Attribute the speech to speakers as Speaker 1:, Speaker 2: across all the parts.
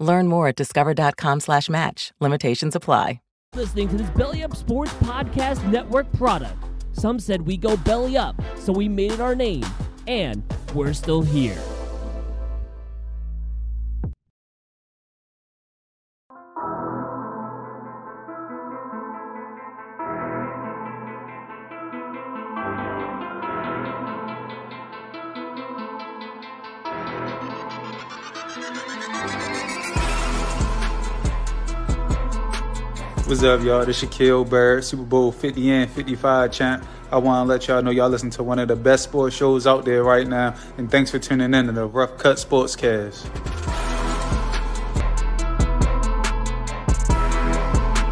Speaker 1: Learn more at discover.com/match. slash match. Limitations apply.
Speaker 2: listening to this Belly Up Sports Podcast Network product. Some said we go belly up, so we made it our name, and we're still here.
Speaker 3: What's up, y'all? This Shaquille Barrett, Super Bowl 50 and 55 champ. I want to let y'all know y'all listen to one of the best sports shows out there right now, and thanks for tuning in to the Rough Cut Sportscast.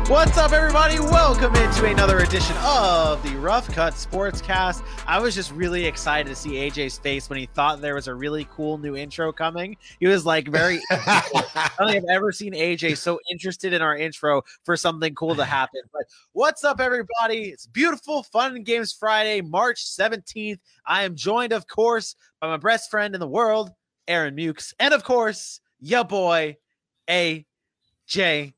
Speaker 4: What's up, everybody? Welcome into another edition of the Rough Cut Sportscast. I was just really excited to see AJ's face when he thought there was a really cool new intro coming. He was like very. I don't think I've ever seen AJ so interested in our intro for something cool to happen. But what's up, everybody? It's beautiful Fun and Games Friday, March 17th. I am joined, of course, by my best friend in the world, Aaron Mukes, and of course, your boy, AJ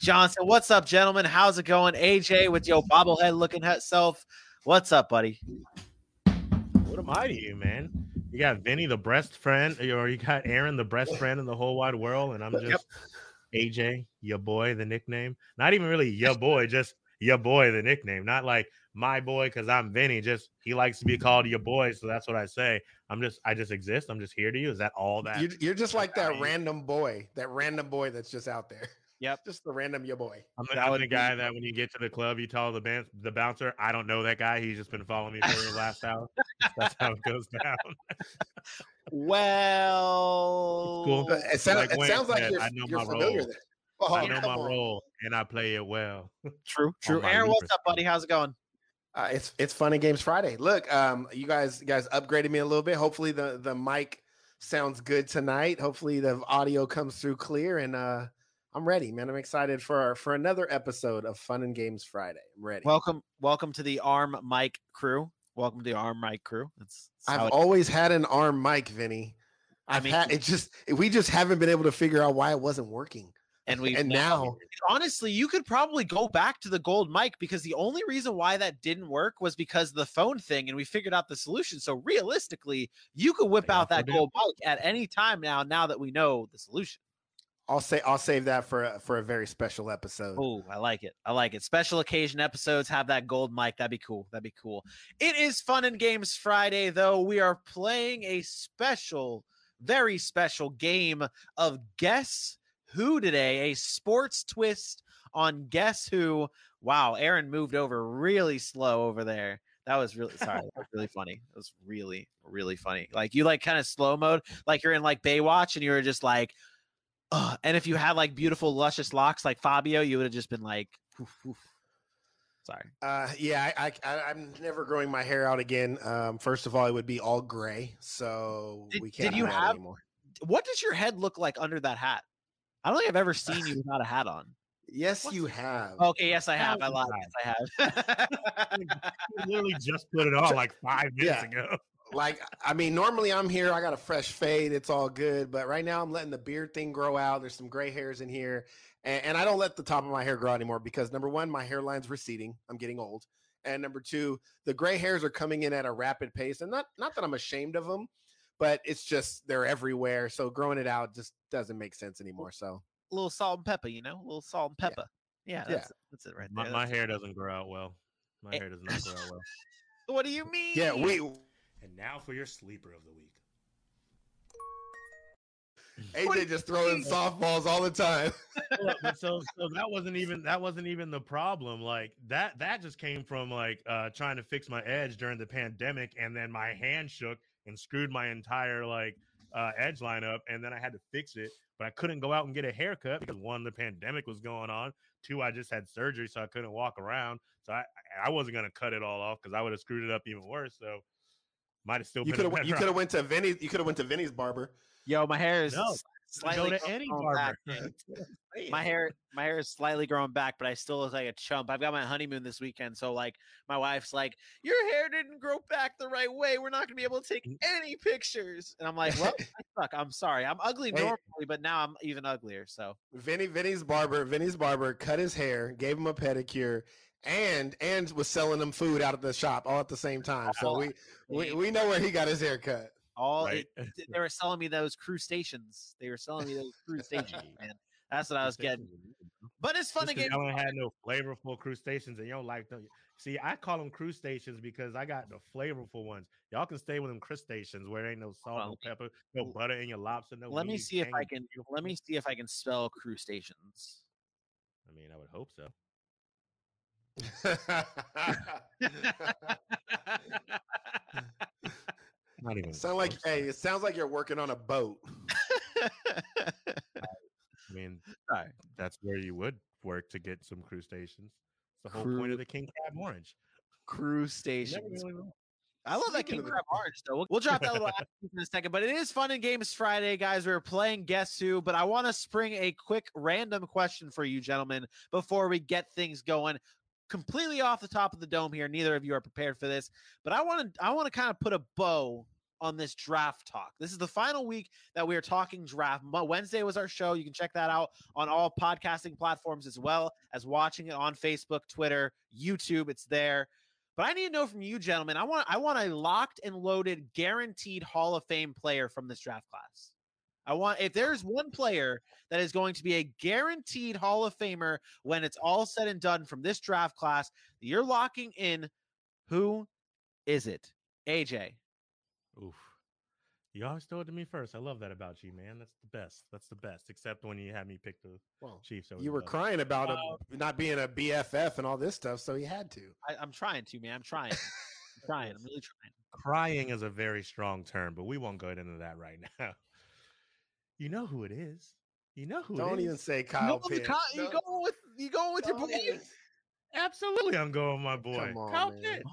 Speaker 4: Johnson. What's up, gentlemen? How's it going? AJ with your bobblehead looking at self. What's up, buddy?
Speaker 5: What am I to you, man? You got Vinny, the best friend, or you got Aaron, the best friend in the whole wide world, and I'm just AJ, your boy, the nickname. Not even really your boy, just your boy, the nickname. Not like my boy because I'm Vinny. Just he likes to be called your boy, so that's what I say. I'm just, I just exist. I'm just here to you. Is that all that?
Speaker 6: You're, you're just like that
Speaker 5: mean-
Speaker 6: random boy, that random boy that's just out there.
Speaker 4: Yep.
Speaker 6: Just the random your boy.
Speaker 5: I'm the,
Speaker 4: that
Speaker 5: I'm
Speaker 4: would
Speaker 5: the guy that when you get to the club, you tell the ban- the bouncer, "I don't know that guy. He's just been following me for the last hour." That's how it goes down.
Speaker 4: Well,
Speaker 5: cool.
Speaker 6: Uh, It, sound,
Speaker 5: like
Speaker 6: it
Speaker 5: Wayne
Speaker 6: sounds like
Speaker 5: said,
Speaker 6: you're,
Speaker 5: I know
Speaker 6: you're
Speaker 5: my
Speaker 6: familiar
Speaker 5: role.
Speaker 6: then. Oh,
Speaker 5: I know
Speaker 6: come
Speaker 5: my
Speaker 6: on.
Speaker 5: role and I play it well.
Speaker 4: true,
Speaker 5: true.
Speaker 4: true.
Speaker 5: my
Speaker 4: Aaron, what's
Speaker 5: Libras.
Speaker 4: up, buddy? How's it going?
Speaker 6: Uh, it's it's fun and games Friday. Look, um, you guys you guys upgraded me a little bit. Hopefully the the mic sounds good tonight. Hopefully the audio comes through clear, and uh, I'm ready, man. I'm excited for for another episode of Fun and Games Friday. I'm ready.
Speaker 4: Welcome, welcome to the Arm Mike crew. Welcome to the Arm Mike crew. That's, that's how
Speaker 6: I've
Speaker 4: it-
Speaker 6: always had an arm mic, Vinny.
Speaker 4: I
Speaker 6: I've
Speaker 4: mean-
Speaker 6: had, it just we just haven't been able to figure out why it wasn't working.
Speaker 4: and we
Speaker 6: and now
Speaker 4: honestly, you could probably go back to the gold mic because the only reason why that didn't work was because of the phone thing, and we figured out the solution. So realistically, you could whip
Speaker 5: Like,
Speaker 4: out
Speaker 5: I
Speaker 4: that
Speaker 5: do.
Speaker 4: gold mic at any time now. Now that we know the solution.
Speaker 6: I'll say I'll save that for a, for a very special episode.
Speaker 4: Oh, I like it. I like it. Special occasion episodes have that gold mic. That'd be cool. That'd be cool. It is Fun and Games Friday, though. We are playing a special, very special game of Guess Who today, a sports twist on Guess Who. Wow, Aaron moved over really slow over there. That was really sorry. That was really funny. That was really, really funny. Like you like kind of slow mode, like you're in like Baywatch and you were just like, Ugh. and if you had like beautiful, luscious locks like Fabio, you would have just been like, "Oof, oof." sorry.
Speaker 6: Uh, yeah, I, I, I I'm never growing my hair out again. Um, first of all, it would be all gray, so
Speaker 4: Did-
Speaker 6: we
Speaker 4: did
Speaker 6: can't
Speaker 4: you
Speaker 6: do that
Speaker 4: have-
Speaker 6: anymore.
Speaker 4: What does your head look like under that hat? I don't think I've ever seen you without a hat on.
Speaker 6: Yes,
Speaker 4: What?
Speaker 6: you have.
Speaker 4: Okay, yes, I have. I lied. Yes, I have.
Speaker 5: You literally just put it on like five minutes
Speaker 6: Yeah.
Speaker 5: ago.
Speaker 6: Like I mean, normally I'm here. I got a fresh fade. It's all good, but right now I'm letting the beard thing grow out. There's some gray hairs in here, and, and I don't let the top of my hair grow out anymore because number one, my hairline's receding. I'm getting old, and number two, the gray hairs are coming in at a rapid pace. And not not that I'm ashamed of them, but it's just they're everywhere. So growing it out just doesn't make sense anymore. So.
Speaker 4: a little salt and pepper, you know, a little salt and pepper. Yeah, that's, that's it right
Speaker 5: My,
Speaker 4: there.
Speaker 5: my
Speaker 4: that's-
Speaker 5: hair doesn't grow out well. My
Speaker 4: Eh.
Speaker 5: hair does not grow out well.
Speaker 4: What do you mean?
Speaker 6: Yeah, we
Speaker 5: And now for your sleeper of the week.
Speaker 4: What do
Speaker 6: AJ
Speaker 4: you
Speaker 6: just throwing
Speaker 4: mean?
Speaker 6: softballs all the time.
Speaker 5: so, so that wasn't even that wasn't even the problem. Like that that just came from like uh trying to fix my edge during the pandemic, and then my hand shook and screwed my entire like uh, Edge lineup, and then I had to fix it. But I couldn't go out and get a haircut because one, the pandemic was going on. Two, I just had surgery, so I couldn't walk around. So I I wasn't gonna cut it all off because I would have screwed it up even worse. So might have still
Speaker 6: You
Speaker 5: been
Speaker 6: could
Speaker 5: a
Speaker 6: have you
Speaker 5: better
Speaker 6: could have went to Vinny. You could have went to Vinny's barber.
Speaker 4: Yo, my hair is
Speaker 5: No,
Speaker 4: s- slightly
Speaker 5: go to
Speaker 4: grown
Speaker 5: any
Speaker 4: back.
Speaker 5: barber.
Speaker 4: my hair my hair is slightly growing back but i still look like a chump i've got my honeymoon this weekend so like my wife's like your hair didn't grow back the right way we're not gonna be able to
Speaker 5: Mm.
Speaker 4: take any pictures and i'm like well I suck. i'm sorry i'm ugly
Speaker 6: Hey.
Speaker 4: normally but now i'm even uglier so
Speaker 6: Vinny Vinny's barber. Vinny's barber cut his hair, gave him a pedicure, and and was selling him food out of the shop all at the same time. So we we, we know where he got his hair cut.
Speaker 4: all
Speaker 5: Right.
Speaker 4: it- they were selling me those crew stations they were selling me those crew stations man that's what i was getting but it's fun to
Speaker 5: Just 'cause
Speaker 4: get
Speaker 5: Y'all don't have no flavorful crustaceans, and you don't like them. See, I call them crustaceans because I got the flavorful ones. Y'all can stay with them crustaceans where ain't no salt,
Speaker 4: Well,
Speaker 5: no pepper, no
Speaker 4: l-
Speaker 5: butter in your lobster. No.
Speaker 4: let me
Speaker 5: weed,
Speaker 4: see if i
Speaker 5: tangy.
Speaker 4: can let me see if i can spell crew stations
Speaker 5: I mean, I would hope so. Not even
Speaker 6: Sound like
Speaker 5: close.
Speaker 6: hey, it sounds like you're working on a boat.
Speaker 5: I mean,
Speaker 4: Sorry.
Speaker 5: that's where you would work to get some crustaceans. It's the whole point
Speaker 4: Cru-
Speaker 5: of the king crab orange.
Speaker 4: crew
Speaker 5: You never
Speaker 4: stations
Speaker 5: really know.
Speaker 4: I love that
Speaker 6: Speaking
Speaker 4: King
Speaker 6: of the-
Speaker 4: Crab Orange, though. We'll, we'll drop that little asterisk in a second, but it is Fun and Games Friday, guys. We're playing Guess Who, but I want to spring a quick random question for you, gentlemen, before we get things going. Completely off the top of the dome here. Neither of you are prepared for this, but I want to I want to kind of put a bow on this draft talk. This is the final week that we are talking draft. Mo- Wednesday was our show. You can check that out on all podcasting platforms as well as watching it on Facebook, Twitter, YouTube. It's there. But I need to know from you, gentlemen. I want I want a locked and loaded, guaranteed Hall of Fame player from this draft class. I want if there's one player that is going to be a guaranteed Hall of Famer when it's all said and done from this draft class, you're locking in. Who is it? AJ.
Speaker 5: Oof. You always throw it to me first. I love that about you, man. That's the best. That's the best. Except when you had me pick the
Speaker 6: Well,
Speaker 5: Chiefs. over
Speaker 6: you
Speaker 5: the
Speaker 6: were
Speaker 5: Bucs.
Speaker 6: crying about a, not being a BFF and all this stuff, so he had to.
Speaker 4: I, I'm trying to, man. I'm trying. I'm trying. I'm really trying.
Speaker 5: Crying is a very strong term, but we won't go into that right now. You know who it is. You know who
Speaker 6: Don't
Speaker 5: it
Speaker 6: even
Speaker 5: is.
Speaker 6: say Kyle
Speaker 4: No, you
Speaker 6: Pitts.
Speaker 4: can't- you
Speaker 6: Don't-
Speaker 4: going with you going with your
Speaker 6: don't
Speaker 4: boy?
Speaker 6: even-
Speaker 5: Absolutely, I'm going with my boy.
Speaker 6: Come on,
Speaker 5: Kyle
Speaker 6: man.
Speaker 5: Pitts.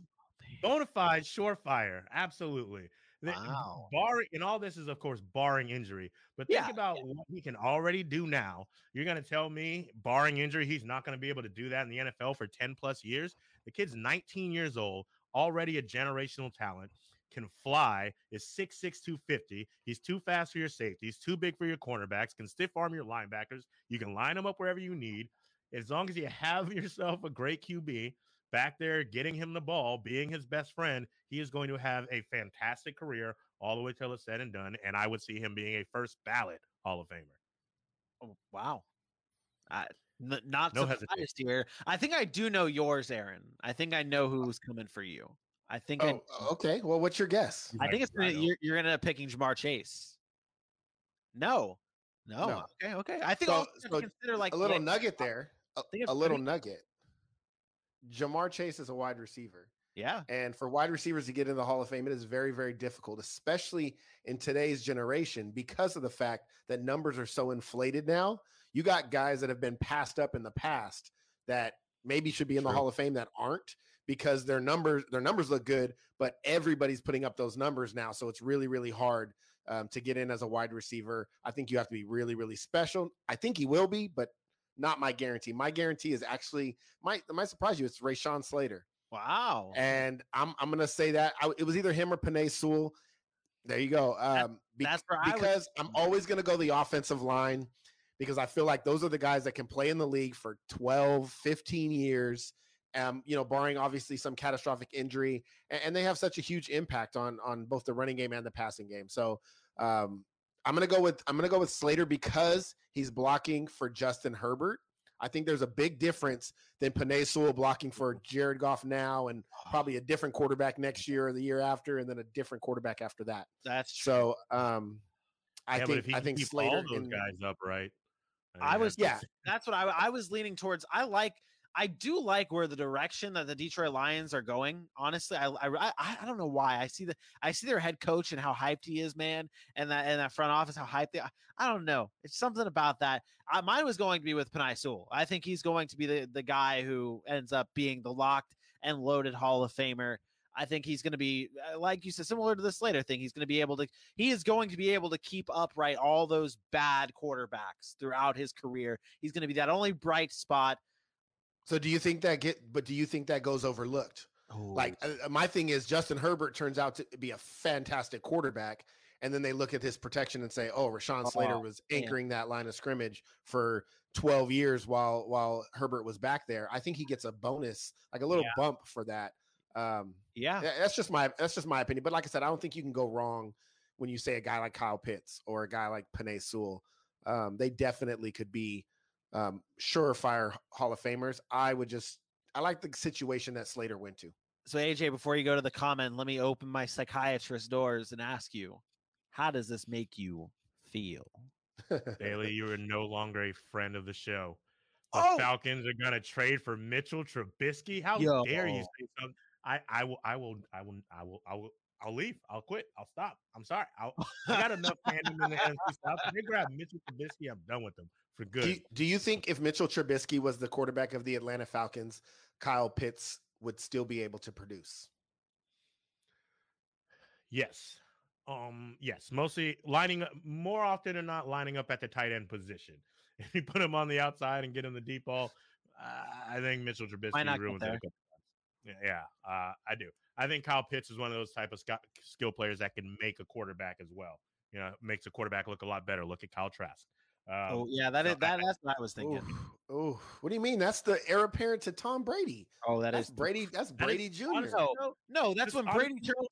Speaker 5: Bonafide, surefire. Absolutely. The-
Speaker 4: Wow.
Speaker 5: Barring and all this is of course barring injury, but think
Speaker 4: Yeah,
Speaker 5: about what he can already do now. You're gonna tell me, barring injury, he's not gonna be able to do that in the NFL for 10 plus years. The kid's 19 years old, already a generational talent, can fly, is 6'6, 250. He's too fast for your safeties, too big for your cornerbacks, can stiff arm your linebackers. You can line them up wherever you need. As long as you have yourself a great QB back there getting him the ball, being his best friend, he is going to have a fantastic career all the way till it's said and done. And I would see him being a first ballot Hall of Famer.
Speaker 4: Oh, wow. I, n- not
Speaker 5: No
Speaker 4: surprised
Speaker 5: hesitation.
Speaker 4: here. I think I do know yours, Aaron. I think I know who's coming for you. I think I,
Speaker 6: Oh, okay. Well, what's your guess?
Speaker 4: I think it's gonna,
Speaker 5: Rhino.
Speaker 4: you're, you're gonna end up picking Jamar Chase. No, no.
Speaker 6: No.
Speaker 4: Okay, okay. I think
Speaker 6: So-
Speaker 4: also you have to
Speaker 6: so
Speaker 4: consider like
Speaker 6: a little
Speaker 4: Blake-
Speaker 6: nugget there. A,
Speaker 4: think it's
Speaker 6: a little
Speaker 4: pretty-
Speaker 6: nugget. Jamar Chase is a wide receiver.
Speaker 4: Yeah,
Speaker 6: And for wide receivers to get in the Hall of Fame, it is very, very difficult, especially in today's generation, because of the fact that numbers are so inflated now. You got guys that have been passed up in the past that maybe should be in the
Speaker 5: True.
Speaker 6: Hall of Fame that aren't because their numbers their numbers look good, but everybody's putting up those numbers now, so it's really, really hard um, to get in as a wide receiver. I think you have to be really, really special. I think he will be, but not my guarantee. My guarantee is actually might might surprise you. It's Rayshon Slater.
Speaker 4: wow.
Speaker 6: And I'm I'm gonna say that I, it was either him or Panay Sewell. There you go. Um, be-
Speaker 4: That's where I was.
Speaker 6: because I'm always gonna go the offensive line because I feel like those are the guys that can play in the league for 12, 15 years. Um, you know, barring obviously some catastrophic injury, and, and they have such a huge impact on on both the running game and the passing game. So um, I'm gonna go with I'm gonna go with Slater because he's blocking for Justin Herbert. I think there's a big difference than Panay Sewell blocking for Jared Goff now, and probably a different quarterback next year or the year after, and then a different quarterback after that.
Speaker 4: That's true.
Speaker 6: So um, I
Speaker 5: Yeah, but if
Speaker 6: think
Speaker 5: he
Speaker 6: I
Speaker 5: can
Speaker 6: think
Speaker 5: keep
Speaker 6: Slater
Speaker 5: all those
Speaker 6: can-
Speaker 5: guys upright.
Speaker 4: I
Speaker 5: mean,
Speaker 4: was
Speaker 5: that's-
Speaker 6: yeah.
Speaker 4: That's what I, I was leaning towards. I like I do like where the direction that the Detroit Lions are going. Honestly, I I, I I don't know why I see the I see their head coach and how hyped he is, man, and that and that front office how hyped they. are. I don't know. It's something about that. I, mine was going to be with Panay Sewell. I think he's going to be the the guy who ends up being the locked and loaded Hall of Famer. I think he's going to be uh, like you said, similar to the Slater thing. He's going to be able to he is going to be able to keep upright all those bad quarterbacks throughout his career. He's going to be that only bright spot.
Speaker 6: So do you think that get? But do you think that goes overlooked?
Speaker 5: Oh,
Speaker 6: Like uh, my thing is Justin Herbert turns out to be a fantastic quarterback, and then they look at his protection and say, "Oh, Rashawn Slater
Speaker 4: Oh,
Speaker 6: was
Speaker 4: man.
Speaker 6: anchoring that line of scrimmage for 12 years while while Herbert was back there." I think he gets a bonus, like a little bump for that. Um,
Speaker 4: Yeah.
Speaker 6: yeah, that's just my that's just my opinion. But like I said, I don't think you can go wrong when you say a guy like Kyle Pitts or a guy like Panay Sewell. Um, they definitely could be um, surefire Hall of Famers. I would just I like the situation that Slater went to.
Speaker 4: So AJ, before you go to the comment, let me open my psychiatrist doors and ask you, how does this make you feel?
Speaker 5: Bailey, you are no longer a friend of the show. The
Speaker 4: Oh!
Speaker 5: Falcons are gonna trade for Mitchell Trubisky. How
Speaker 4: Yo.
Speaker 5: dare you say something? I, I will I will I will I will I will I'll leave. I'll quit. I'll stop. I'm sorry. I'll, I got enough fandom in the NFC South. If They grab Mitchell Trubisky. I'm done with them for good.
Speaker 6: Do you, do you think if Mitchell Trubisky was the quarterback of the Atlanta Falcons, Kyle Pitts would still be able to produce?
Speaker 5: Yes. Um, yes, mostly lining up more often than not lining up at the tight end position. If you put him on the outside and get him the deep ball, uh, I think Mitchell Trubisky
Speaker 4: not get
Speaker 5: ruins it. a
Speaker 4: there.
Speaker 5: couple times. Yeah, yeah, uh, I do. I think Kyle Pitts is one of those type of sco- skill players that can make a quarterback as well. You know, makes a quarterback look a lot better. Look at Kyle Trask. Um,
Speaker 4: oh yeah, that
Speaker 5: so
Speaker 4: is
Speaker 5: I-
Speaker 4: that, that's what I was thinking.
Speaker 6: Oh, what do you mean? That's the heir apparent to Tom Brady.
Speaker 4: oh,
Speaker 6: That's Brady. That's
Speaker 5: is-
Speaker 6: Brady Jr.
Speaker 5: honestly,
Speaker 4: No, no, that's
Speaker 5: Just
Speaker 4: when
Speaker 5: honestly-
Speaker 4: Brady Jones.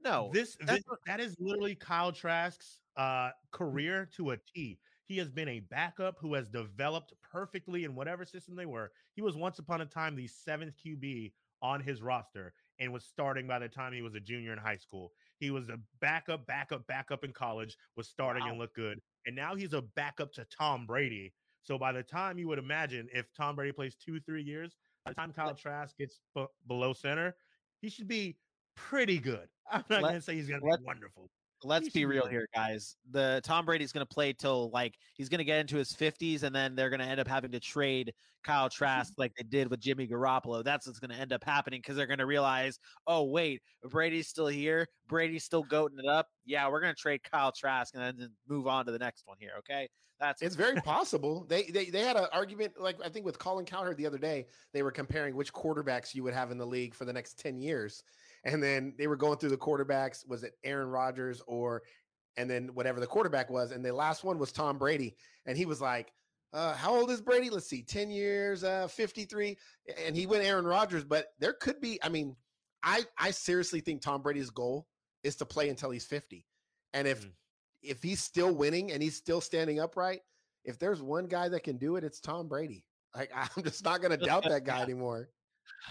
Speaker 4: No,
Speaker 5: this,
Speaker 4: Oh, that's Hmm.
Speaker 5: this that is literally Kyle Trask's uh, career to a T. He has been a backup who has developed perfectly in whatever system they were. He was once upon a time the seventh QB on his roster and was starting by the time he was a junior in high school. He was a backup, backup, backup in college, was starting and looked good. And now he's a backup to Tom Brady. So by the time you would imagine if Tom Brady plays two, three years, by the time Kyle Trask gets b- below center, he should be pretty good. I'm not
Speaker 4: Let-
Speaker 5: gonna say he's gonna
Speaker 4: let-
Speaker 5: be wonderful.
Speaker 4: let's
Speaker 5: should
Speaker 4: be
Speaker 5: be
Speaker 4: real
Speaker 5: good.
Speaker 4: here, guys. The Tom Brady's going to play till like he's going to get into his fifties, and then they're going to end up having to trade Kyle Trask like they did with Jimmy Garoppolo. That's what's going to end up happening because they're going to realize, oh wait, Brady's still here. Brady's still goating it up. Yeah, we're going to trade Kyle Trask and then just move on to the next one here. Okay, that's
Speaker 6: It's very possible. They, they they had an argument, like I think with Colin Cowherd the other day, they were comparing which quarterbacks you would have in the league for the next 10 years. And then they were going through the quarterbacks. Was it Aaron Rodgers or and then whatever the quarterback was? And the last one was Tom Brady. And he was like, uh, how old is Brady? Let's see, 10 years, uh, 53. And he went Aaron Rodgers, but there could be, I mean, I I seriously think Tom Brady's goal is to play until he's 50. And if
Speaker 5: Mm.
Speaker 6: if he's still winning and he's still standing upright, if there's one guy that can do it, it's Tom Brady. Like I'm just not gonna doubt that guy anymore.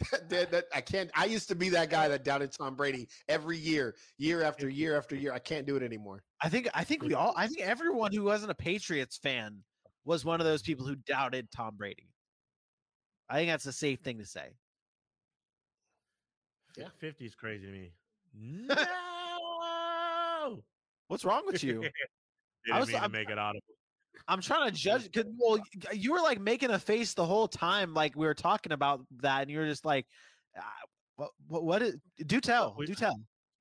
Speaker 6: That- that- I can't. I used to be that guy that doubted Tom Brady every year, year after year after year. I can't do it anymore.
Speaker 4: I think I think we all I think everyone who wasn't a Patriots fan was one of those people who doubted Tom Brady. I think that's a safe thing to say.
Speaker 6: Yeah.
Speaker 5: 50 is crazy to me. No,
Speaker 4: What's wrong with you?
Speaker 5: Didn't
Speaker 4: was-
Speaker 5: mean to
Speaker 4: I'm-
Speaker 5: make it audible.
Speaker 4: I'm trying to judge. Cause, well, y- you were like making a face the whole time, like we were talking about that, and you were just like, uh, "What? What? what is, do tell?
Speaker 5: we-
Speaker 4: Do tell?"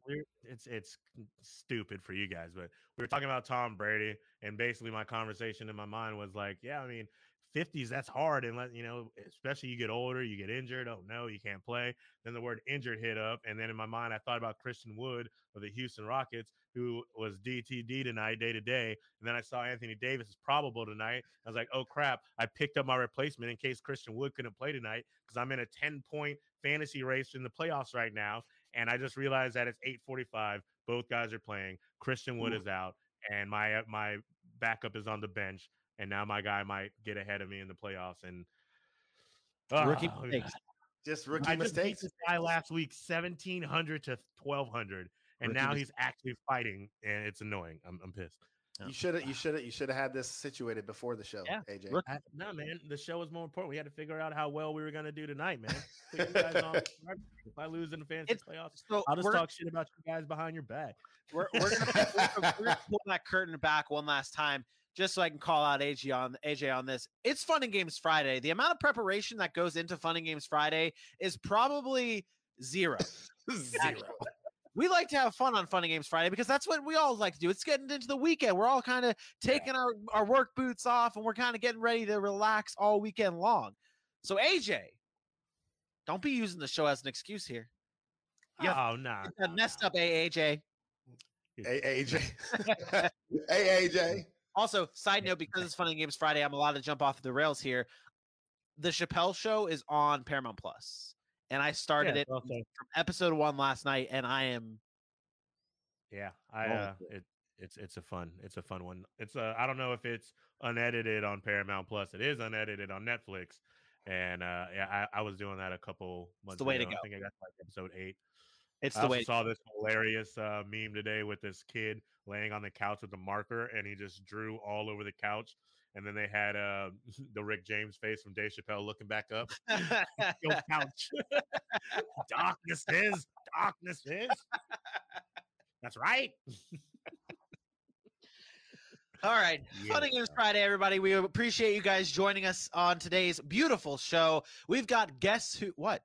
Speaker 5: We're- It's it's stupid for you guys, but we were talking about Tom Brady, and basically my conversation in my mind was like, yeah, I mean, 50s that's hard, and let you know, especially you get older, you get injured. Oh no, you can't play. Then the word injured hit up, and then in my mind I thought about Christian Wood of the Houston Rockets, who was DTD tonight, day to day, and then I saw Anthony Davis is probable tonight. I was like, oh crap, I picked up my replacement in case Christian Wood couldn't play tonight because I'm in a 10 point fantasy race in the playoffs right now and I just realized that it's 8:45. Both guys are playing. Christian Wood is out, and my uh, my backup is on the bench, and now my guy might get ahead of me in the playoffs. And
Speaker 4: Rookie
Speaker 5: Ah,
Speaker 4: mistakes.
Speaker 6: Just rookie
Speaker 5: I just beat
Speaker 6: mistakes.
Speaker 5: this guy last week, 1,700 to 1,200, and
Speaker 6: Rookie
Speaker 5: now
Speaker 6: mis-
Speaker 5: he's actually fighting, and it's annoying. I'm, I'm pissed.
Speaker 4: Yeah.
Speaker 6: You should have. You should have. You should have had this situated before the show,
Speaker 4: Yeah,
Speaker 6: AJ.
Speaker 4: look-
Speaker 5: I- no, man. The show was more important. We had to figure out how well we were gonna do tonight, man. Put you guys on. if I lose in the fantasy
Speaker 4: It's-
Speaker 5: playoffs,
Speaker 4: So
Speaker 5: I'll just
Speaker 4: we're,
Speaker 5: talk shit about you guys behind your back.
Speaker 4: we're, we're, gonna, we're gonna- we're gonna pull that curtain back one last time, just so I can call out AJ on AJ on this. It's Fun and Games Friday. The amount of preparation that goes into Fun and Games Friday is probably zero.
Speaker 6: Zero.
Speaker 4: we like to have fun on Fun and Games Friday because that's what we all like to do. It's getting into the weekend. We're all kind of taking our, our work boots off and we're kind of getting ready to relax all weekend long. So, AJ, don't be using the show as an excuse here. Yeah.
Speaker 5: Oh nah.
Speaker 4: Get that messed up, AAJ.
Speaker 6: Hey AJ. hey AJ.
Speaker 4: Also, side note, because it's Fun and Games Friday, I'm allowed to jump off the rails here. The Chappelle Show is on Paramount Plus, and I started
Speaker 5: Yeah,
Speaker 4: it
Speaker 5: it's also-
Speaker 4: from episode one last night, and I am
Speaker 5: Yeah, I
Speaker 4: Oh,
Speaker 5: uh, it it's it's a fun it's a fun one. It's uh, I don't know if it's unedited on Paramount Plus. It is unedited on Netflix, and uh, yeah, I, I was doing that a couple months.
Speaker 4: the way to
Speaker 5: ago.
Speaker 4: go.
Speaker 5: I think I got to, like episode eight.
Speaker 4: it's
Speaker 5: I
Speaker 4: the
Speaker 5: also
Speaker 4: way.
Speaker 5: saw this hilarious uh, meme today with this kid laying on the couch with a marker, and he just drew all over the couch. And then they had uh, the Rick James face from Dave Chappelle looking back up. Yo, couch. darkness is darkness is. That's right.
Speaker 4: all right, Fun and
Speaker 5: Yeah.
Speaker 4: Games Friday, everybody. We appreciate you guys joining us on today's beautiful show. We've got guess who? What?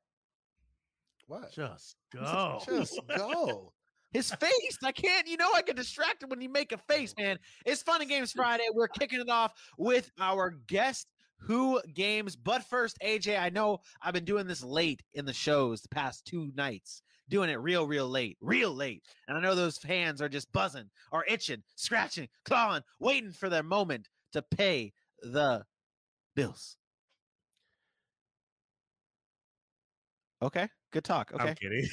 Speaker 6: What?
Speaker 5: Just go.
Speaker 6: Just go.
Speaker 4: His face. I can't. You know, I get distracted when you make a face, man. It's Fun and Games Friday. We're kicking it off with our guest who games. But first, AJ, I know I've been doing this late in the shows the past two nights, doing it real, real late, real late. And I know those fans are just buzzing or itching, scratching, clawing, waiting for their moment to pay the bills. Okay. Good talk. Okay.
Speaker 5: I'm kidding. you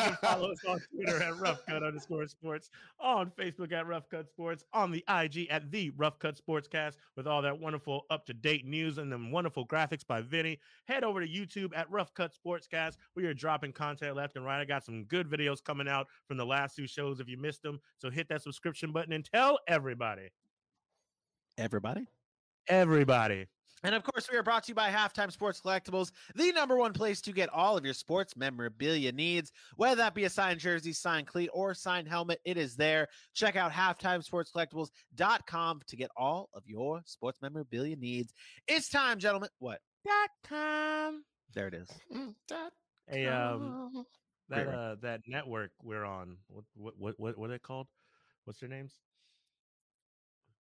Speaker 5: can follow us on Twitter at roughcut underscore sports, on Facebook at Rough Cut Sports, on the IG at the Rough Cut Sportscast with all that wonderful up to date news and them wonderful graphics by Vinny. Head over to YouTube at Rough Cut Sportscast. We are dropping content left and right. I got some good videos coming out from the last two shows if you missed them. So hit that subscription button and tell everybody,
Speaker 4: Everybody.
Speaker 5: everybody.
Speaker 4: And of course, we are brought to you by Halftime Sports Collectibles, the number one place to get all of your sports memorabilia needs. Whether that be a signed jersey, signed cleat, or signed helmet, it is there. Check out halftimesportscollectibles.com to get all of your sports memorabilia needs. It's time, gentlemen. What?
Speaker 5: Dot com.
Speaker 4: There it is.
Speaker 5: Hey, um, that
Speaker 4: Great
Speaker 5: uh, that network we're on. What what what what what are they called? What's their names?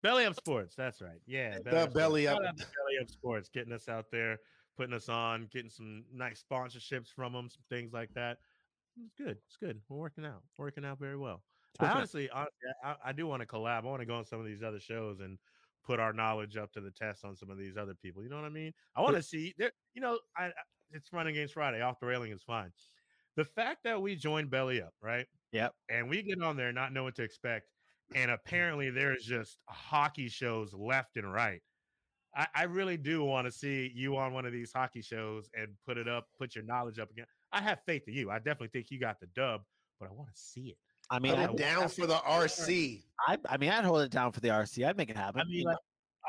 Speaker 5: Belly Up Sports. That's right. Yeah,
Speaker 6: The
Speaker 5: Sports.
Speaker 6: belly
Speaker 5: Shout
Speaker 6: up.
Speaker 5: out to Belly Up Sports, getting us out there, putting us on, getting some nice sponsorships from them, some things like that. It's good. It's good. We're working out. Working out very well. I honestly, honestly, I, I do want to collab. I want to go on some of these other shows and put our knowledge up to the test on some of these other people. You know what I mean? I want to see there. You know, I, I it's running against Friday. Off the railing is fine. The fact that we joined Belly Up, right?
Speaker 4: Yep.
Speaker 5: And we get on there not know what to expect, and apparently there's just hockey shows left and right. I, I really do want to see you on one of these hockey shows and put it up, put your knowledge up again. I have faith in you. I definitely think you got the dub, but I want to see it.
Speaker 4: I mean,
Speaker 6: Put
Speaker 4: I,
Speaker 5: Yeah.
Speaker 6: it down for the RC.
Speaker 4: I, I mean, I'd hold it down for the RC. I'd make it happen.
Speaker 5: I mean, like,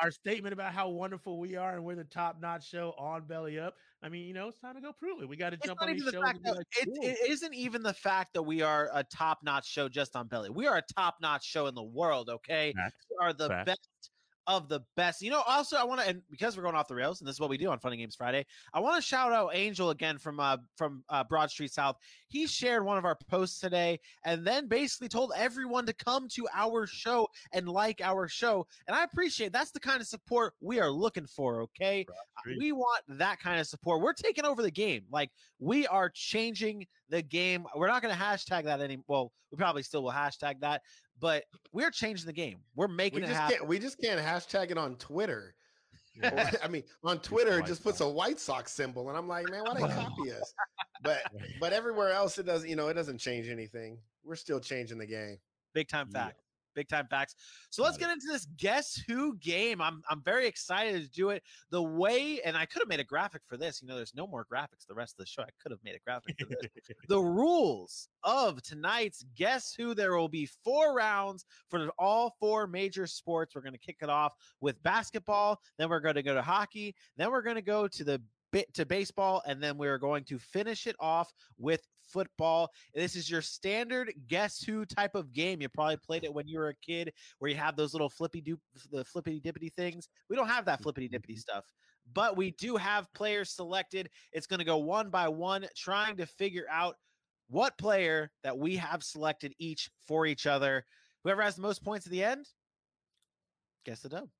Speaker 5: our statement about how wonderful we are and we're the top notch show on Belly Up. I mean, you know, it's time to go prove it. We got to
Speaker 4: it's
Speaker 5: jump
Speaker 4: not
Speaker 5: on these
Speaker 4: even the
Speaker 5: shows.
Speaker 4: fact
Speaker 5: and be
Speaker 4: that
Speaker 5: like,
Speaker 4: it,
Speaker 5: "Cool."
Speaker 4: it isn't even the fact that we are a top notch show just on Belly. We are a top notch show in the world. Okay.
Speaker 5: Facts.
Speaker 4: are the
Speaker 5: Facts.
Speaker 4: best of the best. You know, also I want to, and because we're going off the rails, and this is what we do on Funny Games Friday, I want to shout out Angel again from uh from uh, Broad Street South. He shared one of our posts today, and then basically told everyone to come to our show and like our show. And I appreciate that's the kind of support we are looking for. Okay, Uh,
Speaker 5: Street.
Speaker 4: we want that kind of support. We're taking over the game. Like we are changing the game. We're not going to hashtag that anymore. Well, we probably still will hashtag that, but we're changing the game. We're
Speaker 6: We
Speaker 4: making it
Speaker 6: just
Speaker 4: happen.
Speaker 6: can't. We just can't hashtag it on Twitter.
Speaker 5: Yeah.
Speaker 6: Or- I mean, on Twitter, it
Speaker 5: White
Speaker 6: just puts a
Speaker 5: Sox.
Speaker 6: White Sox symbol, and I'm like, man, why they copy us? But but everywhere else, it doesn't. You know, it doesn't change anything. We're still changing the game.
Speaker 4: Big time
Speaker 5: Yeah.
Speaker 4: fact. big time facts. So let's get into this guess who game. I'm I'm very excited to do it. The way and I could have made a graphic for this. You know, there's no more graphics the rest of the show. I could have made a graphic for this. the rules of tonight's guess who there will be four rounds for all four major sports. We're going to kick it off with basketball, then we're going to go to hockey, then we're going to go to the bit to baseball and then we're going to finish it off with football this is your standard guess who type of game you probably played it when you were a kid where you have those little flippy doop the flippity dippity things we don't have that flippity dippity stuff but we do have players selected it's going to go one by one trying to figure out what player that we have selected each for each other whoever has the most points at the end guess the dub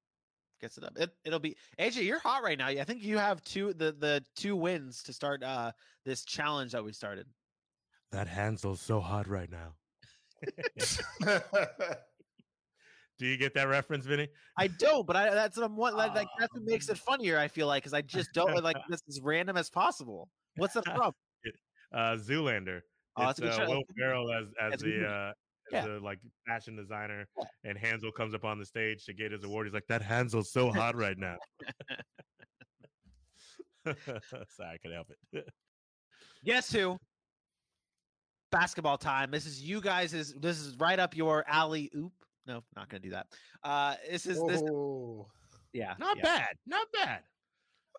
Speaker 4: gets it up. It, it'll be AJ. You're hot right now. I think you have two the the two wins to start uh this challenge that we started.
Speaker 5: That Hansel's so hot right now. Do you get that reference, Vinny?
Speaker 4: I don't, but I that's what I'm what like, like that's what makes it funnier. I feel like because I just don't like this as random as possible. What's that from?
Speaker 5: Uh, Zoolander.
Speaker 4: Oh, that's
Speaker 5: it's
Speaker 4: a good
Speaker 5: uh,
Speaker 4: show.
Speaker 5: Will Ferrell as as
Speaker 4: That's a good
Speaker 5: the
Speaker 4: movie.
Speaker 5: uh,
Speaker 4: Yeah.
Speaker 5: as the like fashion designer,
Speaker 4: Yeah.
Speaker 5: and Hansel comes up on the stage to get his award. He's like, "That Hansel's so hot right now." Sorry, I could help it.
Speaker 4: Guess who? Basketball time. This is you guys. Is this is right up your alley? Oop. No, not gonna do that. Uh, this is this.
Speaker 6: Oh,
Speaker 4: Yeah,
Speaker 5: Not
Speaker 4: yeah.
Speaker 5: bad. Not bad.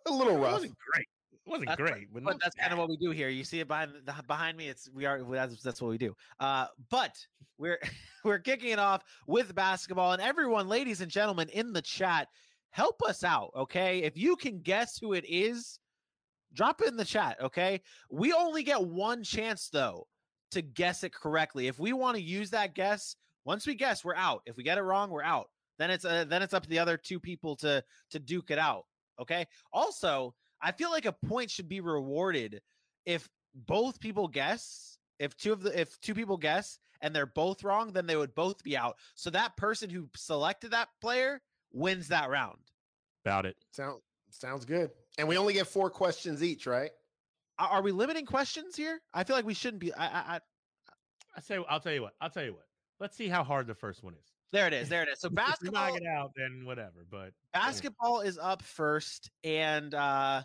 Speaker 6: a little
Speaker 5: It
Speaker 6: rough.
Speaker 5: wasn't great. It wasn't
Speaker 4: That's what-
Speaker 5: great, but,
Speaker 4: but
Speaker 5: not
Speaker 4: that's kind
Speaker 5: bad.
Speaker 4: of what we do here. You see it behind the, behind me. It's we are that's, that's what we do. Uh, but we're we're kicking it off with basketball, and everyone, ladies and gentlemen, in the chat, help us out, okay? If you can guess who it is, drop it in the chat, okay? We only get one chance though to guess it correctly. If we want to use that guess, once we guess, we're out. If we get it wrong, we're out. Then it's uh, then it's up to the other two people to to duke it out, okay? Also, I feel like a point should be rewarded if both people guess. If two of the if two people guess and they're both wrong, then they would both be out. So that person who selected that player wins that round.
Speaker 5: about it.
Speaker 6: Sound sounds good. And we only get four questions each, right?
Speaker 4: Are, are we limiting questions here? I feel like we shouldn't be. I, I, I
Speaker 5: I say, I'll tell you what. I'll tell you what. Let's see how hard the first one is.
Speaker 4: there it is. There it is. So
Speaker 5: If we knock
Speaker 4: basketball
Speaker 5: it out, then whatever. But
Speaker 4: basketball is up first, and uh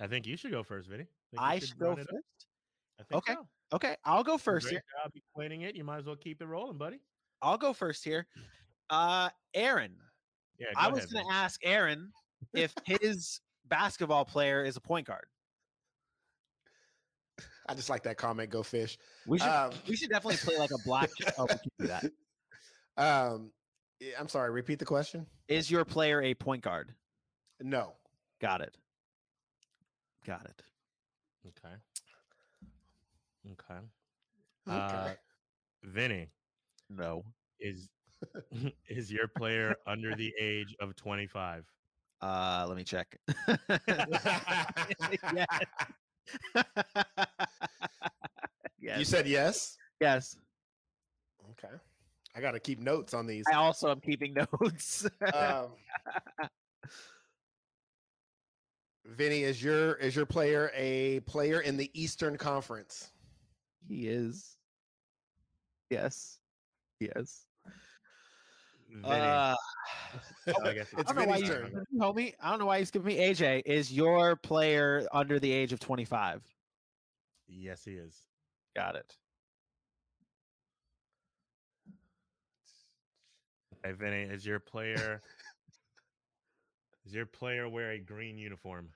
Speaker 5: I think you should go first, Vinny. think you
Speaker 4: I should go
Speaker 5: run it
Speaker 4: first.
Speaker 5: up. I think
Speaker 4: Okay.
Speaker 5: so. It's a
Speaker 4: Okay, I'll go first
Speaker 5: Great
Speaker 4: here.
Speaker 5: job explaining it. You might as well keep it rolling, buddy.
Speaker 4: I'll go first here. Uh Aaron,
Speaker 5: Yeah,
Speaker 4: I
Speaker 5: go
Speaker 4: was
Speaker 5: ahead,
Speaker 4: going
Speaker 5: Vinny.
Speaker 4: to ask Aaron if his basketball player is a point guard.
Speaker 6: I just like that comment. Go fish.
Speaker 4: We should
Speaker 6: Um,
Speaker 4: Uh, we should definitely play like a black. oh, we can do that.
Speaker 6: Um, yeah, I'm sorry. Repeat the question.
Speaker 4: Is your player a point guard?
Speaker 6: No.
Speaker 4: Got it. Got it.
Speaker 5: Okay. Okay. Uh, Vinny
Speaker 4: No.
Speaker 5: is is your player under the age of twenty five?
Speaker 4: Uh, let me check.
Speaker 6: Okay.
Speaker 4: yes. yes.
Speaker 6: you said yes.
Speaker 4: yes.
Speaker 6: Okay. I got to keep notes on these.
Speaker 4: I also am keeping notes.
Speaker 6: Um, Vinny, is your is your player a player in the Eastern Conference?
Speaker 4: he is. Yes. Yes.
Speaker 5: Vinny,
Speaker 4: Uh,
Speaker 5: I guess
Speaker 6: oh, it's
Speaker 4: I don't know why
Speaker 6: Vinny's
Speaker 4: you
Speaker 6: turn.
Speaker 4: skipped me, homie. I don't know why you skipped me. AJ, is your player under the age of 25?
Speaker 5: yes, he is.
Speaker 4: Got it.
Speaker 5: Hey, Vinny, is your player is your player wear a green uniform?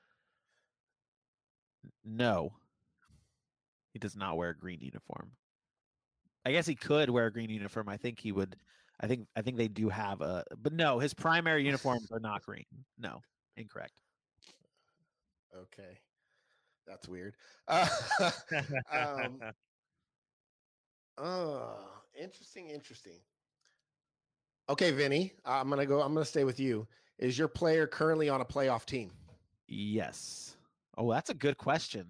Speaker 4: No. He does not wear a green uniform. I guess he could wear a green uniform. I think he would I think I think they do have a but no, his primary uniforms are not green. No. Incorrect.
Speaker 6: Okay, that's weird. Uh, um, uh, interesting, interesting. Okay, Vinny, I'm gonna go. I'm gonna stay with you. Is your player currently on a playoff team?
Speaker 4: Yes. Oh, that's a good question.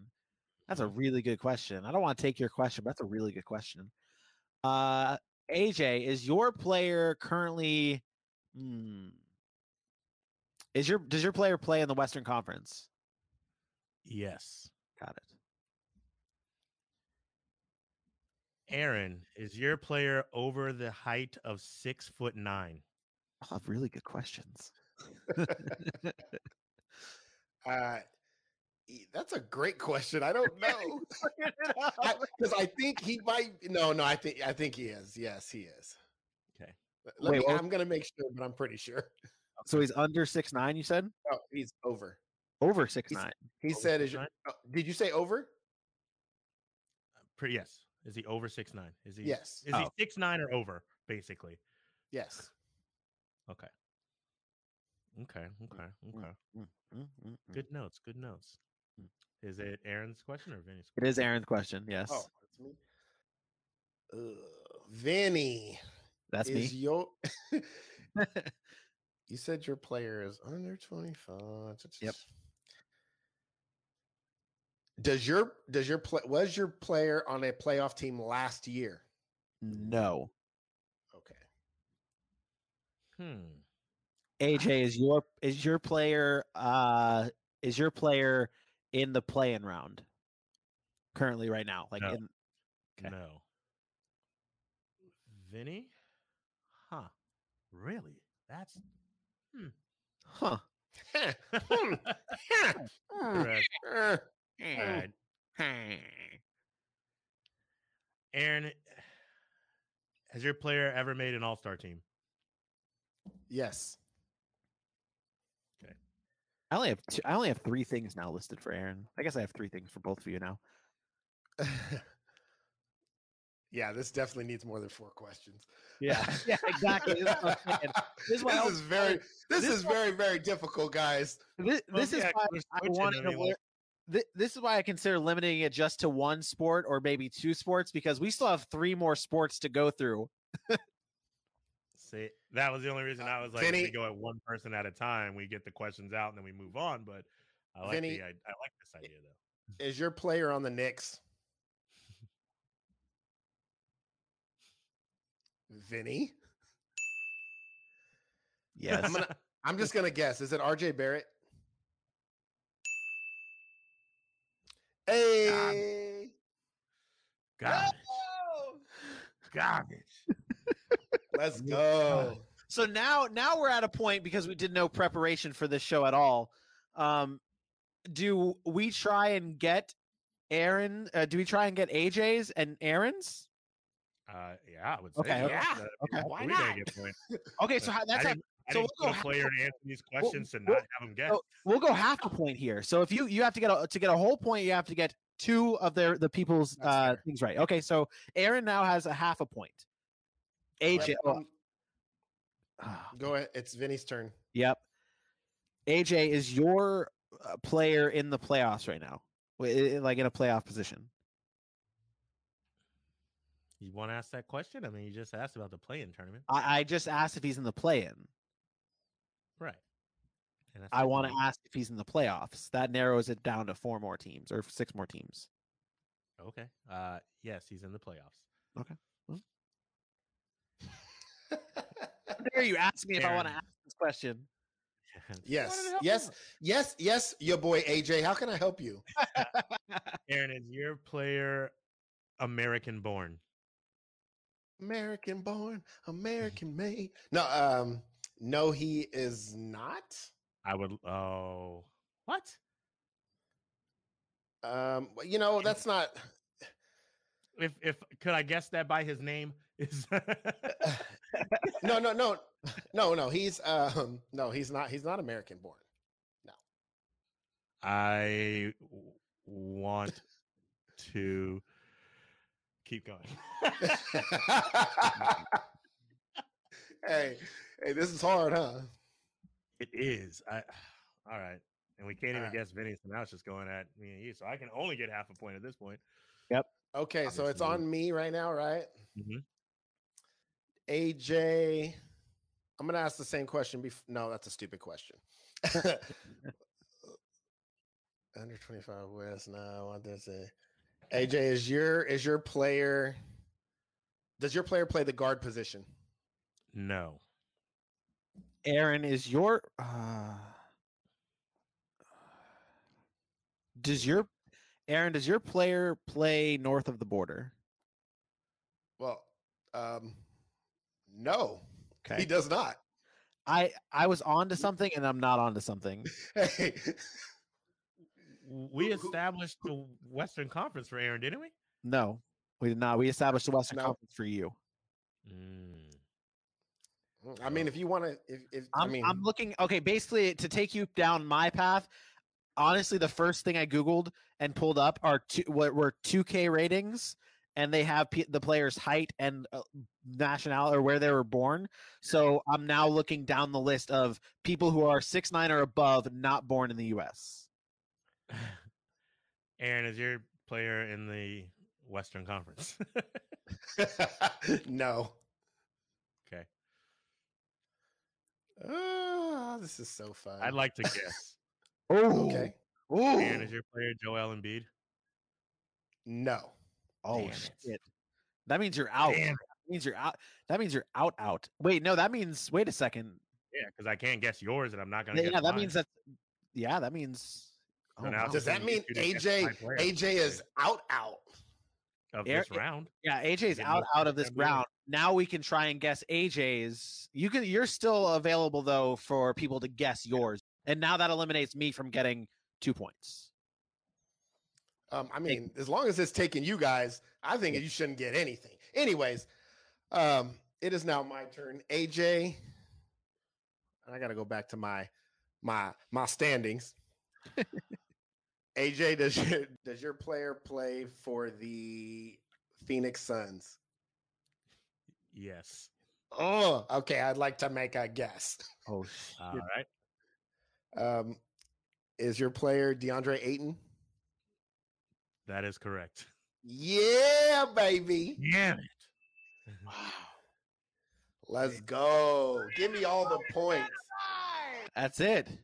Speaker 4: That's a
Speaker 6: Mm-hmm.
Speaker 4: really good question. I don't want to take your question, but that's a really good question. Uh AJ, is your player currently hmm, is your does your player play in the Western Conference?
Speaker 5: yes.
Speaker 4: Got it.
Speaker 5: Aaron, is your player over the height of six foot nine?
Speaker 4: I'll have Oh, really good questions.
Speaker 6: Uh, e- that's a great question. I don't know because I think he might. No, no, I think I think he is. Yes, he is.
Speaker 5: Okay.
Speaker 6: Let- let
Speaker 4: Wait,
Speaker 6: me-
Speaker 4: what-
Speaker 6: I'm gonna make sure, but I'm pretty sure.
Speaker 4: So he's under six nine. You said
Speaker 6: Oh, he's over.
Speaker 4: over six
Speaker 6: He's-
Speaker 4: nine.
Speaker 6: He
Speaker 5: Over
Speaker 6: said, "Is your,
Speaker 5: 6'9"?
Speaker 6: uh, did you say over?"
Speaker 5: Pre- yes. Is he over six nine? Is he?
Speaker 6: Yes.
Speaker 5: Is
Speaker 4: Oh.
Speaker 5: he six nine or over? Basically.
Speaker 6: Yes.
Speaker 5: Okay. Okay.
Speaker 4: Mm,
Speaker 5: Okay.
Speaker 4: mm, mm, mm, mm.
Speaker 5: Good notes. Good notes.
Speaker 4: Mm.
Speaker 5: Is it Aaron's question or Vinny's?
Speaker 4: It is Aaron's question. Yes,
Speaker 6: Oh, that's me. Uh, Vinny
Speaker 4: that's
Speaker 6: is
Speaker 4: me.
Speaker 6: your. you said your player is under 25.
Speaker 4: Yep.
Speaker 6: Does your does your play was your player on a playoff team last year?
Speaker 4: No,
Speaker 6: Okay.
Speaker 5: Hmm.
Speaker 4: AJ is your is your player. Uh, is your player in the play-in round currently right now? Like
Speaker 5: No.
Speaker 4: in Okay.
Speaker 5: No. Vinny? Huh. Really? That's
Speaker 4: huh?
Speaker 6: Hmm, huh, hmm,
Speaker 5: correct. All
Speaker 6: er,
Speaker 4: Eh.
Speaker 5: right. Aaron, eh, has your player ever made an all star team?
Speaker 6: yes.
Speaker 4: I only have two, I only have three things now listed for Aaron. I guess I have three things for both of you now.
Speaker 6: yeah, this definitely needs more than four questions.
Speaker 4: yeah, exactly. This is, what I'm saying.
Speaker 6: this
Speaker 4: is why I
Speaker 6: is
Speaker 4: was
Speaker 6: very, this,
Speaker 4: this
Speaker 6: is very, very difficult, guys.
Speaker 4: Thi- this is
Speaker 5: yeah,
Speaker 4: why
Speaker 5: 'cause
Speaker 4: I
Speaker 5: coaching, I
Speaker 4: wanted to.
Speaker 5: mean, like-
Speaker 4: limit- thi- This is why I consider limiting it just to one sport or maybe two sports because we still have three more sports to go through.
Speaker 5: See, that was the only reason I was like,
Speaker 6: Vinny-
Speaker 5: we go at one person at a time, we get the questions out, and then we move on. But I like
Speaker 6: Vinny-
Speaker 5: the, I, I like this idea though.
Speaker 6: Is your player on the Knicks? Vinny,
Speaker 4: Yes,
Speaker 6: I'm gonna, I'm just gonna guess. Is it R.J. Barrett? Hey,
Speaker 5: Garbage,
Speaker 6: no!
Speaker 5: garbage.
Speaker 6: let's go.
Speaker 4: so now now we're at a point because we did no preparation for this show at all um do we try and get aaron uh, do we try and get aj's and aaron's
Speaker 5: Uh, yeah, I would say.
Speaker 4: Okay, okay.
Speaker 5: yes,
Speaker 6: Yeah,
Speaker 5: that'd
Speaker 4: okay.
Speaker 5: be
Speaker 6: Why
Speaker 5: three that
Speaker 6: not?
Speaker 5: get points.
Speaker 4: okay so
Speaker 5: But
Speaker 4: how, that's
Speaker 5: I
Speaker 4: how,
Speaker 5: didn't, I
Speaker 4: so
Speaker 5: didn't
Speaker 4: we'll
Speaker 5: put
Speaker 4: go
Speaker 5: a
Speaker 4: half
Speaker 5: player
Speaker 4: a-
Speaker 5: to answer these questions and
Speaker 4: we'll-
Speaker 5: not have them guess.
Speaker 4: so we'll go half a point here so if you you have to get a, to get a whole point you have to get two of their the people's
Speaker 6: That's
Speaker 4: uh
Speaker 6: fair.
Speaker 4: things right okay so aaron now has a half a point aj oh,
Speaker 6: Um,
Speaker 4: ah,
Speaker 6: Go ahead. It's Vinny's turn.
Speaker 4: yep aj is your uh, player in the playoffs right now Wi- i- i- like in a playoff position
Speaker 5: You want to ask that question? I mean, you just asked about the play-in tournament,
Speaker 4: I, I just asked if he's in the play-in.
Speaker 5: right? And that's
Speaker 4: I
Speaker 5: what
Speaker 4: want
Speaker 5: we-
Speaker 4: to ask if he's in the playoffs. That narrows it down to four more teams or six more teams.
Speaker 5: Okay. Uh, yes, he's in the playoffs.
Speaker 4: There you asked me if I want to
Speaker 5: Aaron.
Speaker 4: ask this question.
Speaker 6: yes.
Speaker 4: help
Speaker 6: Yes. Yes. Yes. Your boy AJ. How can I help you?
Speaker 5: Aaron, is your player American born?
Speaker 6: American born, American made. No, um, no, he is not.
Speaker 5: I would. Oh, what?
Speaker 6: Um, but you know, that's not
Speaker 5: If if could I guess that by his name is
Speaker 6: no, no, no, no, no. He's um, no, he's not. He's not American born.
Speaker 5: I w- want to keep going.
Speaker 6: hey, hey, this is hard, huh?
Speaker 5: it is. I all right. And we can't even
Speaker 6: Alright.
Speaker 5: guess Vinny, so now it's just going at me and you. So I can only get half a point at this point.
Speaker 6: Okay, so it's
Speaker 5: Obviously.
Speaker 6: on me right now, right?
Speaker 4: Mm-hmm.
Speaker 5: Mhm.
Speaker 6: AJ, I'm gonna ask the same question. Before no, that's a stupid question. Under 25 West. No, what does it? AJ, is your is your player? Does your player play the guard position?
Speaker 5: No.
Speaker 4: Aaron, is your uh, does your Aaron does your player play north of the border?
Speaker 6: Well, um, no,
Speaker 4: Okay.
Speaker 6: he does not.
Speaker 4: I I was on to something and I'm not on to something.
Speaker 6: Hey,
Speaker 5: We
Speaker 6: Who- who-
Speaker 5: established the Western Conference for Aaron, didn't we?
Speaker 4: No, we did not. We established the Western
Speaker 6: No.
Speaker 4: Conference for you.
Speaker 6: I mean, if you want to, if, if I
Speaker 4: I'm,
Speaker 6: mean,
Speaker 4: I'm looking. Okay, basically to take you down my path. Honestly, the first thing I googled and pulled up are two, what were 2K ratings, and they have pe the player's height and uh, nationality or where they were born. So I'm now looking down the list of people who are six nine or above, not born in the U.S.
Speaker 5: Aaron is your player in the Western Conference.
Speaker 6: no.
Speaker 5: Okay.
Speaker 6: Ah, this is so fun.
Speaker 5: I'd like to guess.
Speaker 4: Oh,
Speaker 6: Okay.
Speaker 5: Aaron is your player Joel Embiid.
Speaker 6: No.
Speaker 4: Oh
Speaker 5: Damn it.
Speaker 4: shit. That means you're out.
Speaker 5: Damn it.
Speaker 4: That means you're out. That means you're out out. Wait, no, that means wait a second.
Speaker 5: Yeah, because I can't guess yours, and I'm not gonna.
Speaker 4: Yeah,
Speaker 5: guess
Speaker 4: that
Speaker 5: mine.
Speaker 4: means that yeah, that means
Speaker 5: So
Speaker 4: oh,
Speaker 5: now
Speaker 4: wow.
Speaker 5: it's
Speaker 6: Does that
Speaker 5: gonna
Speaker 6: mean
Speaker 5: be two to guess
Speaker 6: AJ
Speaker 5: my player.
Speaker 6: AJ is out out?
Speaker 5: of
Speaker 4: Air-
Speaker 5: this round?
Speaker 4: yeah, AJ's out
Speaker 5: Get most
Speaker 4: out
Speaker 5: points
Speaker 4: of this
Speaker 5: NBA.
Speaker 4: round. Now we can try and guess AJ's. You can you're still available though for people to guess yours. And now that eliminates me from getting two points.
Speaker 6: Um, I mean, as long as it's taking you guys, I think you shouldn't get anything. Anyways, um, it is now my turn. AJ, and I got to go back to my my my standings. AJ, does your does your player play for the Phoenix Suns?
Speaker 5: Yes.
Speaker 6: Oh, okay. I'd like to make a guess.
Speaker 4: Oh
Speaker 5: All right.
Speaker 6: Um, is your player DeAndre Ayton?
Speaker 5: That is correct.
Speaker 6: Yeah, baby.
Speaker 5: Yeah.
Speaker 6: Wow. Let's go. Give me all the points.
Speaker 4: that's it.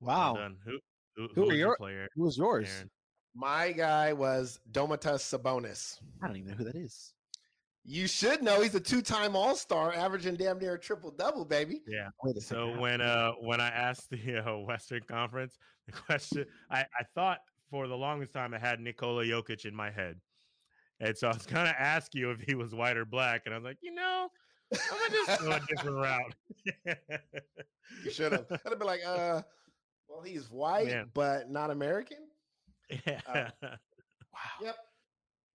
Speaker 5: Well
Speaker 4: Wow.
Speaker 5: done. Who, who,
Speaker 4: Who
Speaker 5: who
Speaker 4: are
Speaker 5: is
Speaker 4: your-
Speaker 5: your player?
Speaker 4: Who was yours?
Speaker 5: Aaron?
Speaker 6: My guy was Domitas Sabonis.
Speaker 4: I don't even know who that is.
Speaker 6: You should know he's a two-time All-Star, averaging damn near a triple-double, baby.
Speaker 4: Wait a second.
Speaker 5: So when uh when I asked the uh, Western Conference the question, I I thought for the longest time I had Nikola Jokic in my head, and so I was gonna ask you if he was white or black, and I was like, you know, I'm gonna just go a different
Speaker 6: Oh,
Speaker 5: route.
Speaker 6: You should have. I'd have been like, uh, well, he's white,
Speaker 5: Man.
Speaker 6: but not American.
Speaker 5: yeah.
Speaker 6: Yep.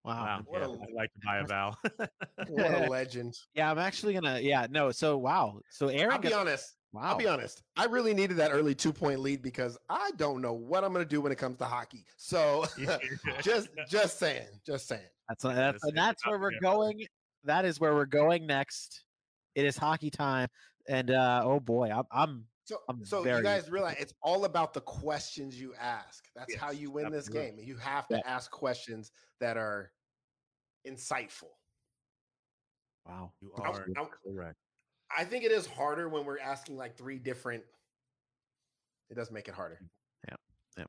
Speaker 5: Wow.
Speaker 6: what
Speaker 5: yeah,
Speaker 6: a-
Speaker 5: I'd like to buy a vowel.
Speaker 6: What a legend.
Speaker 4: Yeah, I'm actually gonna. Yeah, no. So wow. So Aaron,
Speaker 6: I'll be
Speaker 4: gets-
Speaker 6: honest.
Speaker 4: wow.
Speaker 6: I'll be honest. I really needed that early two point lead because I don't know what I'm going to do when it comes to hockey. So just just saying, just saying.
Speaker 4: That's what- that's
Speaker 5: Honestly,
Speaker 4: and that's
Speaker 5: not
Speaker 4: where we're
Speaker 5: fair.
Speaker 4: going. That is where we're going next. It is hockey time, and uh, oh boy, I'm, I'm
Speaker 6: So
Speaker 4: I'm
Speaker 6: so
Speaker 4: very-
Speaker 6: you guys realize it's all about the questions you ask. That's how
Speaker 5: Yes,
Speaker 6: you win this game.
Speaker 5: absolutely.
Speaker 6: You have to
Speaker 4: Yeah.
Speaker 6: ask questions that are insightful.
Speaker 4: wow.
Speaker 5: you
Speaker 6: I'm-
Speaker 5: are
Speaker 6: I'm-
Speaker 5: correct.
Speaker 6: I think it is harder when we're asking like three different. It does make it harder. But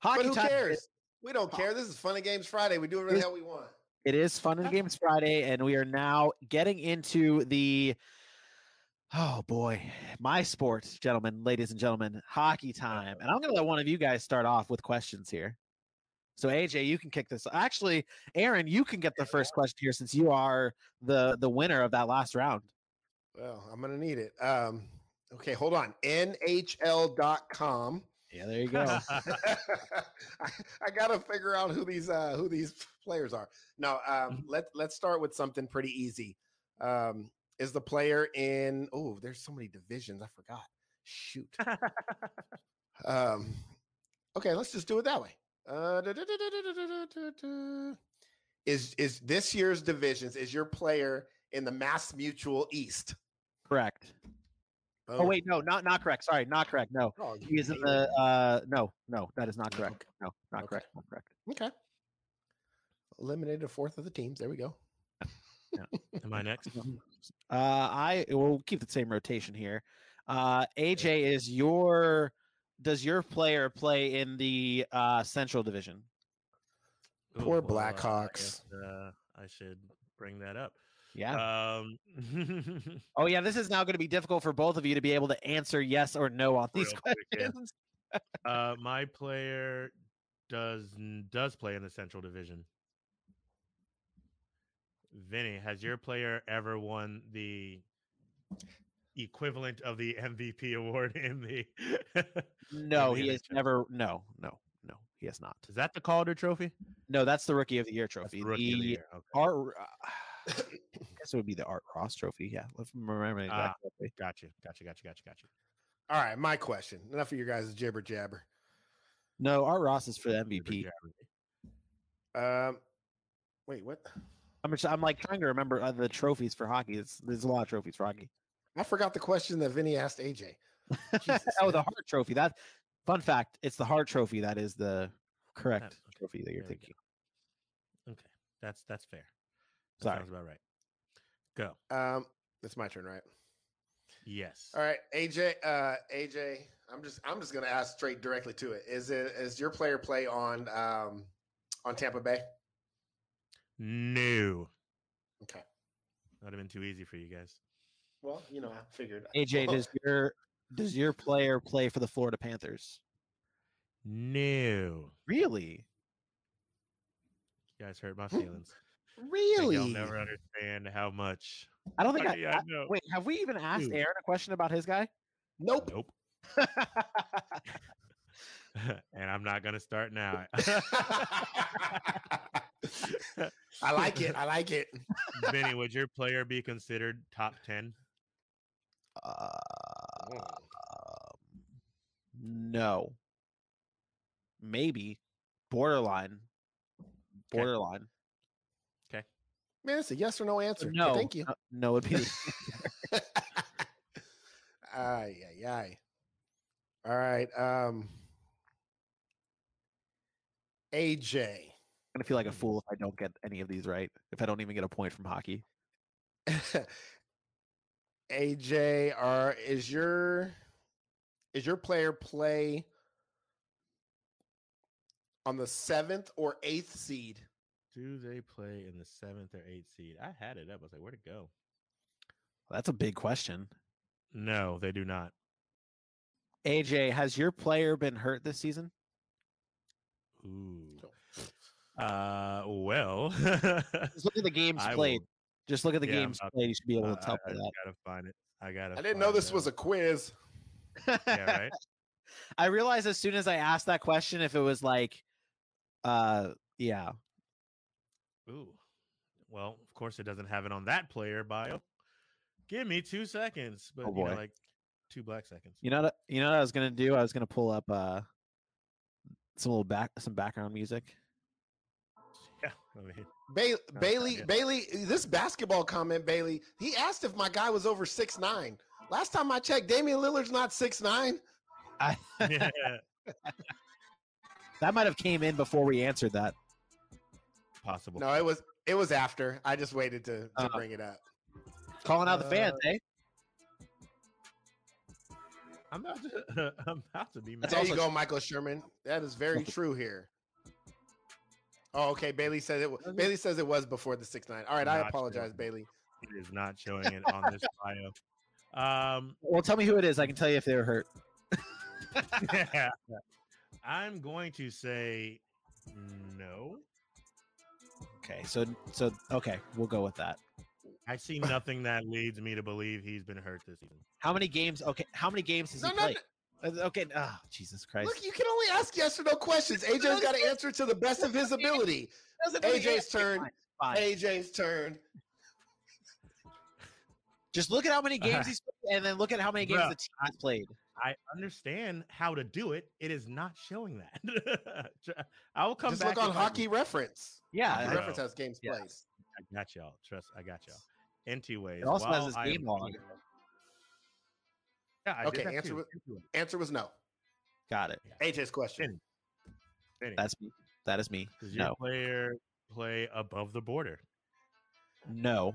Speaker 4: Hockey
Speaker 6: who
Speaker 4: time.
Speaker 6: cares? We don't care. This is Fun and Games Friday. We do whatever the
Speaker 4: Is-
Speaker 6: hell we want.
Speaker 4: It is fun and games Friday, and we are now getting into the oh boy, my sport, gentlemen, ladies and gentlemen, hockey time. And I'm gonna let one of you guys start off with questions here. So AJ, you can kick this. Actually, Aaron, you can get the first question here since you are the the winner of that last round.
Speaker 6: Well, I'm gonna need it. Um, okay, hold on. NHL.com.
Speaker 4: Yeah, there you go.
Speaker 6: I, I gotta figure out who these uh, who these players are. No,
Speaker 4: Mm-hmm.
Speaker 6: um, let let's start with something pretty easy. Um, is the player in? Oh, there's so many divisions. I forgot. Shoot. um, okay, let's just do it that way. Uh, duh, duh, duh, duh, duh, duh, duh, duh, duh. Is is this year's divisions? Is your player in the Mass Mutual East?
Speaker 4: correct. Oh
Speaker 6: Boom.
Speaker 4: wait, no, not not correct. Sorry, not correct. No,
Speaker 6: Oh, you
Speaker 4: he is in
Speaker 6: hater.
Speaker 4: the. Uh, no, no, that is not
Speaker 6: No,
Speaker 4: correct.
Speaker 6: okay.
Speaker 4: No, not
Speaker 6: Okay.
Speaker 4: correct. Not correct.
Speaker 6: Okay. Eliminated a fourth of the teams. There we go.
Speaker 5: Am I next?
Speaker 4: Uh, I will keep the same rotation here. Uh, AJ is your. Does your player play in the uh, Central Division?
Speaker 5: Ooh,
Speaker 6: Poor
Speaker 5: well, uh, I
Speaker 6: Blackhawks.
Speaker 5: guess, Uh, I should bring that up.
Speaker 4: Yeah.
Speaker 5: Um,
Speaker 4: oh yeah, this is now going to be difficult for both of you to be able to answer yes or no on these
Speaker 5: Real quick, yeah.
Speaker 4: questions.
Speaker 5: uh, my player does n- does play in the Central Division. Vinny, has your player ever won the equivalent of the MVP award in the?
Speaker 4: No,
Speaker 5: in the
Speaker 4: he has
Speaker 5: NHL?
Speaker 4: never. No, no, no, he has not.
Speaker 5: Is that the Calder Trophy?
Speaker 4: No, that's the Rookie of the Year
Speaker 5: That's
Speaker 4: trophy.
Speaker 5: the Rookie of the
Speaker 4: The uh,
Speaker 5: Year. Okay,
Speaker 4: Art, I guess it would be the Art Ross Trophy. Yeah, if I'm remembering
Speaker 5: Ah.
Speaker 4: that correctly.
Speaker 5: gotcha, gotcha, gotcha, gotcha, gotcha.
Speaker 6: All right, my question. Enough of your guys' jibber jabber.
Speaker 4: No, Art Ross is for the MVP.
Speaker 5: Jibber-jabber.
Speaker 6: Um, wait, what?
Speaker 4: I'm just, I'm like trying to remember uh, the trophies for hockey. It's, there's a lot of trophies for hockey.
Speaker 6: I forgot the question that Vinny asked AJ. Jesus,
Speaker 4: oh, the
Speaker 6: man.
Speaker 4: Hart Trophy. That fun fact. It's the Hart Trophy that is the correct
Speaker 5: okay.
Speaker 4: trophy that you're
Speaker 5: There we go.
Speaker 4: thinking.
Speaker 5: Okay, that's that's fair. That
Speaker 4: Sorry.
Speaker 5: sounds about right. Go.
Speaker 6: Um, it's my turn, right?
Speaker 5: Yes.
Speaker 6: All right, AJ. Uh, AJ, I'm just I'm just gonna ask straight directly to it. Is it is your player play on um on Tampa Bay?
Speaker 5: No.
Speaker 6: Okay.
Speaker 5: That would have been too easy for you guys.
Speaker 6: Well, you know, I figured.
Speaker 4: AJ,
Speaker 5: Oh.
Speaker 6: Well,
Speaker 4: does your does your player play for the Florida Panthers?
Speaker 5: No.
Speaker 4: Really?
Speaker 5: You guys hurt my feelings. I think
Speaker 4: Mm, Really?
Speaker 5: You'll never understand how much.
Speaker 4: I don't think
Speaker 5: Okay,
Speaker 4: I,
Speaker 5: yeah,
Speaker 4: I-
Speaker 5: no.
Speaker 4: wait, have we even asked
Speaker 5: Dude.
Speaker 4: Aaron a question about his guy?
Speaker 6: nope.
Speaker 5: Nope. and I'm not gonna start now.
Speaker 6: I like it. I like it.
Speaker 5: Vinny, would your player be considered top ten?
Speaker 4: Uh, Um, no. Maybe. Borderline. Borderline.
Speaker 6: Man, it's a yes or no answer. but
Speaker 4: No.
Speaker 6: Thank you.
Speaker 4: no- No, it'd be the-
Speaker 6: Ay, ay, ay. All right. Um AJ.
Speaker 4: I'm gonna feel like a fool if I don't get any of these right. If I don't even get a point from hockey.
Speaker 6: AJ, are is your is your player play on the seventh or eighth seed?
Speaker 5: Do they play in the seventh or eighth seed? I had it up. I was like, where'd it go?
Speaker 4: That's a big question.
Speaker 5: No, they do not.
Speaker 4: AJ, has your player been hurt this season?
Speaker 5: Ooh. Uh, well.
Speaker 4: Just look at the games
Speaker 5: I will-
Speaker 4: played. Just look at the
Speaker 5: Yeah, I'm
Speaker 4: games
Speaker 5: about-
Speaker 4: played. You should be able
Speaker 5: I,
Speaker 4: to tell
Speaker 5: I
Speaker 4: by that.
Speaker 5: gotta find it. I gotta.
Speaker 6: I didn't know
Speaker 5: find
Speaker 6: this was a
Speaker 5: out.
Speaker 6: quiz.
Speaker 5: Yeah, right.
Speaker 4: I realized as soon as I asked that question if it was like uh yeah.
Speaker 5: Ooh. Well, of course it doesn't have it on that player bio. Give me two seconds, but
Speaker 4: Oh,
Speaker 5: you know,
Speaker 4: boy.
Speaker 5: like two black seconds.
Speaker 4: You know what you know what I was gonna do? I was gonna pull up uh some little back some background music.
Speaker 5: Yeah, I mean,
Speaker 6: Bay-
Speaker 5: No,
Speaker 6: Bailey,
Speaker 5: yeah.
Speaker 6: Bailey, this basketball comment, Bailey. He asked if my guy was over six nine. Last time I checked, Damian Lillard's not six nine.
Speaker 4: I,
Speaker 5: yeah.
Speaker 4: that might have came in before we answered that.
Speaker 5: possible.
Speaker 6: No, it was it was after. I just waited to, to
Speaker 4: Uh,
Speaker 6: bring it up.
Speaker 4: Calling out the fans, eh?
Speaker 5: I'm about to. I'm about to be mad.
Speaker 4: That's
Speaker 6: There you
Speaker 4: also
Speaker 6: go, Michael Sherman. That is very true here. Oh, okay. Bailey says it. wa-
Speaker 4: Okay.
Speaker 6: Bailey says it was before the six nine. All right, I
Speaker 5: Not true.
Speaker 6: apologize, Bailey.
Speaker 5: It is not showing it on this bio. Um,
Speaker 4: Well tell me who it is. I can tell you if they were hurt.
Speaker 5: yeah. I'm going to say no.
Speaker 4: Okay, so so okay, we'll go with that.
Speaker 5: I see nothing that leads me to believe he's been hurt this season.
Speaker 4: How many games? Okay, how many games has
Speaker 6: No,
Speaker 4: he
Speaker 6: no,
Speaker 4: played? Uh, Okay, ah, Jesus Christ!
Speaker 6: Look, you can only ask yes or no questions. AJ's got to answer to the best of his ability.
Speaker 4: Doesn't really
Speaker 6: AJ's
Speaker 4: answer.
Speaker 6: turn.
Speaker 4: Fine, fine.
Speaker 6: AJ's turn.
Speaker 4: Just look at how many games
Speaker 5: Alright.
Speaker 4: he's played, and then look at how many games
Speaker 5: Bruh,
Speaker 4: the team has played.
Speaker 5: I understand how to do it. It is not showing that. I will come
Speaker 6: Just
Speaker 5: back.
Speaker 6: look on
Speaker 5: if I-
Speaker 6: hockey reference.
Speaker 4: Yeah,
Speaker 5: I
Speaker 6: Hockey
Speaker 5: know.
Speaker 4: I-
Speaker 6: reference has games
Speaker 4: Yeah.
Speaker 6: plays.
Speaker 5: I got y'all. Trust. I got y'all. Anyways,
Speaker 4: it also
Speaker 5: while
Speaker 4: has his
Speaker 5: I am
Speaker 4: game log.
Speaker 5: looking- Yeah, I did
Speaker 6: Okay,
Speaker 5: that
Speaker 6: answer
Speaker 5: too.
Speaker 6: with- Answer was no.
Speaker 4: Got it.
Speaker 6: AJ's question.
Speaker 5: Vinny,
Speaker 4: That's me. That is me.
Speaker 5: does your
Speaker 4: No,
Speaker 5: player play above the border?
Speaker 4: no.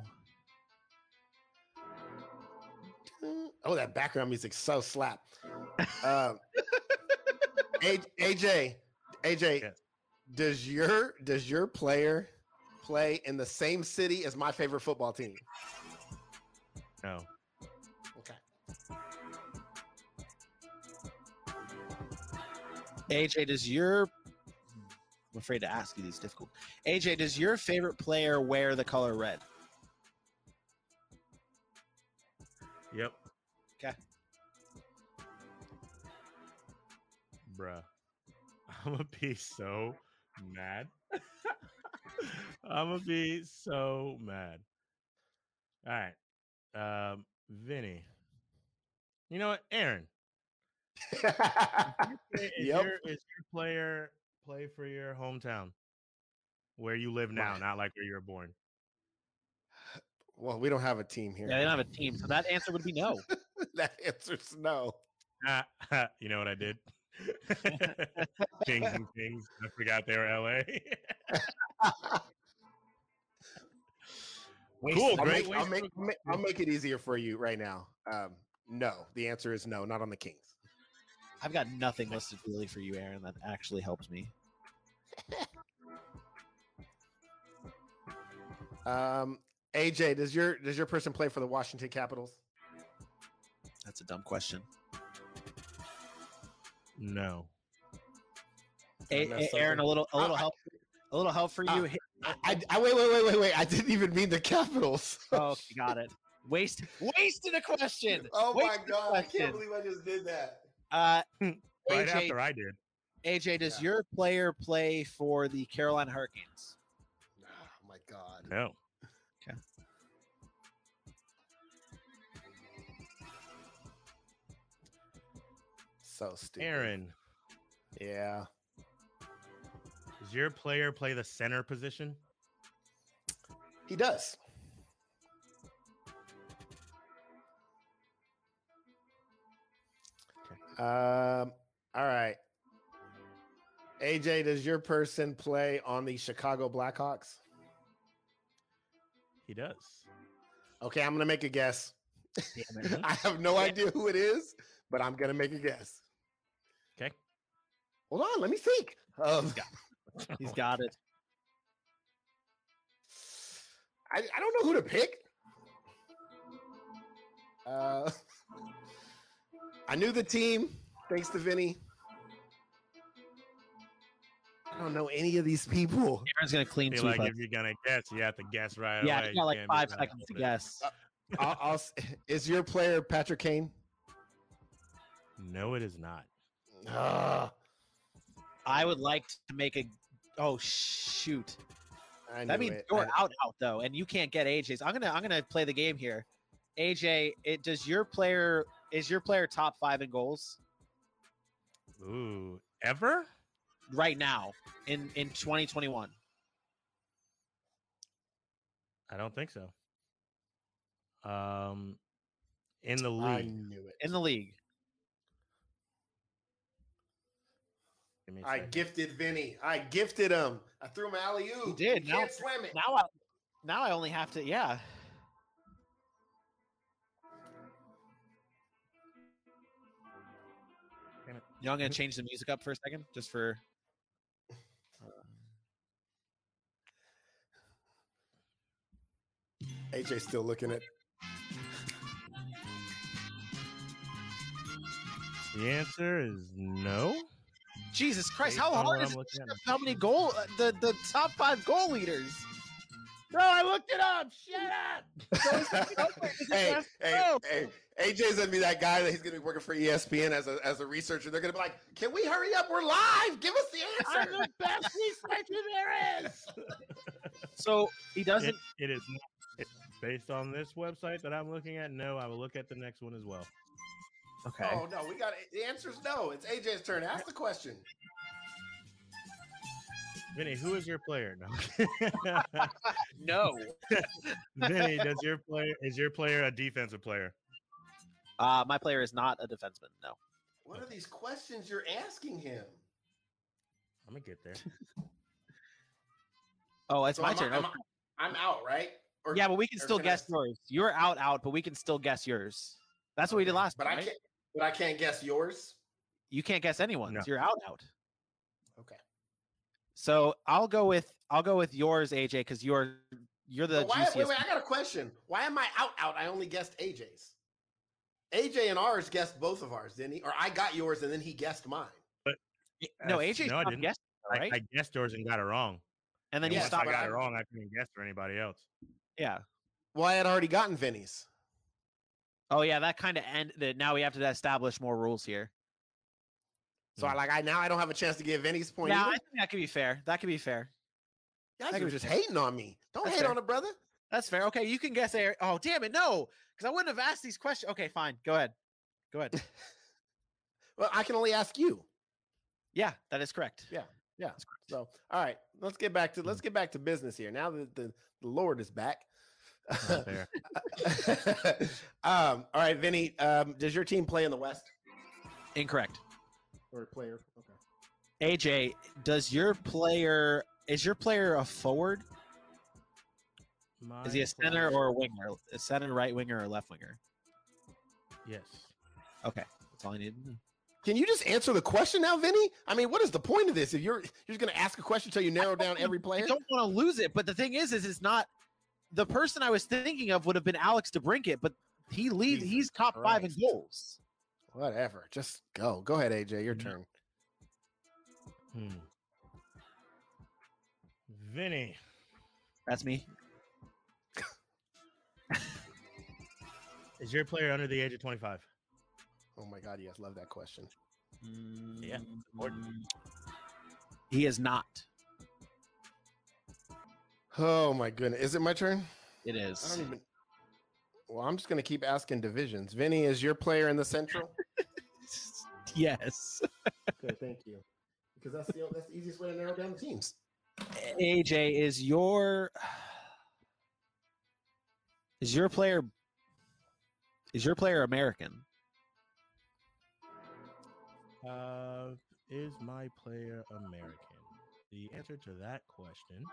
Speaker 6: Mm, Oh, that background music's so slap. Um, A- AJ, AJ,
Speaker 5: Yes.
Speaker 6: does your does your player play in the same city as my favorite football team?
Speaker 5: No.
Speaker 6: Okay.
Speaker 4: AJ, does your I'm afraid to ask you these difficult. AJ, does your favorite player wear the color red?
Speaker 5: Yep.
Speaker 4: 'Kay.
Speaker 5: Bruh. I'm gonna be so mad. I'm gonna be so mad. All right. Um, Vinny. You know what, Aaron? Is
Speaker 6: Yep.
Speaker 5: your, is your player play for your hometown where you live now,
Speaker 6: My-
Speaker 5: not like where you were born?
Speaker 6: well, we don't have a team here.
Speaker 4: Yeah, they don't have a team, so that answer would be no.
Speaker 6: that answer's no.
Speaker 5: Ah, ah, you know what I did? Things and things. I forgot they were LA. cool,
Speaker 6: I'll
Speaker 5: great.
Speaker 6: make,
Speaker 5: way
Speaker 6: I'll,
Speaker 5: to
Speaker 6: make,
Speaker 5: go.
Speaker 6: I'll make- I'll make it easier for you right now. Um, no, the answer is no. Not on the Kings.
Speaker 4: I've got nothing listed really for you, Aaron. That actually helps me.
Speaker 6: Um, AJ, does your does your person play for the Washington Capitals?
Speaker 4: That's a dumb question.
Speaker 5: No.
Speaker 4: A-
Speaker 6: Unless
Speaker 4: A- Aaron,
Speaker 6: something-
Speaker 4: a little, a little
Speaker 6: Uh, I-
Speaker 4: help, a little help for you. Hi-
Speaker 6: Uh, I, I, I wait, wait, wait, wait, wait. I didn't even mean the Capitals.
Speaker 4: oh, okay, got it. Waste, wasted a question.
Speaker 6: Oh
Speaker 4: Wait,
Speaker 6: my god! I
Speaker 4: question.
Speaker 6: can't believe I just did that.
Speaker 4: Uh,
Speaker 5: Right
Speaker 4: AJ,
Speaker 5: after I did.
Speaker 4: AJ, does
Speaker 6: Yeah.
Speaker 4: your player play for the Carolina Hurricanes?
Speaker 6: Oh my god!
Speaker 5: No.
Speaker 6: So stupid.
Speaker 5: Aaron,
Speaker 6: Yeah.
Speaker 5: does your player play the center position?
Speaker 6: He does. Um. All right. AJ, does your person play on the Chicago Blackhawks?
Speaker 5: He does.
Speaker 6: Okay, I'm gonna make a guess.
Speaker 4: Damn it.
Speaker 5: Mhm.
Speaker 6: I have no idea who it is, but I'm gonna make a guess.
Speaker 5: 'Kay.
Speaker 6: Hold on, let me think. Um,
Speaker 4: He's got it.
Speaker 6: I, I don't know who to pick. Uh, I knew the team thanks to Vinny. I don't know any of these people.
Speaker 4: Aaron's gonna
Speaker 5: I
Speaker 4: clean
Speaker 5: feel
Speaker 4: sweep
Speaker 5: like
Speaker 4: us.
Speaker 5: if you're gonna guess, you have to guess right
Speaker 4: Yeah,
Speaker 5: away.
Speaker 4: you got like
Speaker 5: can't be
Speaker 4: five
Speaker 5: kinda
Speaker 4: seconds to
Speaker 5: holding.
Speaker 6: Uh,
Speaker 4: guess.
Speaker 6: I'll, I'll s- is your player Patrick Kane?
Speaker 5: No, it is not.
Speaker 6: Ah,
Speaker 4: I would like to make a. Oh shoot!
Speaker 6: I knew
Speaker 4: That means
Speaker 6: it.
Speaker 4: you're
Speaker 6: I-
Speaker 4: out, out though, and you can't get AJ's. I'm gonna, I'm gonna play the game here. AJ, it does your player is your player top five in goals
Speaker 5: Ooh, ever?
Speaker 4: right now in in 2021?
Speaker 5: I don't think so. Um, in the
Speaker 6: I
Speaker 5: league.
Speaker 6: knew it.
Speaker 4: in the league.
Speaker 5: Give me a
Speaker 6: I
Speaker 5: second.
Speaker 6: gifted Vinny. I gifted him. I threw him alley oop.
Speaker 4: You did. Now-
Speaker 6: Can't slam it.
Speaker 4: Now I now I only have to yeah.
Speaker 5: Damn it.
Speaker 4: You know, I'm gonna change the music up for a second, just for.
Speaker 6: AJ's still looking at.
Speaker 5: The answer is no.
Speaker 4: Jesus Christ!
Speaker 5: Based
Speaker 4: How
Speaker 5: on
Speaker 4: hard
Speaker 5: what
Speaker 4: is
Speaker 5: I'm
Speaker 4: it?
Speaker 5: looking at.
Speaker 4: to How many goal? uh, The the top five goal leaders.
Speaker 5: No, I looked it up. Shut up.
Speaker 6: hey, hey, hey, AJ's gonna be that guy that he's gonna be working for E ESPN as a as a researcher. They're gonna be like, "Can we hurry up? We're live. Give us the answer."
Speaker 5: best researcher there is.
Speaker 4: So he doesn't.
Speaker 5: It, it is not- it- based on this website that I'm looking at. No, I will look at the next one as well.
Speaker 4: okay.
Speaker 6: Oh no, we got the answer's no. It's AJ's turn. Ask the question.
Speaker 5: Vinny, who is your player? No.
Speaker 4: No.
Speaker 5: Vinny, does your player is your player a defensive player?
Speaker 4: Uh, my player is not a defenseman. No.
Speaker 6: What are these questions you're asking him?
Speaker 5: I'm gonna get there.
Speaker 4: Oh, it's
Speaker 6: So
Speaker 4: my
Speaker 6: am I-
Speaker 4: turn.
Speaker 6: am
Speaker 4: okay.
Speaker 6: I- I'm out, right? Or,
Speaker 4: yeah, but we can
Speaker 6: or
Speaker 4: still
Speaker 6: can I-
Speaker 4: guess yours. You're out, out, but we can still guess yours. That's what we did last
Speaker 6: but
Speaker 4: time.
Speaker 6: I
Speaker 4: right?
Speaker 6: can't. But I can't guess yours.
Speaker 4: You can't guess anyone's.
Speaker 5: No.
Speaker 4: You're out, out.
Speaker 6: Okay.
Speaker 4: So I'll go with I'll go with yours, AJ, because you're you're the
Speaker 6: But why,
Speaker 4: juiciest.
Speaker 6: wait, wait, I got a question. Why am I out out? I only guessed AJ's. AJ and ours guessed both of ours, didn't he? Or I got yours and then he guessed mine.
Speaker 4: no,
Speaker 5: That's-
Speaker 4: AJ's
Speaker 5: no, I
Speaker 4: not
Speaker 5: didn't.
Speaker 4: guessing
Speaker 5: I,
Speaker 4: right?
Speaker 5: I guessed yours and got it wrong.
Speaker 4: and then
Speaker 5: And
Speaker 4: you
Speaker 6: yes,
Speaker 5: once
Speaker 4: stop.
Speaker 5: I got
Speaker 6: at-
Speaker 5: it wrong. I couldn't guess for anybody else.
Speaker 4: Yeah.
Speaker 6: Well, I had already gotten Vinny's.
Speaker 4: Oh yeah, that kind of end. That now we have to establish more rules here.
Speaker 6: So I like I now I don't have a chance to get Vinny's point.
Speaker 4: yeah,
Speaker 6: either.
Speaker 4: I think that could be fair. That could be fair.
Speaker 6: You
Speaker 4: that
Speaker 6: guys
Speaker 4: could
Speaker 6: are
Speaker 4: be
Speaker 6: just
Speaker 4: fair.
Speaker 6: hating on me. Don't
Speaker 4: That's
Speaker 6: hate
Speaker 4: fair.
Speaker 6: on a brother.
Speaker 4: That's fair. Okay, you can guess. Air- oh damn it, no, because I wouldn't have asked these questions. Okay, fine. Go ahead. Go ahead.
Speaker 6: Well, I can only ask you.
Speaker 4: yeah, that is correct.
Speaker 6: Yeah, yeah.
Speaker 4: That's correct.
Speaker 6: So, all right, let's get back to let's get back to business here. Now that the, the Lord is back.
Speaker 5: Not fair.
Speaker 6: um, all right, Vinny, um, does your team play in the West
Speaker 4: Incorrect.
Speaker 6: or player? Okay.
Speaker 4: AJ, does your player is your player a forward? Is he
Speaker 5: My
Speaker 4: a center
Speaker 5: pleasure.
Speaker 4: or a winger? A center, right winger, or left winger?
Speaker 5: Yes.
Speaker 4: That's all I needed. to know.
Speaker 6: Can you just answer the question now, Vinny? I mean, what is the point of this? If you're you're just going to ask a question until you narrow down
Speaker 4: don't-
Speaker 6: every
Speaker 4: I
Speaker 6: player?
Speaker 4: don't want to lose it, but the thing is, is it's not the person I was thinking of would have been Alex DeBrinket, but he leads.
Speaker 6: Jesus
Speaker 4: he's top five in
Speaker 6: Christ.
Speaker 4: goals.
Speaker 6: Whatever. Just go. Go ahead, AJ. Your
Speaker 5: Mhm.
Speaker 4: Mm-hmm.
Speaker 6: turn.
Speaker 5: Hmm. Vinny.
Speaker 4: That's me.
Speaker 5: Is your player under the age of 25?
Speaker 6: Oh my God, yes, love that question.
Speaker 5: Yeah, it's important.
Speaker 4: He is not.
Speaker 6: Oh my goodness, is it my turn?
Speaker 4: It
Speaker 6: I
Speaker 4: is.
Speaker 6: don't even. Well, I'm just going to keep asking divisions. Vinny, is your player in the Central?
Speaker 4: yes.
Speaker 6: okay, thank you. Because that's the that's the easiest way to narrow down the teams.
Speaker 4: AJ, is your is your player is your player American?
Speaker 5: Uh, is my player American? The answer to that question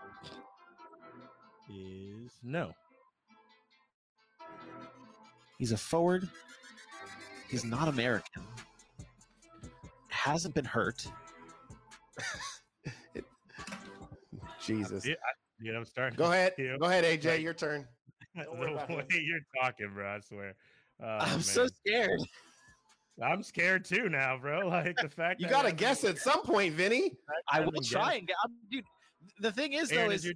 Speaker 5: is no.
Speaker 4: He's a forward. He's not American. Hasn't been hurt.
Speaker 6: Jesus.
Speaker 5: Yeah, I, you know, I'm starting.
Speaker 6: Go
Speaker 5: to
Speaker 6: ahead.
Speaker 5: feel
Speaker 6: Go ahead, AJ.
Speaker 5: Right.
Speaker 6: Your turn. Don't worry about
Speaker 5: The way
Speaker 6: him.
Speaker 5: you're talking, bro, I swear. Oh,
Speaker 4: I'm so
Speaker 5: man.
Speaker 4: scared.
Speaker 5: I'm scared too now, bro. Like the fact
Speaker 6: You
Speaker 5: that
Speaker 6: got to
Speaker 5: haven't-
Speaker 6: guess at some point, Vinny.
Speaker 4: I
Speaker 5: haven't
Speaker 4: will
Speaker 5: guessed.
Speaker 4: try and get. I'm, dude, the thing is
Speaker 5: Aaron,
Speaker 4: though
Speaker 5: is
Speaker 4: is
Speaker 5: your-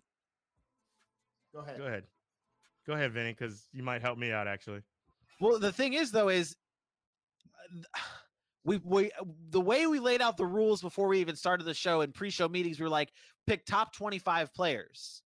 Speaker 6: Go ahead.
Speaker 5: go ahead, go ahead, Vinny, because you might help me out actually.
Speaker 4: well, the thing is though is uh, th- we we the way we laid out the rules before we even started the show in pre-show meetings, we were like pick top 25 players.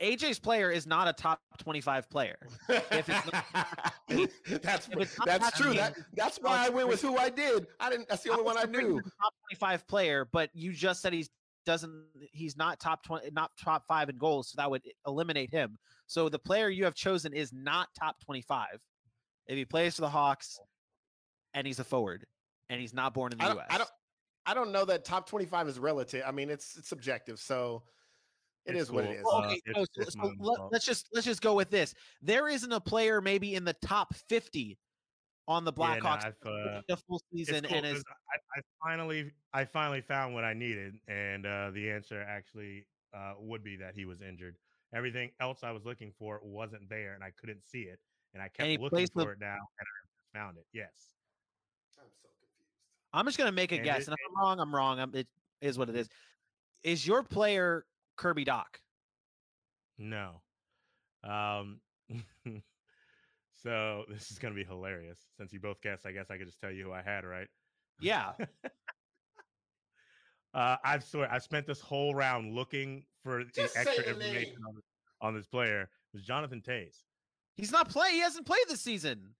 Speaker 4: AJ's player is not a top 25 player. If it's
Speaker 6: that's
Speaker 4: if it's not
Speaker 6: that's true.
Speaker 4: happening,
Speaker 6: That that's why I went with who I did. I didn't. That's the only
Speaker 4: was
Speaker 6: one I
Speaker 4: gonna bring
Speaker 6: knew.
Speaker 4: the Top 25 player, but you just said he's doesn't he's not top 20 not top 5 in goals, so that would e, eliminate him. So the player you have chosen is not top 25. If he plays for the Hawks and he's a forward and he's not born in the
Speaker 6: I don't,
Speaker 4: US.
Speaker 6: I don't. I don't know that top twenty-five is relative. I mean, it's it's subjective. So it
Speaker 5: It's
Speaker 6: is what it
Speaker 5: cool.
Speaker 6: is.
Speaker 5: Well,
Speaker 4: Well, oh, okay,
Speaker 5: it's-
Speaker 4: no, so-
Speaker 5: it's
Speaker 4: so
Speaker 5: my own
Speaker 4: let,
Speaker 5: fault.
Speaker 4: us just let's just go with this. There isn't a player maybe in the top 50 on the
Speaker 5: Yeah, nah,
Speaker 4: Blackhawks
Speaker 5: I've, uh,
Speaker 4: the full
Speaker 5: it's
Speaker 4: season
Speaker 5: cool
Speaker 4: and is
Speaker 5: 'cause I, I finally I finally found what I needed, and uh, the answer actually uh, would be that he was injured. Everything else I was looking for wasn't there, and I couldn't see it, and I kept
Speaker 4: he
Speaker 5: looking
Speaker 4: plays
Speaker 5: for
Speaker 4: with-
Speaker 5: it now, and I found it. Yes,
Speaker 6: I'm so confused.
Speaker 4: I'm just gonna make a
Speaker 5: And
Speaker 4: guess,
Speaker 5: it-
Speaker 4: and if I'm wrong, I'm wrong. I'm, it is what it is. Is your player Kirby Doc?
Speaker 5: no. Um, so this is gonna be hilarious. Since you both guessed, I guess I could just tell you who I had, right?
Speaker 4: Yeah,
Speaker 5: Uh, I swear, I spent this whole round looking for the
Speaker 6: Just say
Speaker 5: extra
Speaker 6: the
Speaker 5: information
Speaker 6: name.
Speaker 5: on, on this player. It was Jonathan Tays.
Speaker 4: he's not playing. He hasn't played this season.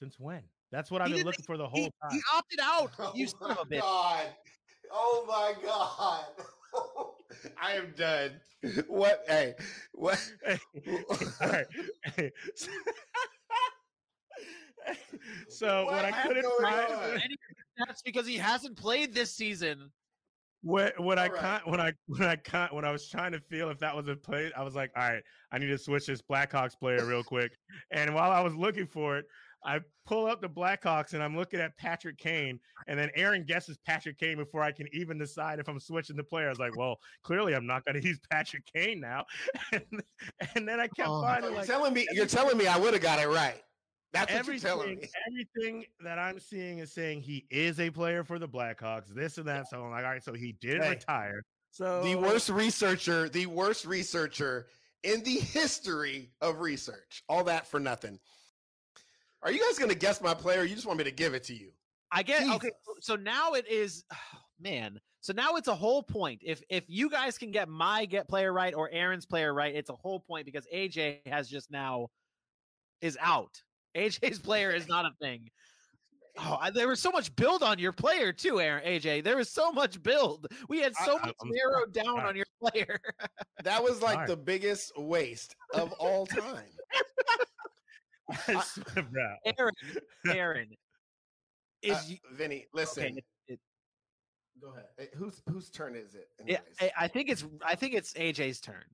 Speaker 5: Since when? That's what I've
Speaker 4: He
Speaker 5: been
Speaker 4: didn't-
Speaker 5: looking for the
Speaker 4: He,
Speaker 5: whole
Speaker 4: he
Speaker 5: time.
Speaker 4: opted out. Oh. you son of a bitch.
Speaker 6: Oh God. Oh my god. I am done. What hey, what
Speaker 5: All right. so
Speaker 6: What
Speaker 5: what I
Speaker 6: is
Speaker 5: couldn't
Speaker 6: going
Speaker 5: find
Speaker 6: on?
Speaker 4: That's because he hasn't played this season.
Speaker 5: What when I
Speaker 6: All right.
Speaker 5: con- when I when I con- when I was trying to feel if that was a play, I was like, all right, I need to switch this Blackhawks player real quick. and while I was looking for it, I pull up the Blackhawks and I'm looking at Patrick Kane, and then Aaron guesses Patrick Kane before I can even decide if I'm switching the player. I was like, well, clearly I'm not going to use Patrick Kane now. and, and then I kept
Speaker 4: Oh.
Speaker 5: finding
Speaker 6: you're
Speaker 5: like
Speaker 6: telling me you're telling me I would have got it right. That's what you're telling
Speaker 5: everything,
Speaker 6: me.
Speaker 5: everything that I'm seeing is saying he is a player for the Blackhawks. This and that. So I'm like, all right, so he didn't
Speaker 6: Hey.
Speaker 5: retire. So
Speaker 4: Oh.
Speaker 6: The worst researcher, the worst researcher in the history of research. All that for nothing. Are you guys going to guess my player? You just want me to give it to you?
Speaker 4: I get okay.
Speaker 6: Jesus.
Speaker 4: So now it is, oh, man. So now it's a whole point. If if you guys can get my get player right or Aaron's player right, it's a whole point because AJ has just now is out. AJ's player is not a thing. Oh, I, there was so much build on your player too, Aaron. AJ, there was so much build. We had
Speaker 6: I-
Speaker 4: so
Speaker 5: I-
Speaker 4: much
Speaker 5: I'm
Speaker 4: narrowed down
Speaker 5: sorry.
Speaker 4: on your player.
Speaker 6: That was like
Speaker 5: All right.
Speaker 6: the biggest waste of all time.
Speaker 5: I swear, bro.
Speaker 4: Aaron, Aaron, is
Speaker 6: Uh,
Speaker 4: you-
Speaker 6: Vinny, listen.
Speaker 4: okay? it-
Speaker 6: Go ahead. Eh, Whose whose turn is it?
Speaker 4: it-
Speaker 6: anyways?
Speaker 4: I, I think it's I think it's AJ's turn.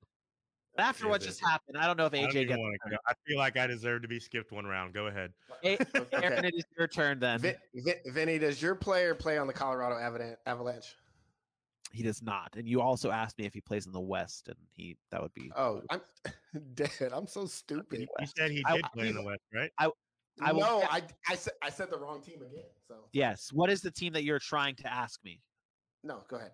Speaker 4: After
Speaker 5: Is
Speaker 4: what
Speaker 5: it?
Speaker 4: just happened, I don't know if
Speaker 5: I, don't
Speaker 4: AJ
Speaker 5: even
Speaker 4: gets.
Speaker 5: wanna
Speaker 4: the turn.
Speaker 5: go. I feel like I deserve to be skipped one round. Go ahead.
Speaker 4: A-
Speaker 6: Okay.
Speaker 4: Aaron, it is your turn then.
Speaker 6: Vin, Vin, Vinny, does your player play on the Colorado Avalan- Avalanche?
Speaker 4: he does not. And you also asked me if he plays in the West, and he that would be.
Speaker 6: Oh, I'm dead. I'm so stupid.
Speaker 5: You, you said he
Speaker 4: I-
Speaker 5: did play in the West, right?
Speaker 4: I will-
Speaker 6: no, I I said I said the wrong team again. So
Speaker 4: Yes. What is the team that you're trying to ask me?
Speaker 6: no, go ahead.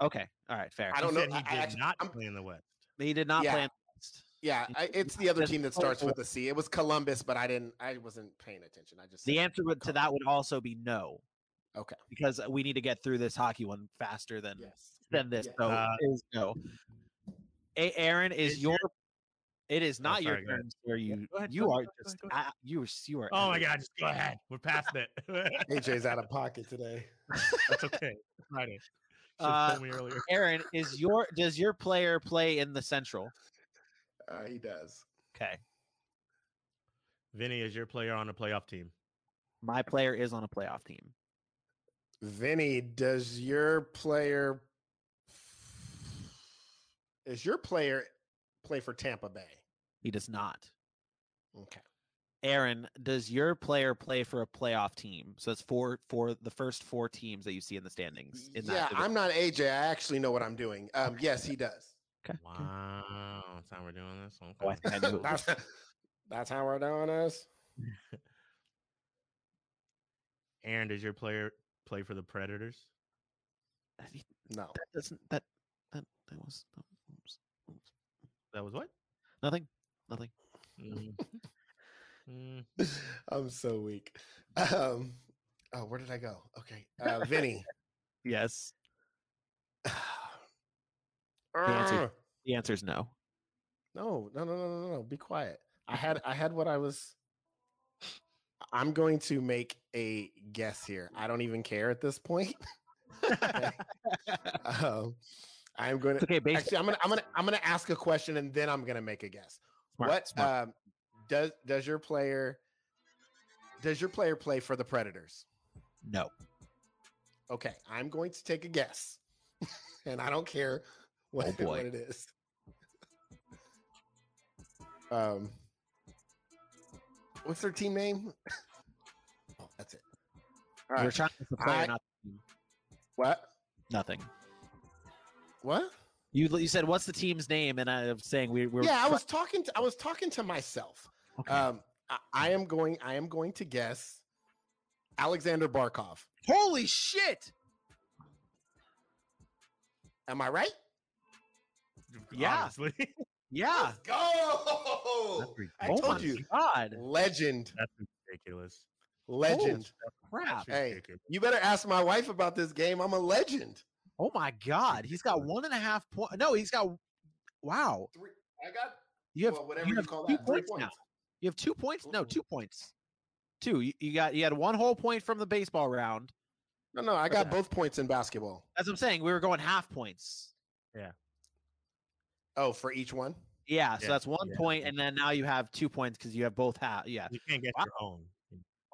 Speaker 4: Okay. All right. Fair.
Speaker 6: I don't
Speaker 5: you Said
Speaker 6: know.
Speaker 5: he
Speaker 6: I- I
Speaker 5: did
Speaker 6: actually-
Speaker 5: not
Speaker 6: I'm-
Speaker 5: play in the West.
Speaker 4: He did not play
Speaker 6: Yeah.
Speaker 4: in the West.
Speaker 6: Yeah, I, it's the other
Speaker 4: Just
Speaker 6: team that
Speaker 4: play
Speaker 6: starts
Speaker 4: for-
Speaker 6: with a C. It was Columbus, but I didn't. I wasn't paying attention. I just
Speaker 4: The
Speaker 6: said-
Speaker 4: answer would- to that would also be no.
Speaker 6: Okay.
Speaker 4: Because we need to get through this hockey one faster than
Speaker 6: Yes.
Speaker 4: than this.
Speaker 6: Yeah.
Speaker 4: So
Speaker 5: Uh,
Speaker 4: it is no. A- Aaron is
Speaker 5: is Oh,
Speaker 4: your. It is not
Speaker 5: sorry,
Speaker 4: your
Speaker 5: go ahead.
Speaker 4: turn. Where you
Speaker 5: go ahead,
Speaker 4: you
Speaker 5: go
Speaker 4: are
Speaker 5: ahead, go
Speaker 4: just
Speaker 5: ahead, go
Speaker 4: I, you are you are.
Speaker 5: Oh my
Speaker 4: out.
Speaker 5: God, just go ahead. We're past it.
Speaker 6: AJ's out of pocket today.
Speaker 5: That's okay. It's Friday. Should
Speaker 4: Uh,
Speaker 5: told me earlier.
Speaker 4: Aaron is your. Does your player play in the Central?
Speaker 6: Uh, he does.
Speaker 4: Okay.
Speaker 5: Vinny is your player on a playoff team.
Speaker 4: My player is on a playoff team.
Speaker 6: Vinny, does your player? Is your player play for Tampa Bay?
Speaker 4: He does not.
Speaker 6: Okay.
Speaker 4: Aaron, does your player play for a playoff team? So it's four for the first four teams that you see in the standings. In
Speaker 6: yeah,
Speaker 4: that divi-
Speaker 6: I'm not AJ. I actually know what I'm doing. Um, yes, he does.
Speaker 4: Okay.
Speaker 5: Wow. That's how we're doing this.
Speaker 4: Oh, I
Speaker 5: Okay.
Speaker 4: think I knew it was-
Speaker 6: that's, that's how we're doing this.
Speaker 5: Aaron, does your player play for the Predators?
Speaker 6: No.
Speaker 4: that doesn't that that that was, that was-
Speaker 5: That was what?
Speaker 4: nothing. Nothing.
Speaker 5: Mm. Mm.
Speaker 6: I'm so weak. Um, oh, where did I go? Okay, uh, Vinny.
Speaker 4: Yes.
Speaker 6: Arr.
Speaker 4: The answer is no.
Speaker 6: no, no, no, no, no, no. Be quiet. I had,
Speaker 4: Mm-hmm.
Speaker 6: I had what I was. I'm going to make a guess here. I don't even care at this point. Okay. um, I'm going
Speaker 4: It's
Speaker 6: to
Speaker 4: okay. Based
Speaker 6: actually. I'm gonna, I'm gonna, I'm gonna ask a question and then I'm gonna make a guess.
Speaker 4: smart,
Speaker 6: what
Speaker 4: smart.
Speaker 6: Um, does does your player does your player play for the Predators?
Speaker 4: no.
Speaker 6: Okay, I'm going to take a guess, and I don't care what,
Speaker 4: Oh, boy.
Speaker 6: what it is. Um, what's their team name? oh, that's it. All
Speaker 4: We're
Speaker 6: right.
Speaker 4: trying to player,
Speaker 6: I-
Speaker 4: not
Speaker 6: What?
Speaker 4: nothing.
Speaker 6: What?
Speaker 4: You you said what's the team's name, and I'm saying we we're
Speaker 6: yeah, I was talking. To, I was talking to myself.
Speaker 4: Okay.
Speaker 6: Um, I, I am going. I am going to guess Alexander Barkov.
Speaker 4: holy shit.
Speaker 6: Am I right?
Speaker 4: Yeah.
Speaker 5: Obviously.
Speaker 4: Yeah.
Speaker 6: Let's go!
Speaker 5: That's
Speaker 6: I
Speaker 4: oh
Speaker 6: told
Speaker 4: my
Speaker 6: you,
Speaker 4: God.
Speaker 6: legend,
Speaker 5: That's ridiculous.
Speaker 6: legend.
Speaker 4: Crap.
Speaker 6: Hey.
Speaker 5: ridiculous.
Speaker 6: You better ask my wife about this game. I'm a legend.
Speaker 4: Oh my God, he's got
Speaker 5: ridiculous.
Speaker 4: one and a half point. No, he's got. Wow,
Speaker 6: Three, I got
Speaker 4: you have
Speaker 6: well, whatever
Speaker 4: you
Speaker 6: you,
Speaker 4: have
Speaker 6: call
Speaker 4: two
Speaker 6: that. Three Mm-hmm.
Speaker 4: points now. you have two points. No,
Speaker 6: Mm-mm.
Speaker 4: two points. Two. You, you got you had one whole point from the baseball round.
Speaker 6: No, no, I got both points in basketball.
Speaker 4: That's what I'm saying. We were going half points.
Speaker 6: Oh, for each one.
Speaker 4: Yeah, so
Speaker 5: Yeah,
Speaker 4: that's one
Speaker 5: yeah,
Speaker 4: point, and then now you have two points because you have both half. Yeah.
Speaker 5: You can't get
Speaker 4: Wow.
Speaker 5: your own.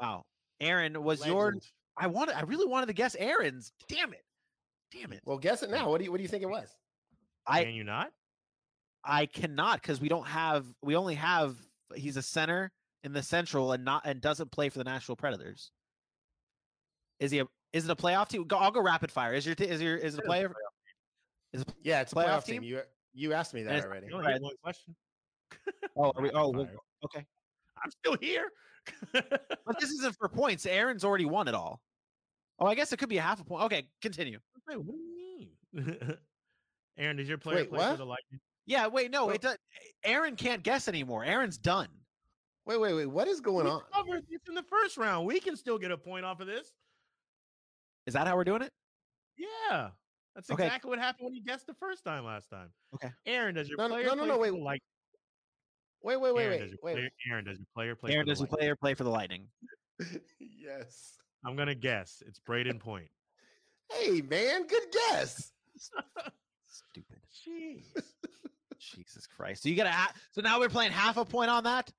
Speaker 4: Wow. Aaron was your.
Speaker 6: Legend.
Speaker 4: I wanted. I really wanted to guess Aaron's. Damn it. Damn it.
Speaker 6: Well, guess it now. What do you What do you think it was?
Speaker 4: I-
Speaker 5: Can you not?
Speaker 4: I cannot because we don't have. We only have. He's a center in the Central and not and doesn't play for the Nashville Predators. Is he a? Is it a playoff team? Go, I'll go rapid fire. Is your t- is your is it a
Speaker 5: It is a
Speaker 4: player?
Speaker 6: Yeah, it's a
Speaker 4: Playoff
Speaker 6: playoff,
Speaker 4: team?
Speaker 6: team. You You asked me that
Speaker 4: it's-
Speaker 6: already.
Speaker 5: You only
Speaker 4: Right.
Speaker 5: get one question.
Speaker 4: Oh, are we,
Speaker 5: Rapid
Speaker 4: oh, well,
Speaker 5: fire.
Speaker 4: okay.
Speaker 5: I'm still here. fuck.
Speaker 4: But this isn't for points. Aaron's already won it all. Oh, I guess it could be a half a point. Okay, continue.
Speaker 5: Wait, what do you mean? Aaron, does your player
Speaker 6: Wait,
Speaker 5: play
Speaker 6: what?
Speaker 5: for the Lightning?
Speaker 4: Yeah, wait, no,
Speaker 6: Well-
Speaker 4: it does. Aaron can't guess anymore. Aaron's done.
Speaker 6: Wait, wait, wait. What is going
Speaker 5: We
Speaker 6: on?
Speaker 5: covered this in the first round. We can still get a point off of this.
Speaker 4: Is that how we're doing it?
Speaker 5: Yeah. That's
Speaker 4: Okay.
Speaker 5: exactly what happened when you guessed the first time last time.
Speaker 4: Okay.
Speaker 5: Aaron, does your
Speaker 6: No, no,
Speaker 5: player
Speaker 6: no, no,
Speaker 5: play
Speaker 6: no,
Speaker 5: for
Speaker 6: wait,
Speaker 5: the Lightning?
Speaker 6: Wait, wait, wait,
Speaker 5: Aaron,
Speaker 6: wait,
Speaker 5: does your
Speaker 6: wait.
Speaker 5: player- Aaron, does your player play
Speaker 4: Aaron
Speaker 5: for the
Speaker 4: does your
Speaker 5: Lightning?
Speaker 4: player play for the Lightning.
Speaker 6: yes.
Speaker 5: I'm gonna guess it's Braden Point.
Speaker 6: Hey, man. Good guess.
Speaker 4: Stupid.
Speaker 5: Jeez.
Speaker 4: Jesus Christ. So you got to So now we're playing half a point on that?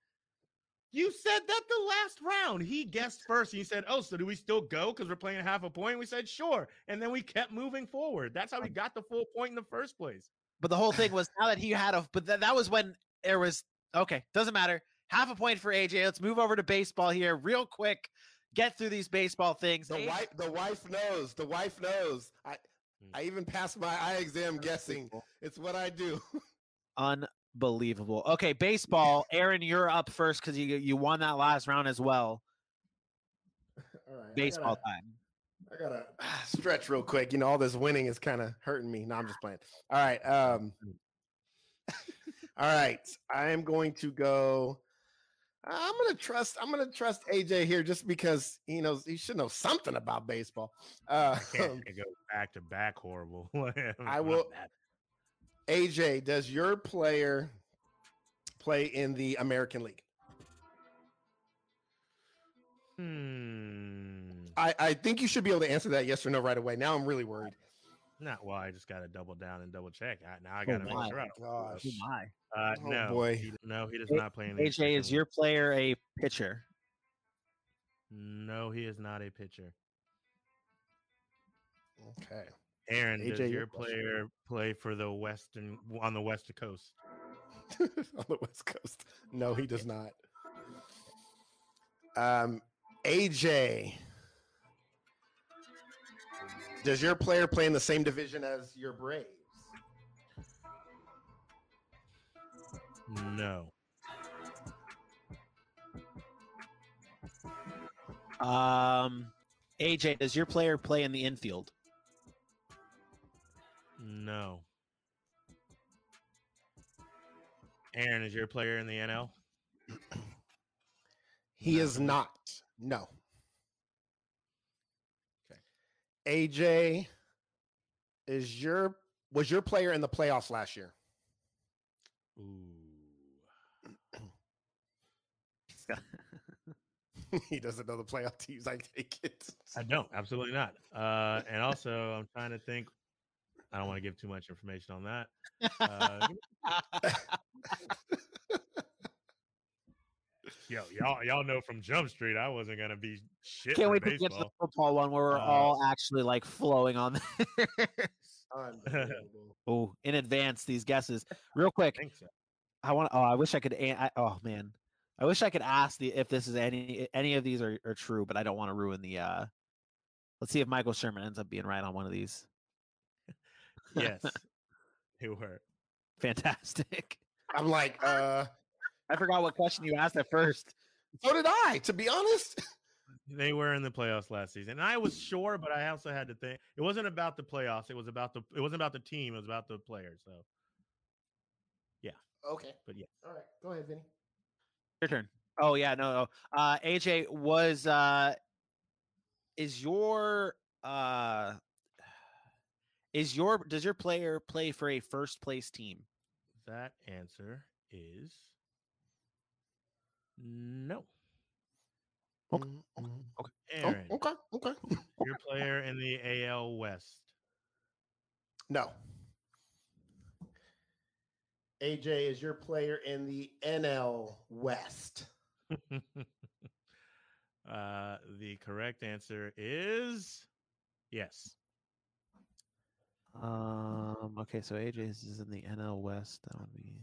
Speaker 5: You said that the last round. He guessed first. He said, "Oh, so do we still go because we're playing half a point?" We said, "Sure," and then we kept moving forward. That's how we got the full point in the first place.
Speaker 4: But the whole thing was now that he had a but tha- that was when there was okay, doesn't matter. Half a point for AJ. Let's move over to baseball here real quick. Get through these baseball things.
Speaker 6: The
Speaker 4: AJ
Speaker 6: wife, the wife knows. The wife knows. I,
Speaker 5: Mm.
Speaker 6: I even passed my eye exam guessing. It's what I do.
Speaker 4: Unbelievable. Okay, baseball. Aaron, you're up first because you you won that last round as well.
Speaker 6: All right, I
Speaker 4: Baseball
Speaker 6: gotta-
Speaker 4: time.
Speaker 6: I gotta ah, stretch real quick. You know, all this winning is kind of hurting me. No, I'm just playing. All right. Um all right. I am going to go. I'm gonna trust I'm gonna trust AJ here just because he knows he should know something about baseball. Uh
Speaker 5: Can't it goes back to back horrible. I
Speaker 6: will- AJ, does your player play in the American League?
Speaker 5: Hmm.
Speaker 6: I, I think you should be able to answer that yes or no right away. Now I'm really worried.
Speaker 5: Not well. I just got to double down and double check. I, now I got to
Speaker 4: my
Speaker 5: make sure. I don't
Speaker 6: gosh.
Speaker 5: fuck
Speaker 4: Oh my.
Speaker 5: up. Uh,
Speaker 6: Oh,
Speaker 5: no,
Speaker 6: boy.
Speaker 5: he- no, he does
Speaker 4: A-
Speaker 5: not play in the
Speaker 4: AJ, is
Speaker 5: American
Speaker 4: your player a pitcher?
Speaker 5: League. No, he is not a pitcher.
Speaker 6: Okay.
Speaker 5: Aaron,
Speaker 6: AJ,
Speaker 5: does
Speaker 6: your
Speaker 5: your
Speaker 6: question.
Speaker 5: player play for the Western on the West Coast?
Speaker 6: on the West Coast. No, he does not. Um, AJ, does your player play in the same division as your Braves?
Speaker 5: No.
Speaker 4: Um, AJ, does your player play in the infield?
Speaker 5: No. Aaron is your player in the NL.
Speaker 6: He is not. No. Okay. AJ, is your was your player in the playoffs last year?
Speaker 5: Ooh.
Speaker 6: he doesn't know the playoff teams. I take it.
Speaker 5: I don't. Absolutely not. Uh, and also, I'm trying to think. I don't want to give too much information on that. Uh, yo, y'all, y'all know from Jump Street, I wasn't gonna be shit.
Speaker 4: Can't
Speaker 5: for
Speaker 4: wait to get to the
Speaker 5: baseball.
Speaker 4: football one where we're
Speaker 5: Uh,
Speaker 4: all actually like flowing on there.
Speaker 6: Unbelievable.
Speaker 4: oh, in advance, these guesses. Real quick,
Speaker 5: I think so.
Speaker 4: I want. Oh, I wish I could. an- I, oh man, I wish I could ask the if this is any any of these are, are true, but I don't want to ruin the. uh Let's see if Michael Sherman ends up being right on one of these.
Speaker 5: Yes, they were.
Speaker 4: Fantastic.
Speaker 6: I'm like, uh,
Speaker 4: I forgot what question you asked at first.
Speaker 6: so did I, to be honest.
Speaker 5: They were in the playoffs last season. And I was sure, but I also had to think it wasn't about the playoffs. It was about the it wasn't about the team. It was about the players. So,
Speaker 6: Okay.
Speaker 5: but yeah,
Speaker 6: All right. Go ahead, Vinny.
Speaker 4: Your turn. Oh yeah, no, no. Uh, AJ was. uh Is your uh is your does your player play for a first place team?
Speaker 5: that answer is no.
Speaker 4: Okay,
Speaker 6: Mm, mm. Oh,
Speaker 5: Aaron,
Speaker 6: okay. Okay.
Speaker 5: your player in the AL West.
Speaker 6: No. AJ is your player in the NL West.
Speaker 5: uh, the correct answer is yes.
Speaker 4: Um. Okay, so AJ is is in the NL West. That would be.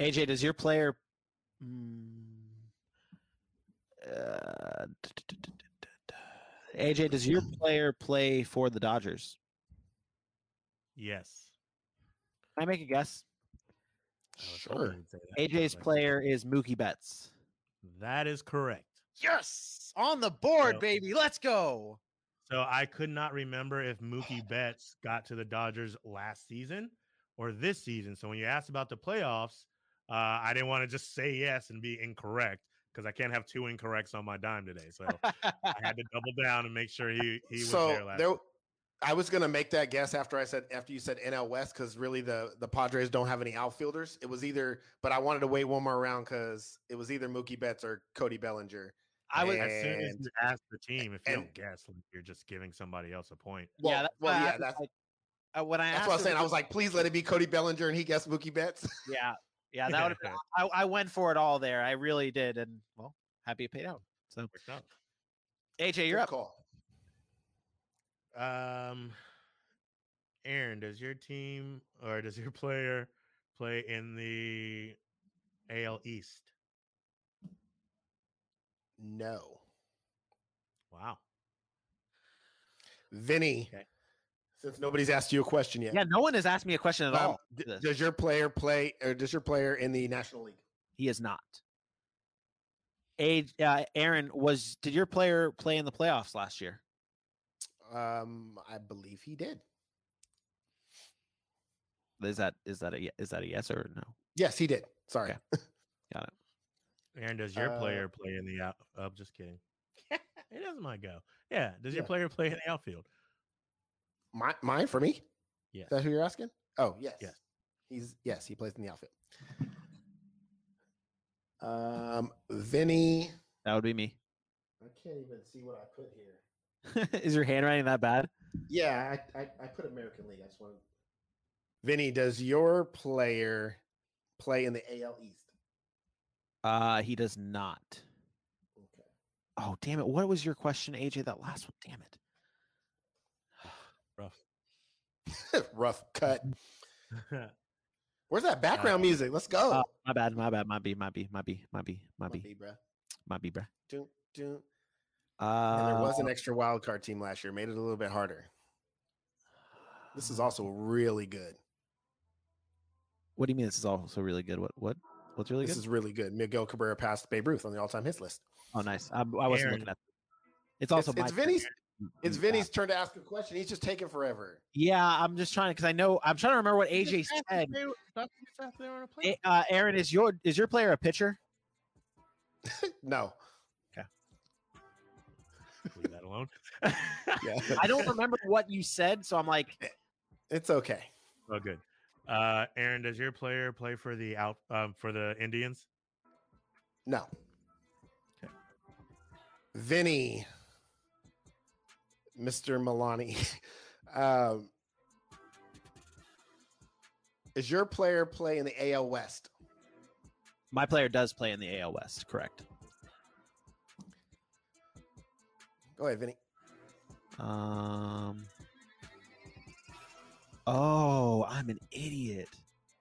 Speaker 4: AJ, does your player? Mm, uh, d- d- d- d- d- d- AJ, does your player play for the Dodgers?
Speaker 5: Yes.
Speaker 4: Can I make a guess?
Speaker 5: I was hoping
Speaker 6: Sure.
Speaker 5: you'd say that, but
Speaker 4: AJ's
Speaker 5: like,
Speaker 4: player is Mookie Betts.
Speaker 5: That is correct.
Speaker 4: Yes, on the board,
Speaker 5: Yep.
Speaker 4: baby. Let's go.
Speaker 5: So I could not remember if Mookie Betts got to the Dodgers last season or this season. So when you asked about the playoffs, uh, I didn't want to just say yes and be incorrect because I can't have two incorrects on my dime today. So I had to double down and make sure he he was there
Speaker 6: so
Speaker 5: last.
Speaker 6: there, I was gonna make that guess after I said after you said NL West because really the the Padres don't have any outfielders. It was either, but I wanted to wait one more round because it was either Mookie Betts or Cody Bellinger.
Speaker 4: I would.
Speaker 6: Yeah.
Speaker 5: as soon as
Speaker 6: and-
Speaker 5: you ask the team, if you
Speaker 6: and-
Speaker 5: don't guess, like, you're just giving somebody else a point.
Speaker 6: Well,
Speaker 4: yeah, that's
Speaker 6: well,
Speaker 4: why I
Speaker 6: yeah,
Speaker 4: asked,
Speaker 6: that's,
Speaker 4: like, uh, when I
Speaker 6: that's
Speaker 4: asked
Speaker 6: what I was
Speaker 4: if
Speaker 6: saying.
Speaker 4: it
Speaker 6: I was like, please let it be Cody Bellinger, and he guessed Mookie Betts.
Speaker 4: yeah, yeah, that would.
Speaker 5: been
Speaker 4: I, I went for it all there. I really did, and well, happy it paid out. So AJ, you're
Speaker 6: Good
Speaker 4: up.
Speaker 6: Call.
Speaker 5: Um, Aaron, does your team or does your player play in the AL East?
Speaker 6: No,
Speaker 5: Wow.
Speaker 6: Vinny.
Speaker 5: Okay.
Speaker 6: Since nobody's asked you a question yet,
Speaker 4: Yeah, no one has asked me a question at
Speaker 6: um,
Speaker 4: all.
Speaker 6: d-
Speaker 4: this.
Speaker 6: does your player play or does your player in the National League?
Speaker 4: He is not. A, uh, Aaron, was did your player play in the playoffs last year?
Speaker 6: Um, I believe he did.
Speaker 4: Is that is that a ye- is that a yes or no?
Speaker 6: Yes, he did. Sorry.
Speaker 4: Okay.
Speaker 5: Aaron, does your
Speaker 6: Uh,
Speaker 5: player play in the out? I'm just kidding. it doesn't my go. Yeah. Does your
Speaker 6: Yeah.
Speaker 5: player play in the outfield?
Speaker 6: My mine for me?
Speaker 5: Yes.
Speaker 6: Is that who you're asking? Oh, yes.
Speaker 5: Yes.
Speaker 6: He's yes, he plays in the outfield. Um Vinny.
Speaker 4: That would be me.
Speaker 6: I can't even see what I put here.
Speaker 4: is your handwriting that bad?
Speaker 6: Yeah, I, I, I put American League. I just want Vinny, does your player play in the AL East?
Speaker 4: Uh, he does not.
Speaker 6: Okay.
Speaker 4: Oh, damn it. What was your question, AJ? That last one. Damn it.
Speaker 5: Rough.
Speaker 6: Rough cut. Where's that background music? Let's go.
Speaker 4: Uh, my bad. My bad. My B. My B. My B. My B. My
Speaker 6: Might
Speaker 4: B.
Speaker 6: be, bruh.
Speaker 4: My B, bruh.
Speaker 6: Dun, dun.
Speaker 4: Uh,
Speaker 6: And there was an extra wild card team last year, made it a little bit harder. This is also really good.
Speaker 4: What do you mean? This is also really good. What? What? What's really
Speaker 6: This
Speaker 4: good?
Speaker 6: is really good. Miguel Cabrera passed Babe Ruth on the all-time hits list.
Speaker 4: Oh, nice. I, I wasn't
Speaker 5: Aaron.
Speaker 4: looking at. It's also
Speaker 6: it's, it's
Speaker 4: my
Speaker 6: Vinny's.
Speaker 4: turn.
Speaker 6: It's
Speaker 4: Mm, uh,
Speaker 6: Vinny's turn to ask a question. He's just taking forever.
Speaker 4: Yeah, I'm just trying because I know I'm trying to remember what AJ said. A- Uh, Aaron, is your is your player a pitcher?
Speaker 6: No,
Speaker 5: Leave that alone.
Speaker 6: yeah,
Speaker 4: I don't remember what you said, so I'm like,
Speaker 6: it's okay.
Speaker 5: Oh, good. Uh, Aaron, does your player play for the out um, for the Indians?
Speaker 6: No. Vinny, Mr. Milani, um, is your player play in the AL West?
Speaker 4: my player does play in the AL West, correct?
Speaker 6: Go ahead, Vinny.
Speaker 4: Um. Oh, I'm an idiot.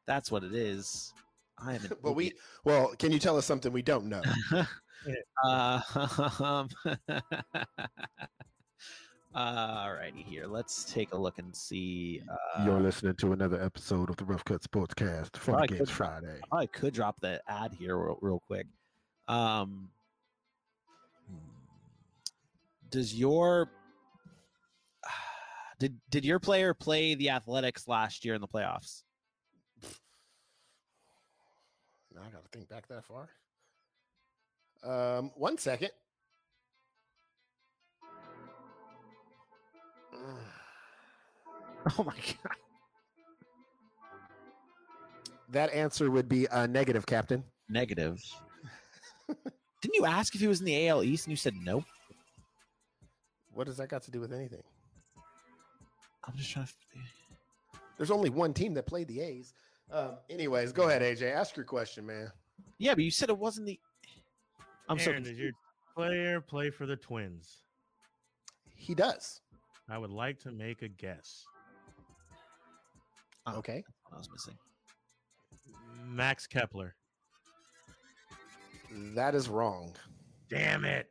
Speaker 4: That's what it is. I am an.
Speaker 6: Well, we
Speaker 4: idiot.
Speaker 6: well, can you tell us something we don't know?
Speaker 4: Uh, um, alrighty, here. Let's take a look and see. Uh,
Speaker 7: You're listening to another episode of the Rough Cut Sportscast from
Speaker 4: Alright,
Speaker 7: the
Speaker 4: good
Speaker 7: Games
Speaker 4: job.
Speaker 7: Friday.
Speaker 4: oh, I probably could drop the ad here real, real quick. Um, does your did did your player play the Athletics last year in the playoffs?
Speaker 6: Now I got to think back that far. Um, one second. Mm,
Speaker 4: Oh my god!
Speaker 6: That answer would be a negative, Captain.
Speaker 4: Negative. Didn't you ask if he was in the AL East and you said no?
Speaker 6: What does that got to do with anything?
Speaker 4: I'm just trying to.
Speaker 6: There's only one team that played the A's. Um, anyways, go ahead, AJ. Ask your question, man.
Speaker 4: Yeah, but you said it wasn't the. I'm so
Speaker 5: Aaron, does your player play for the Twins?
Speaker 6: He does.
Speaker 5: I would like to make a guess.
Speaker 4: Oh.
Speaker 6: Okay.
Speaker 4: confused. I was missing.
Speaker 5: Max Kepler.
Speaker 6: That is wrong.
Speaker 5: Damn it.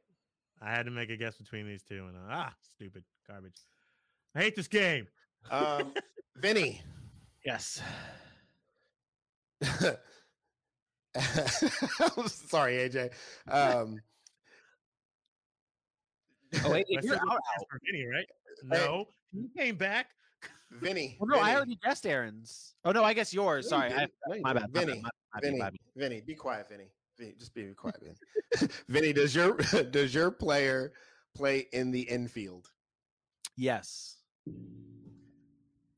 Speaker 5: I had to make a guess between these two and uh, ah, stupid garbage. I hate this game.
Speaker 6: Um, Vinny,
Speaker 4: Yes.
Speaker 6: uh, I'm Sorry, AJ. Um,
Speaker 4: Oh, wait,
Speaker 5: That's
Speaker 4: you're
Speaker 5: just
Speaker 4: out.
Speaker 5: what you asked for Vinny, right? No, he came back.
Speaker 6: Vinny.
Speaker 4: Well, Oh, no, I
Speaker 6: Vinny,
Speaker 4: already guessed Aaron's. Oh no, I guess yours.
Speaker 6: No, you
Speaker 4: Sorry, I,
Speaker 6: didn't. No, you
Speaker 4: my bad.
Speaker 6: didn't.
Speaker 4: my bad,
Speaker 6: Vinny,
Speaker 4: my bad, my bad,
Speaker 6: Vinny,
Speaker 4: my bad.
Speaker 6: Vinny, be quiet, Vinny. Vinny, Just be quiet, Vinny. Vinny, does your does your player play in the infield?
Speaker 4: Yes.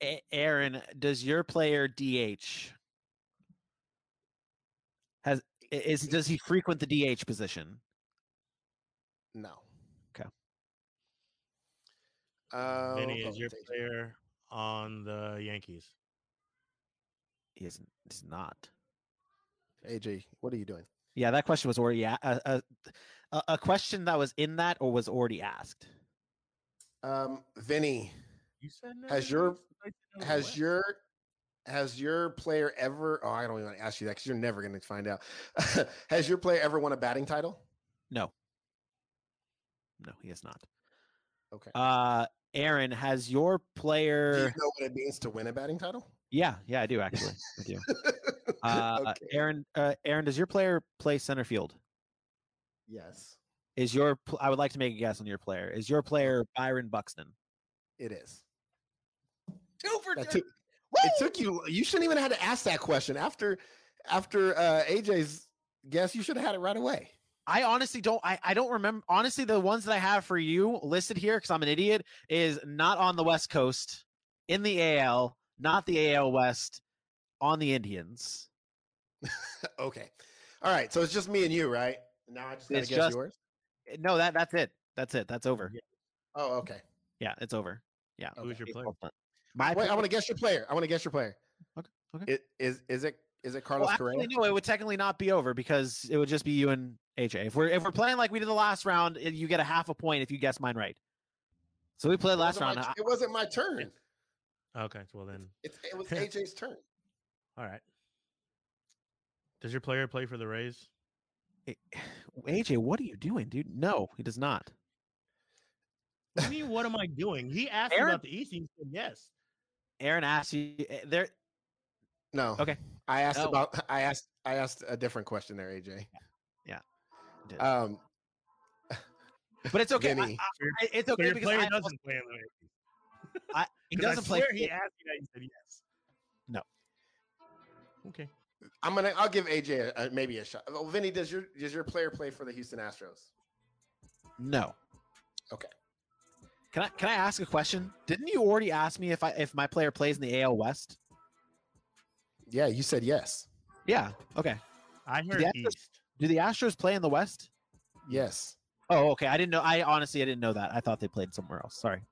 Speaker 4: A- Aaron, does your player DH? Has i- is does he frequent the DH position?
Speaker 6: No.
Speaker 4: Okay.
Speaker 6: Uh,
Speaker 5: Vinny
Speaker 6: oh,
Speaker 5: is your
Speaker 6: it's AJ.
Speaker 5: player on the Yankees.
Speaker 4: He isn't. He's not.
Speaker 6: AJ, what are you doing?
Speaker 4: Yeah, that question was already a, a, a, a question that was in that or was already asked.
Speaker 6: Um, Vinny,
Speaker 5: You said no.
Speaker 6: Has your- has your has your player ever? Oh, I don't even want to ask you that because you're never going to find out. has your player ever won a batting title?
Speaker 4: No. No, he is not.
Speaker 6: Okay.
Speaker 4: Uh, Aaron, has your
Speaker 6: Do you
Speaker 4: player?
Speaker 6: know what it means to win a batting title?
Speaker 4: Yeah, yeah, I do actually. I do. Uh,
Speaker 6: okay.
Speaker 4: Aaron, uh, Aaron, does your player play center field?
Speaker 6: Yes,
Speaker 4: Is your pl- I would like to make a guess on your player. Is your player Byron Buxton?
Speaker 6: it is.
Speaker 8: Two for
Speaker 6: That
Speaker 8: two.
Speaker 6: took, it took you. You shouldn't even have had to ask that question after after uh, AJ's guess. You should have had it right away.
Speaker 4: I honestly don't. I, I don't remember. Honestly, the ones that I have for you listed here, because I'm an idiot, is not on the West Coast, in the AL, not the AL West, on the Indians.
Speaker 6: Okay. All right. So it's just me and you, right? Now I just gotta
Speaker 4: It's
Speaker 6: guess
Speaker 4: just-
Speaker 6: yours.
Speaker 4: Eh, No, that that's it. That's it. That's over. Oh,
Speaker 6: Oh, okay.
Speaker 4: Yeah, it's over. Yeah.
Speaker 5: Who's your
Speaker 4: it's
Speaker 5: player?
Speaker 4: all done. My
Speaker 6: Wait, I
Speaker 4: pick-
Speaker 6: want to guess your player. I want to guess your player.
Speaker 4: Okay, okay.
Speaker 6: It, is is it is it Carlos
Speaker 4: well, actually,
Speaker 6: Correa?
Speaker 4: no, it would technically not be over because it would just be you and AJ. If we're if we're playing like we did the last round, eh, you get a half a point if you guess mine right. So we played
Speaker 6: It
Speaker 4: last
Speaker 6: wasn't my
Speaker 4: round. I-
Speaker 6: t- it wasn't my turn.
Speaker 5: Okay, well then,
Speaker 6: It, it was AJ's turn.
Speaker 5: all right. Does your player play for the Rays?
Speaker 4: A- AJ, what are you doing, dude? No, he does not.
Speaker 5: What do you mean, what am I doing? He asked me
Speaker 4: Aaron-
Speaker 5: about the East. and he said yes.
Speaker 4: Aaron asked you eh, there.
Speaker 6: No.
Speaker 4: Okay.
Speaker 6: I asked
Speaker 4: No.
Speaker 6: about. I asked. I asked a different question there, AJ.
Speaker 4: Yeah, you did.
Speaker 6: Um.
Speaker 4: But it's okay. I-
Speaker 6: Vinny.
Speaker 4: I- I- it's
Speaker 5: So
Speaker 4: okay
Speaker 5: your
Speaker 4: because
Speaker 5: player
Speaker 4: I, also-
Speaker 5: doesn't play in the Rays.
Speaker 4: he
Speaker 5: 'Cause I
Speaker 4: doesn't play.
Speaker 5: swear He asked me that. He said yes.
Speaker 4: No.
Speaker 5: Okay.
Speaker 6: I'm gonna. I'll give AJ a, a, maybe a shot. Oh, Vinny, does your does your player play for the Houston Astros?
Speaker 4: No.
Speaker 6: Okay.
Speaker 4: Can I can I ask a question? Didn't you already ask me if I if my player plays in the AL West?
Speaker 6: Yeah, you said yes.
Speaker 4: Yeah. Okay.
Speaker 5: I heard
Speaker 4: Astros-
Speaker 5: East.
Speaker 4: Do the Astros play in the West?
Speaker 6: Yes.
Speaker 4: Oh, okay. I didn't know. I honestly I didn't know that. I thought they played somewhere else. Sorry.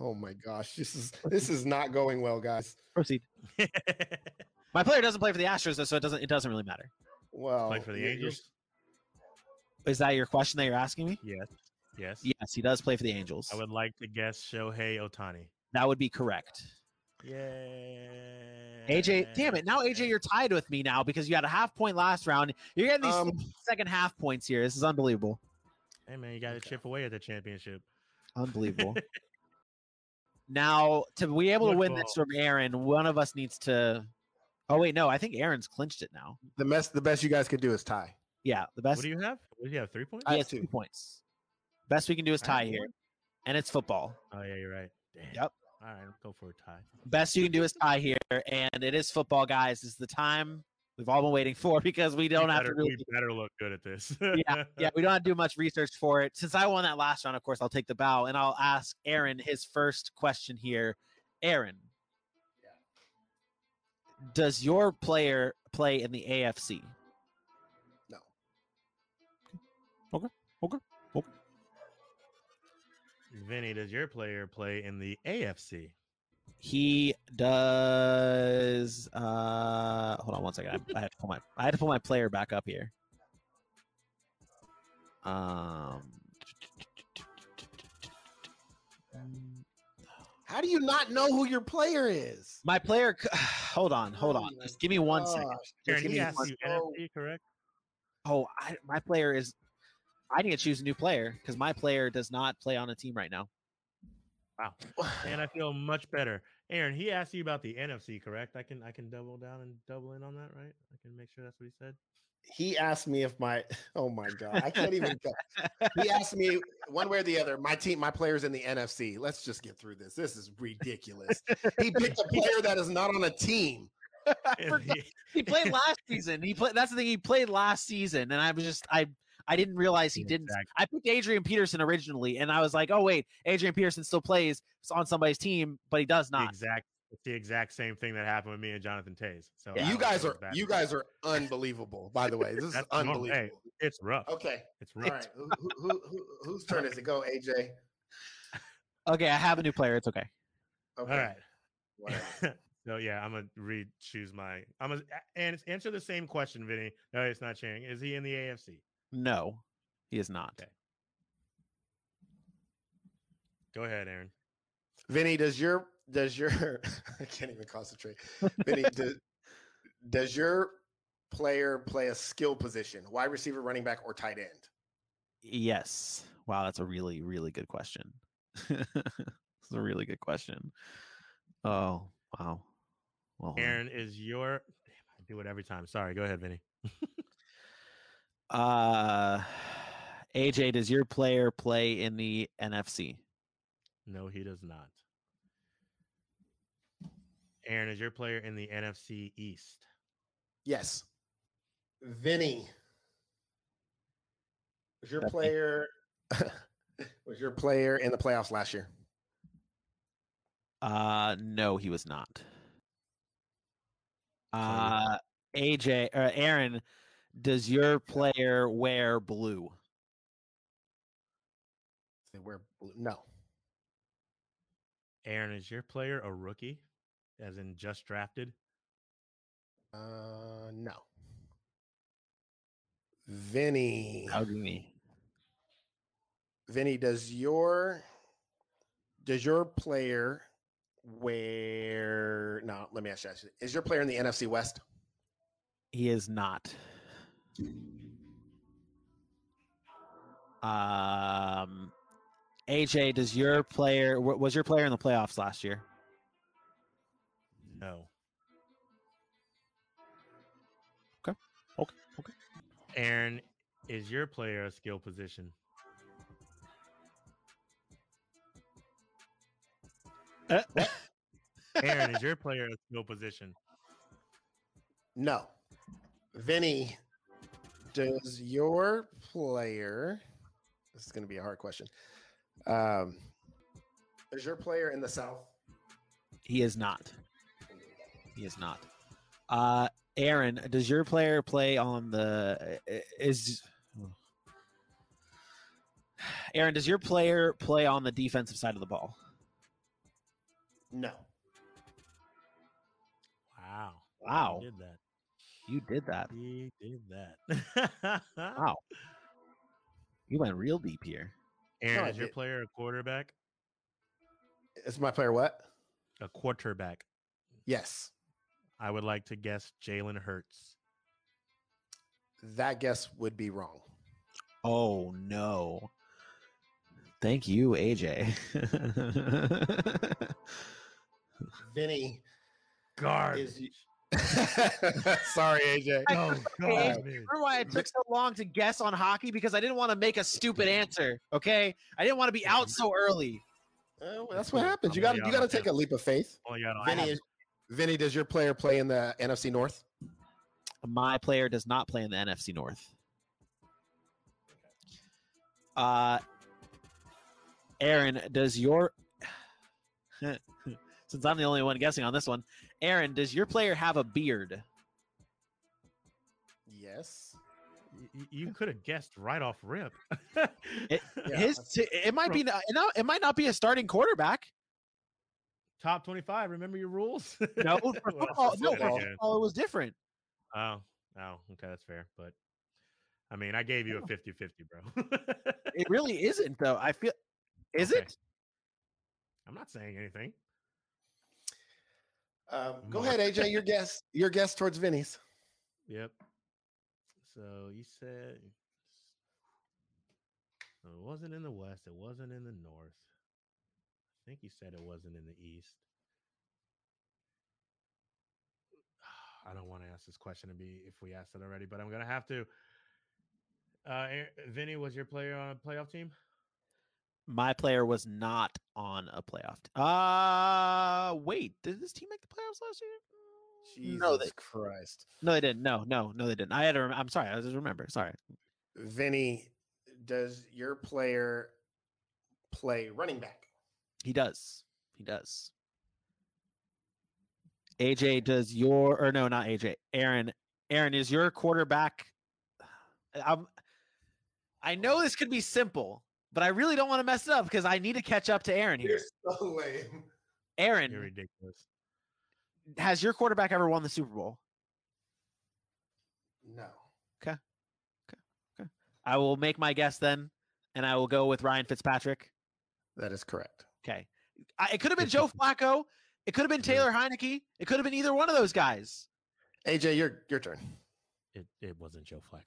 Speaker 6: Oh my gosh, this is this is not going well, guys.
Speaker 4: Proceed. My player doesn't play for the Astros, though, so it doesn't it doesn't really matter.
Speaker 6: Well,
Speaker 4: Oh,
Speaker 5: play for the
Speaker 6: you're- you're-
Speaker 5: Angels?
Speaker 4: Is that your question that you're asking me?
Speaker 5: Yes. Yes.
Speaker 4: Yes, he does play for the Angels.
Speaker 5: I would like to guess Shohei Otani.
Speaker 4: that would be correct.
Speaker 5: Yeah.
Speaker 4: AJ, damn it. Now, AJ, you're tied with me now because you had a half point last round. You're getting these
Speaker 6: Um,
Speaker 4: second half points here. This is unbelievable.
Speaker 5: Hey man, you got to
Speaker 6: Okay.
Speaker 5: chip away at the championship.
Speaker 4: Unbelievable. now, to be able to win this
Speaker 5: Football.
Speaker 4: from Aaron, one of us needs to. Oh, wait, no. I think Aaron's clinched it now.
Speaker 6: the best the best you guys could do is tie.
Speaker 4: Yeah, the best.
Speaker 5: What do you have? What do you have? Three points?
Speaker 6: I
Speaker 4: he
Speaker 6: have
Speaker 4: has
Speaker 6: two.
Speaker 4: two points. Best we can do is
Speaker 5: I have
Speaker 4: tie here,
Speaker 5: one.
Speaker 4: and it's football.
Speaker 5: Oh yeah, you're right. Damn.
Speaker 4: Yep.
Speaker 5: All right, I'll go for a tie.
Speaker 4: Best you can do is tie here, and it is football, guys. This is the time we've all been waiting for because we don't
Speaker 5: we
Speaker 4: have
Speaker 5: better,
Speaker 4: to really
Speaker 5: we better look good at this.
Speaker 4: yeah, we don't have to do much research for it. Since I won that last round, of course, I'll take the bow and I'll ask Aaron his first question here. Aaron, does your player play in the AFC?
Speaker 6: No.
Speaker 5: Vinny, does your player play in the AFC?
Speaker 4: He does. Uh, hold on one second. I, I had to pull my. I had to pull my player back up here. Um.
Speaker 6: How do you not know who your player is?
Speaker 4: My player, c- hold on, hold on. Just give me one second.
Speaker 6: Gosh,
Speaker 4: Just
Speaker 5: Aaron,
Speaker 4: give
Speaker 5: he
Speaker 4: me
Speaker 5: asked
Speaker 4: one-
Speaker 5: you
Speaker 6: Oh.
Speaker 5: NFC, correct?
Speaker 4: Oh, I, my player is. I need to choose a new player because my player does not play on a team right now.
Speaker 5: Wow. And I feel much better. Aaron, he asked you about the NFC, correct? I can I can double down and double in on that, right? I can make sure that's what he said.
Speaker 6: he asked me if my oh my god i can't even go. he asked me one way or the other my team my players in the nfc let's just get through this this is ridiculous he picked a player that is not on a team
Speaker 5: And
Speaker 4: forgot.
Speaker 5: he-
Speaker 4: He played last season. He played. That's the thing. He played last season, and I was just I I didn't realize he didn't.
Speaker 5: Exactly.
Speaker 4: I picked Adrian Peterson originally, and I was like, oh wait, Adrian Peterson still plays It's on somebody's team, but he does
Speaker 5: the
Speaker 4: not.
Speaker 5: exact it's the exact same thing that happened with me and Jonathan Taze. So Oh, I
Speaker 6: you
Speaker 5: don't
Speaker 6: guys
Speaker 5: feel
Speaker 6: are
Speaker 5: bad.
Speaker 6: you guys are unbelievable by the way this is
Speaker 5: That's normal. Hey.
Speaker 6: unbelievable
Speaker 5: it's rough.
Speaker 6: okay
Speaker 5: It's
Speaker 6: all
Speaker 5: rough.
Speaker 6: right who, who, who, who, whose turn is it go aj okay
Speaker 4: Okay, I have a new player. It's okay.
Speaker 5: All right.
Speaker 6: whatever.
Speaker 5: so yeah, I'm gonna re choose my I'm gonna and it's- answer the same question, Vinny. No, it's not sharing. Is he in the AFC?
Speaker 4: No, he is not.
Speaker 5: Okay. Go ahead, Aaron.
Speaker 6: vinny does your does your i can't even concentrate vinny do, does your player play a skill position wide receiver running back or tight end
Speaker 4: Yes. Wow, that's a really really good question. It's a really good question. Oh wow. Well,
Speaker 5: Aaron is your damn, I do it every time. Sorry, go ahead, Vinny.
Speaker 4: uh, AJ, does your player play in the NFC?
Speaker 5: No, he does not. Aaron is your player in the NFC East.
Speaker 6: Yes. Vinny. Was your
Speaker 4: That's me.
Speaker 6: player was your player in the playoffs last year?
Speaker 4: Uh, no, he was not.
Speaker 5: you-
Speaker 4: Uh, AJ or Aaron, does your player wear blue?
Speaker 6: They were blue- no.
Speaker 5: Aaron is your player a rookie, as in just drafted.
Speaker 6: Uh no. Vinny.
Speaker 4: How do you mean?
Speaker 6: Vinny, does your does your player wear no, let me ask you. ask you- Is your player in the NFC West?
Speaker 4: He is not. Um, AJ, does your player wa- was your player in the playoffs last year?
Speaker 5: No.
Speaker 4: Okay, okay, okay.
Speaker 5: Aaron is your player a skill position.
Speaker 4: Uh,
Speaker 5: Aaron is your player a skill position.
Speaker 6: No. Vinny, does your player this is going to be a hard question. Um is your player in the south?
Speaker 4: He is not. He is not. Uh, Aaron, does your player play on the i- is? Aaron, does your player play on the defensive side of the ball?
Speaker 6: No.
Speaker 5: Wow.
Speaker 4: Wow.
Speaker 5: He did that.
Speaker 4: You did that.
Speaker 5: He did that.
Speaker 4: Wow, you went real deep here.
Speaker 5: Aaron
Speaker 6: No,
Speaker 5: is your
Speaker 6: it-
Speaker 5: player a quarterback?
Speaker 6: Is my player what?
Speaker 5: A quarterback.
Speaker 6: Yes.
Speaker 5: I would like to guess Jalen Hurts.
Speaker 6: That guess would be wrong.
Speaker 4: Oh no! Thank you, AJ.
Speaker 6: Vinny
Speaker 5: Garbage.
Speaker 6: is Sorry, AJ.
Speaker 5: Oh, garbage.
Speaker 4: Remember why it took so long to guess on hockey because I didn't want to make a stupid answer. Okay, I didn't want to be out so early.
Speaker 6: Oh, well, that's what happens. You got you got to take a leap of faith.
Speaker 5: Oh, yeah, I
Speaker 6: Vinny,
Speaker 5: have-
Speaker 6: is, Vinny, does your player play in the NFC North?
Speaker 4: my player does not play in the NFC North. Uh Aaron, does your since I'm the only one guessing on this one, Aaron, does your player have a beard?
Speaker 6: Yes.
Speaker 5: y- y- you could have guessed right off rip.
Speaker 6: Yeah,
Speaker 4: His t- it might be not, no, it might not be a starting quarterback.
Speaker 5: Top 25. Remember your rules?
Speaker 4: No,
Speaker 5: Well,
Speaker 4: for football,
Speaker 5: that's
Speaker 4: no,
Speaker 5: it,
Speaker 4: for
Speaker 5: I guess.
Speaker 4: football it was different.
Speaker 5: Oh, oh, okay, that's fair. But I mean, I gave you a 50 50, bro.
Speaker 4: It really isn't though. I feel is
Speaker 5: Okay.
Speaker 4: it?
Speaker 5: I'm not saying anything.
Speaker 6: Um, go
Speaker 5: Mark.
Speaker 6: ahead, AJ. Your guess. Your guess towards Vinny's.
Speaker 5: Yep. So you said so it wasn't in the West. It wasn't in the North. think you said it wasn't in the East. I don't want to ask this question to be if we asked it already, but I'm gonna have to. Uh, Ar- Vinny was your player on a playoff team.
Speaker 4: My player was not on a playoff. T- uh wait, did this team make the playoffs last year? Mm,
Speaker 6: Jesus
Speaker 4: No, they
Speaker 6: Christ.
Speaker 4: no, they didn't. No, no, no, they didn't. I had to. Rem- I'm sorry. I just remember. Sorry.
Speaker 6: Vinny, does your player play running back?
Speaker 4: He does. He does. AJ does your or no, not AJ. Aaron. Aaron is your quarterback. I'm. I know this could be simple, but I really don't want to mess it up because I need to catch up to Aaron here.
Speaker 6: so Oh, lame.
Speaker 5: You're
Speaker 4: Aaron,
Speaker 5: ridiculous.
Speaker 4: has your quarterback ever won the Super Bowl?
Speaker 6: No.
Speaker 4: I will make my guess then, and I will go with Ryan Fitzpatrick.
Speaker 6: That is correct.
Speaker 4: Okay. I, it could have been Joe Flacco. It could have been Taylor Heineke. It could have been either one of those guys.
Speaker 6: AJ, your your turn.
Speaker 5: It it wasn't Joe Flacco.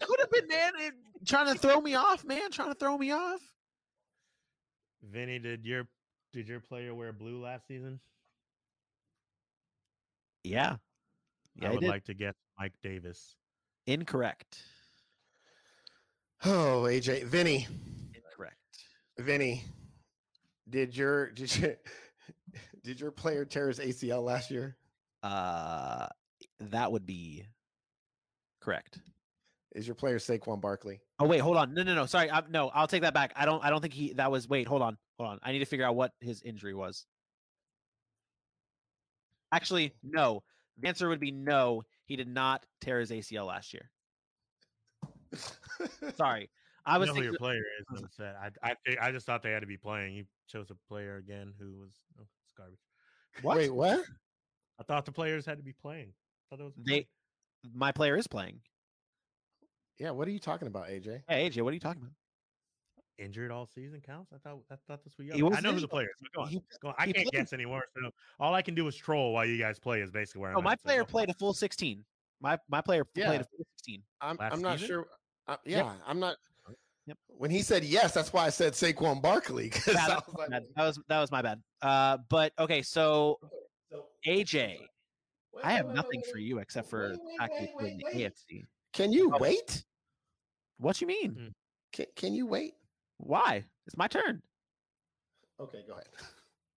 Speaker 4: Could have been, man. It, trying to throw me off, man. Trying to throw me off.
Speaker 5: Vinny, did your did your player wear blue last season?
Speaker 4: Yeah.
Speaker 5: I
Speaker 4: I
Speaker 5: would
Speaker 4: did.
Speaker 5: like to guess Mike Davis.
Speaker 4: Incorrect.
Speaker 6: Oh, AJ, Vinny,
Speaker 4: Incorrect.
Speaker 6: Vinny, did your did your did your player tear his ACL last year?
Speaker 4: Uh, that would be correct.
Speaker 6: Is your player Saquon Barkley?
Speaker 4: Oh wait, hold on. No, no, no. Sorry. I, no, I'll take that back. I don't. I don't think he. That was. Wait, hold on. Hold on. I need to figure out what his injury was. Actually, no. The answer would be no. He did not tear his ACL last year. Sorry, I
Speaker 5: I
Speaker 4: was
Speaker 5: know who
Speaker 4: thinking.
Speaker 5: your player is.
Speaker 4: I was
Speaker 5: I'm upset. I I, thi- I just thought they had to be playing. You chose a player again who was oh, it's garbage.
Speaker 4: What?
Speaker 6: Wait, what?
Speaker 5: I thought the players had to be playing. I thought that was a
Speaker 4: They,
Speaker 5: play.
Speaker 4: my player is playing.
Speaker 6: Yeah, what are you talking about, AJ?
Speaker 4: Hey AJ, what are you talking about?
Speaker 5: injured all season counts. I thought I thought this was.
Speaker 4: He
Speaker 5: I
Speaker 4: was
Speaker 5: know who the
Speaker 4: injured.
Speaker 5: player is. but Go on,
Speaker 6: He-
Speaker 5: go on. I
Speaker 6: he
Speaker 5: can't
Speaker 6: played.
Speaker 5: guess anymore. So all I can do is troll while you guys play. Is basically where I'm.
Speaker 4: Oh, my
Speaker 5: at, so
Speaker 4: player
Speaker 5: go for it.
Speaker 4: played a full sixteen. My my player
Speaker 6: Yeah.
Speaker 4: played a full sixteen.
Speaker 6: I'm
Speaker 5: Last
Speaker 6: I'm not
Speaker 5: season?
Speaker 6: sure. Uh, yeah,
Speaker 4: Yep.
Speaker 6: I'm not.
Speaker 4: Yep.
Speaker 6: When he said yes, that's why I said Saquon Barkley. 'cause
Speaker 4: Yeah,
Speaker 6: I
Speaker 4: that,
Speaker 6: was like,
Speaker 4: that- that was that was my bad. Uh, but okay, so
Speaker 6: so-
Speaker 4: AJ,
Speaker 6: Wait,
Speaker 4: I
Speaker 6: wait,
Speaker 4: have
Speaker 6: wait,
Speaker 4: nothing
Speaker 6: wait,
Speaker 4: for
Speaker 6: wait.
Speaker 4: you except for
Speaker 6: wait,
Speaker 4: the
Speaker 6: wait,
Speaker 4: fact that
Speaker 6: wait,
Speaker 4: you played in
Speaker 6: wait,
Speaker 4: the
Speaker 6: wait.
Speaker 4: AFC.
Speaker 6: Can you
Speaker 4: Oh.
Speaker 6: wait?
Speaker 4: What you
Speaker 6: Hmm.
Speaker 4: mean?
Speaker 6: Can, can you wait?
Speaker 4: Why? It's my turn.
Speaker 6: Okay, go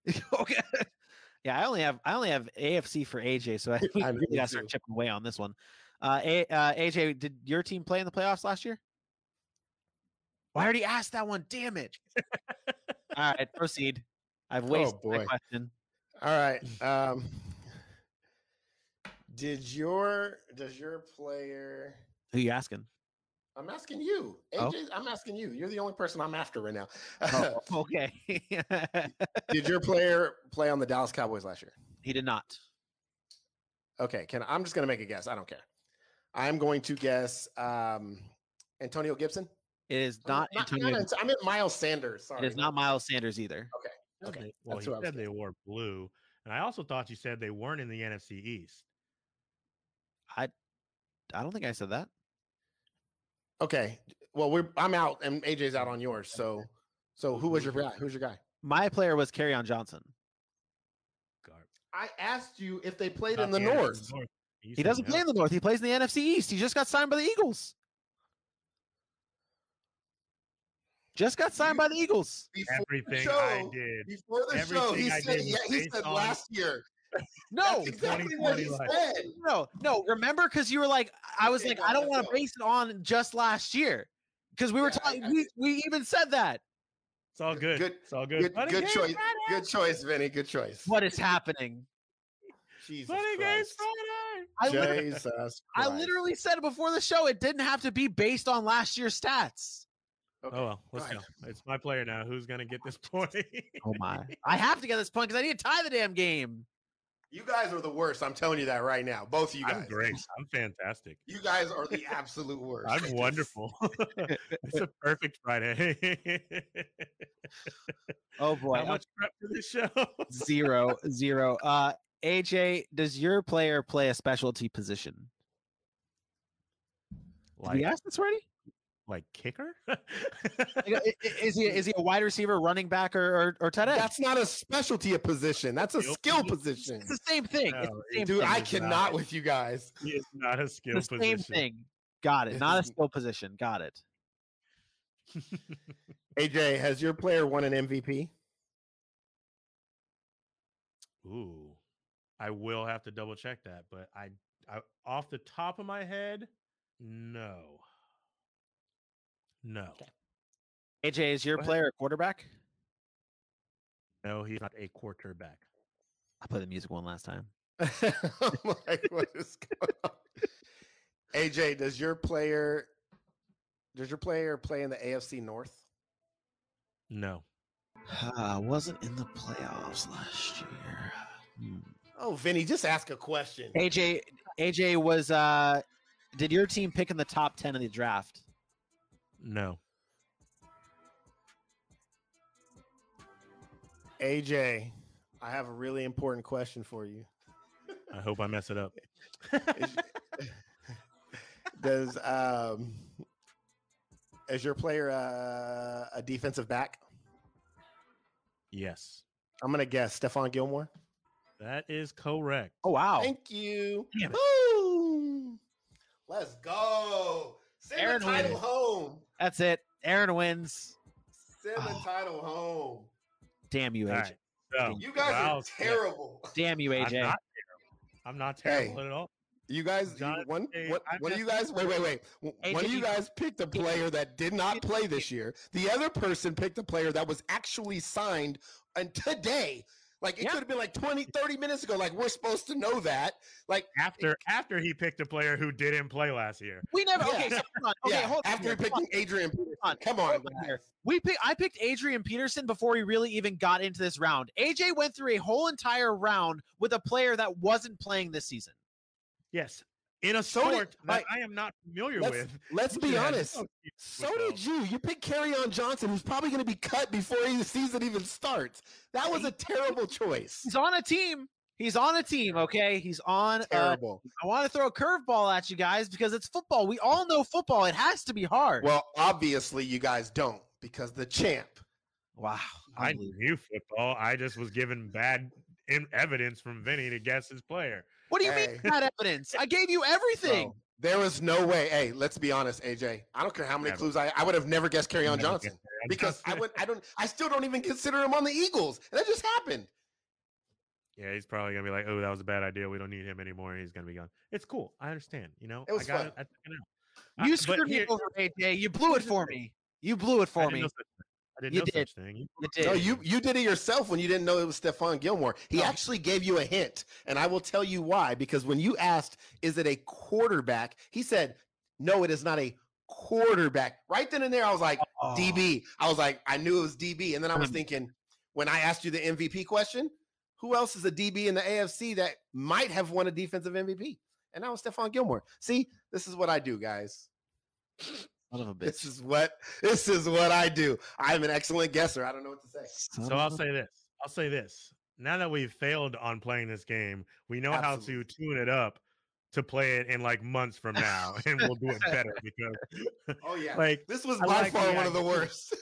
Speaker 6: ahead.
Speaker 4: okay. Yeah, I only have I only have AFC for AJ, so I we
Speaker 6: I know,
Speaker 4: really
Speaker 6: me
Speaker 4: gotta start
Speaker 6: too.
Speaker 4: chipping away on this one. Uh, A, uh, AJ, did your team play in the playoffs last year? Well, I already asked that one. Damn it! All right, proceed. I've wasted my
Speaker 6: boy.
Speaker 4: question.
Speaker 6: All right. Um, did your does your player?
Speaker 4: Who you asking?
Speaker 6: I'm asking you,
Speaker 4: Oh.
Speaker 6: AJ. I'm asking you. You're the only person I'm after right now.
Speaker 4: Oh, okay.
Speaker 6: did your player play on the Dallas Cowboys last year?
Speaker 4: he did not.
Speaker 6: Okay, can I'm just gonna make a guess. I don't care. I'm going to guess um, Antonio Gibson.
Speaker 4: It is
Speaker 6: I'm
Speaker 4: not Antonio.
Speaker 6: Not, Ant- I meant Miles Sanders. Sorry,
Speaker 4: it is not Miles Sanders either.
Speaker 5: Said
Speaker 6: Okay,
Speaker 5: they- well,
Speaker 6: that's
Speaker 5: he
Speaker 6: what I was
Speaker 5: said they wore blue, and I also thought you said they weren't in the NFC East.
Speaker 4: I don't think I said that.
Speaker 6: Okay. Well, we're I'm out and AJ's out on yours. So, so who was your guy? Who's your guy?
Speaker 4: My player was on Johnson.
Speaker 5: Garb.
Speaker 6: I asked you if they played
Speaker 5: Not
Speaker 6: in the
Speaker 5: NFC
Speaker 6: north.
Speaker 5: You
Speaker 4: he
Speaker 5: said
Speaker 4: doesn't play
Speaker 5: no.
Speaker 4: in the North. He plays in the NFC East. He just got signed by the Eagles. Just got signed by the Eagles.
Speaker 6: Before
Speaker 5: everything I
Speaker 6: show-
Speaker 5: did.
Speaker 6: Before the show,
Speaker 5: Everything
Speaker 6: he
Speaker 5: I
Speaker 6: said,
Speaker 5: did was
Speaker 6: yeah, he
Speaker 5: based
Speaker 6: said
Speaker 5: on-
Speaker 6: last year.
Speaker 4: No, Oh,
Speaker 6: That's exactly what he
Speaker 5: 2020
Speaker 6: said.
Speaker 4: no, no. Remember, because you were like, I was
Speaker 6: Okay,
Speaker 4: like,
Speaker 6: no,
Speaker 4: I don't
Speaker 6: no,
Speaker 4: want
Speaker 6: no.
Speaker 4: to base it on just last year. Because we were
Speaker 6: Yeah, I-
Speaker 4: talking,
Speaker 6: I-
Speaker 4: we, we even said that.
Speaker 5: It's all good.
Speaker 6: Good-
Speaker 5: it's all good.
Speaker 6: Good,
Speaker 5: Funny
Speaker 6: good
Speaker 5: games,
Speaker 6: choice.
Speaker 5: Friday.
Speaker 6: Good choice, Vinny. Good choice.
Speaker 4: What is happening?
Speaker 6: Jesus
Speaker 5: Funny games
Speaker 6: Christ.
Speaker 5: Friday.
Speaker 4: I literally,
Speaker 6: Jesus Christ.
Speaker 4: I literally said before the show it didn't have to be based on last year's stats.
Speaker 6: Okay.
Speaker 5: Oh well, let's
Speaker 6: ahead.
Speaker 5: go. It's my player now. Who's gonna get this point?
Speaker 4: Oh my! I have to get this point because I need to tie the damn game.
Speaker 6: You guys are the worst. I'm telling you that right now. Both of you guys.
Speaker 5: I'm great. I'm fantastic.
Speaker 6: You guys are the absolute worst.
Speaker 5: I'm wonderful. it's a perfect Friday.
Speaker 4: Oh boy!
Speaker 5: How
Speaker 4: I'm
Speaker 5: much prep for this show?
Speaker 4: zero zero uh aj does your player play a specialty position did
Speaker 5: like,
Speaker 4: we ask this already
Speaker 5: like kicker? Oh,
Speaker 4: Like, uh, i- i- is he is he a wide receiver, running back, or or, or tight end?
Speaker 6: That's not a specialty position. That's a
Speaker 5: Nope.
Speaker 6: skill position.
Speaker 4: it's the same thing. It's
Speaker 5: No,
Speaker 4: the same
Speaker 6: Dude,
Speaker 4: thing.
Speaker 6: I
Speaker 5: It's not.
Speaker 6: cannot with you guys.
Speaker 5: he is not a skill
Speaker 4: the same
Speaker 5: position.
Speaker 4: thing. Got it.
Speaker 6: This
Speaker 4: Not a
Speaker 6: is-
Speaker 4: skill position. Got it.
Speaker 6: AJ, has your player won an MVP?
Speaker 5: Ooh, I will have to double check that, but I, I off the top of my head, no, no,
Speaker 4: AJ is your
Speaker 6: Go ahead.
Speaker 4: player a quarterback?
Speaker 5: no. He's not a quarterback.
Speaker 4: I played the music one last time.
Speaker 6: I'm like, what is going on? AJ, does your player does your player play in the AFC North?
Speaker 5: No,
Speaker 4: I wasn't in the playoffs last year.
Speaker 6: Oh, Vinny, just ask a question.
Speaker 4: AJ AJ was uh did your team pick in the top 10 of the draft?
Speaker 5: no.
Speaker 6: AJ, I have a really important question for you.
Speaker 5: I hope I mess it up.
Speaker 6: Is- does um is your player uh, a defensive back?
Speaker 5: yes,
Speaker 6: I'm gonna guess Stefan Gilmore.
Speaker 5: that is correct.
Speaker 4: Oh wow.
Speaker 6: Thank you.
Speaker 4: Damn it.
Speaker 6: Boom. Let's go. Send
Speaker 4: Aaron
Speaker 6: the title
Speaker 4: Williams.
Speaker 6: home.
Speaker 4: That's it. Aaron wins.
Speaker 6: Send the
Speaker 4: Oh.
Speaker 6: title home.
Speaker 4: Damn you,
Speaker 5: All
Speaker 4: AJ.
Speaker 5: right, so
Speaker 6: You guys are
Speaker 5: Wiles-
Speaker 6: terrible.
Speaker 4: Damn you,
Speaker 5: I'm not
Speaker 4: AJ.
Speaker 5: terrible. I'm not terrible
Speaker 6: Hey.
Speaker 5: at all.
Speaker 6: You guys, you,
Speaker 5: John-
Speaker 6: one,
Speaker 5: hey,
Speaker 6: one,
Speaker 5: I'm
Speaker 6: one of
Speaker 5: just-
Speaker 6: you guys, wait, wait, wait. W-
Speaker 4: Hey,
Speaker 6: One of
Speaker 4: did
Speaker 6: you
Speaker 4: you-
Speaker 6: guys picked a player that did not play this year. The other person picked a player that was actually signed and today. Like it
Speaker 4: Yeah.
Speaker 6: could have been like 20, 30 minutes ago. Like we're supposed to know that. Like
Speaker 5: After after he picked a player who didn't play last year.
Speaker 4: We never
Speaker 6: Yeah.
Speaker 4: okay, so hold on. Okay,
Speaker 6: yeah,
Speaker 4: hold on.
Speaker 6: after
Speaker 4: here,
Speaker 6: he
Speaker 4: hold
Speaker 6: picking Adrian, Peterson.
Speaker 4: on,
Speaker 6: come on,
Speaker 4: hold on
Speaker 6: guys.
Speaker 4: here. We pick, I picked Adrian Peterson before he really even got into this round. AJ went through a whole entire round with a player that wasn't playing this season.
Speaker 5: Yes, in a
Speaker 6: So did-
Speaker 5: sport that
Speaker 6: like,
Speaker 5: I am not familiar
Speaker 6: let's-
Speaker 5: with.
Speaker 6: Let's
Speaker 5: you
Speaker 6: be
Speaker 5: should have
Speaker 6: honest.
Speaker 5: no
Speaker 6: So
Speaker 5: with
Speaker 6: did you. You picked Carry On Johnson, who's probably going to be cut before the season even starts. That was a terrible choice.
Speaker 4: He's uh, on a team. He's on a team, okay? He's on a
Speaker 6: Terrible.
Speaker 4: I want to throw a curveball at you guys because it's football. We all know football. It has to be hard.
Speaker 6: Well, obviously, you guys don't because the champ.
Speaker 4: wow.
Speaker 5: I
Speaker 4: unbelievable.
Speaker 5: knew football. I just was given bad in- evidence from Vinny to guess his player.
Speaker 4: What do you
Speaker 6: Hey.
Speaker 4: mean that evidence? I gave you everything.
Speaker 6: Bro, there was no way. Hey, let's be honest, AJ. I don't care how many
Speaker 5: Never.
Speaker 6: clues I I would have never guessed Carry On
Speaker 5: Never
Speaker 6: Johnson
Speaker 5: guessed Aaron
Speaker 6: because I
Speaker 5: Johnson.
Speaker 6: would I don't I still don't even consider him on the Eagles. And that just happened.
Speaker 5: Yeah, he's probably gonna be like, "Oh, that was a bad idea. We don't need him anymore. He's gonna be gone." It's cool. I understand. You know,
Speaker 6: It was
Speaker 5: I got
Speaker 6: fun.
Speaker 5: it. I took it out. I-
Speaker 4: You
Speaker 5: but
Speaker 4: screwed me
Speaker 5: here-
Speaker 4: over, AJ. You blew it for me. You blew it
Speaker 5: I
Speaker 4: for
Speaker 5: didn't
Speaker 4: me.
Speaker 5: know such- I didn't
Speaker 4: You
Speaker 5: know
Speaker 4: did.
Speaker 5: such thing. You-
Speaker 4: You
Speaker 6: No,
Speaker 4: did.
Speaker 6: you you did it yourself when you didn't know it was Stefan Gilmore. He
Speaker 4: No.
Speaker 6: actually gave you a hint, and I will tell you why. Because when you asked, "Is it a quarterback?" he said, "No, it is not a quarterback." Right then and there, I was like,
Speaker 4: Oh.
Speaker 6: "DB." I was like, I knew it was DB, and then I was
Speaker 4: Um,
Speaker 6: thinking, when I asked you the MVP question, who else is a DB in the AFC that might have won a defensive MVP? And that was Stefan Gilmore. See, this is what I do, guys.
Speaker 4: Son of a
Speaker 6: This is what this is what I do. I'm an excellent guesser. I don't know what to say.
Speaker 4: Son
Speaker 5: So I'll
Speaker 4: of a-
Speaker 5: say this. I'll say this. Now that we've failed on playing this game, we know how to
Speaker 6: Absolutely.
Speaker 5: tune it up to play it in like months from now, and we'll do it better because,
Speaker 6: Oh yeah.
Speaker 5: like,
Speaker 6: This was
Speaker 5: I
Speaker 6: by
Speaker 5: like
Speaker 6: far
Speaker 5: the
Speaker 6: one of the
Speaker 5: idea.
Speaker 6: worst.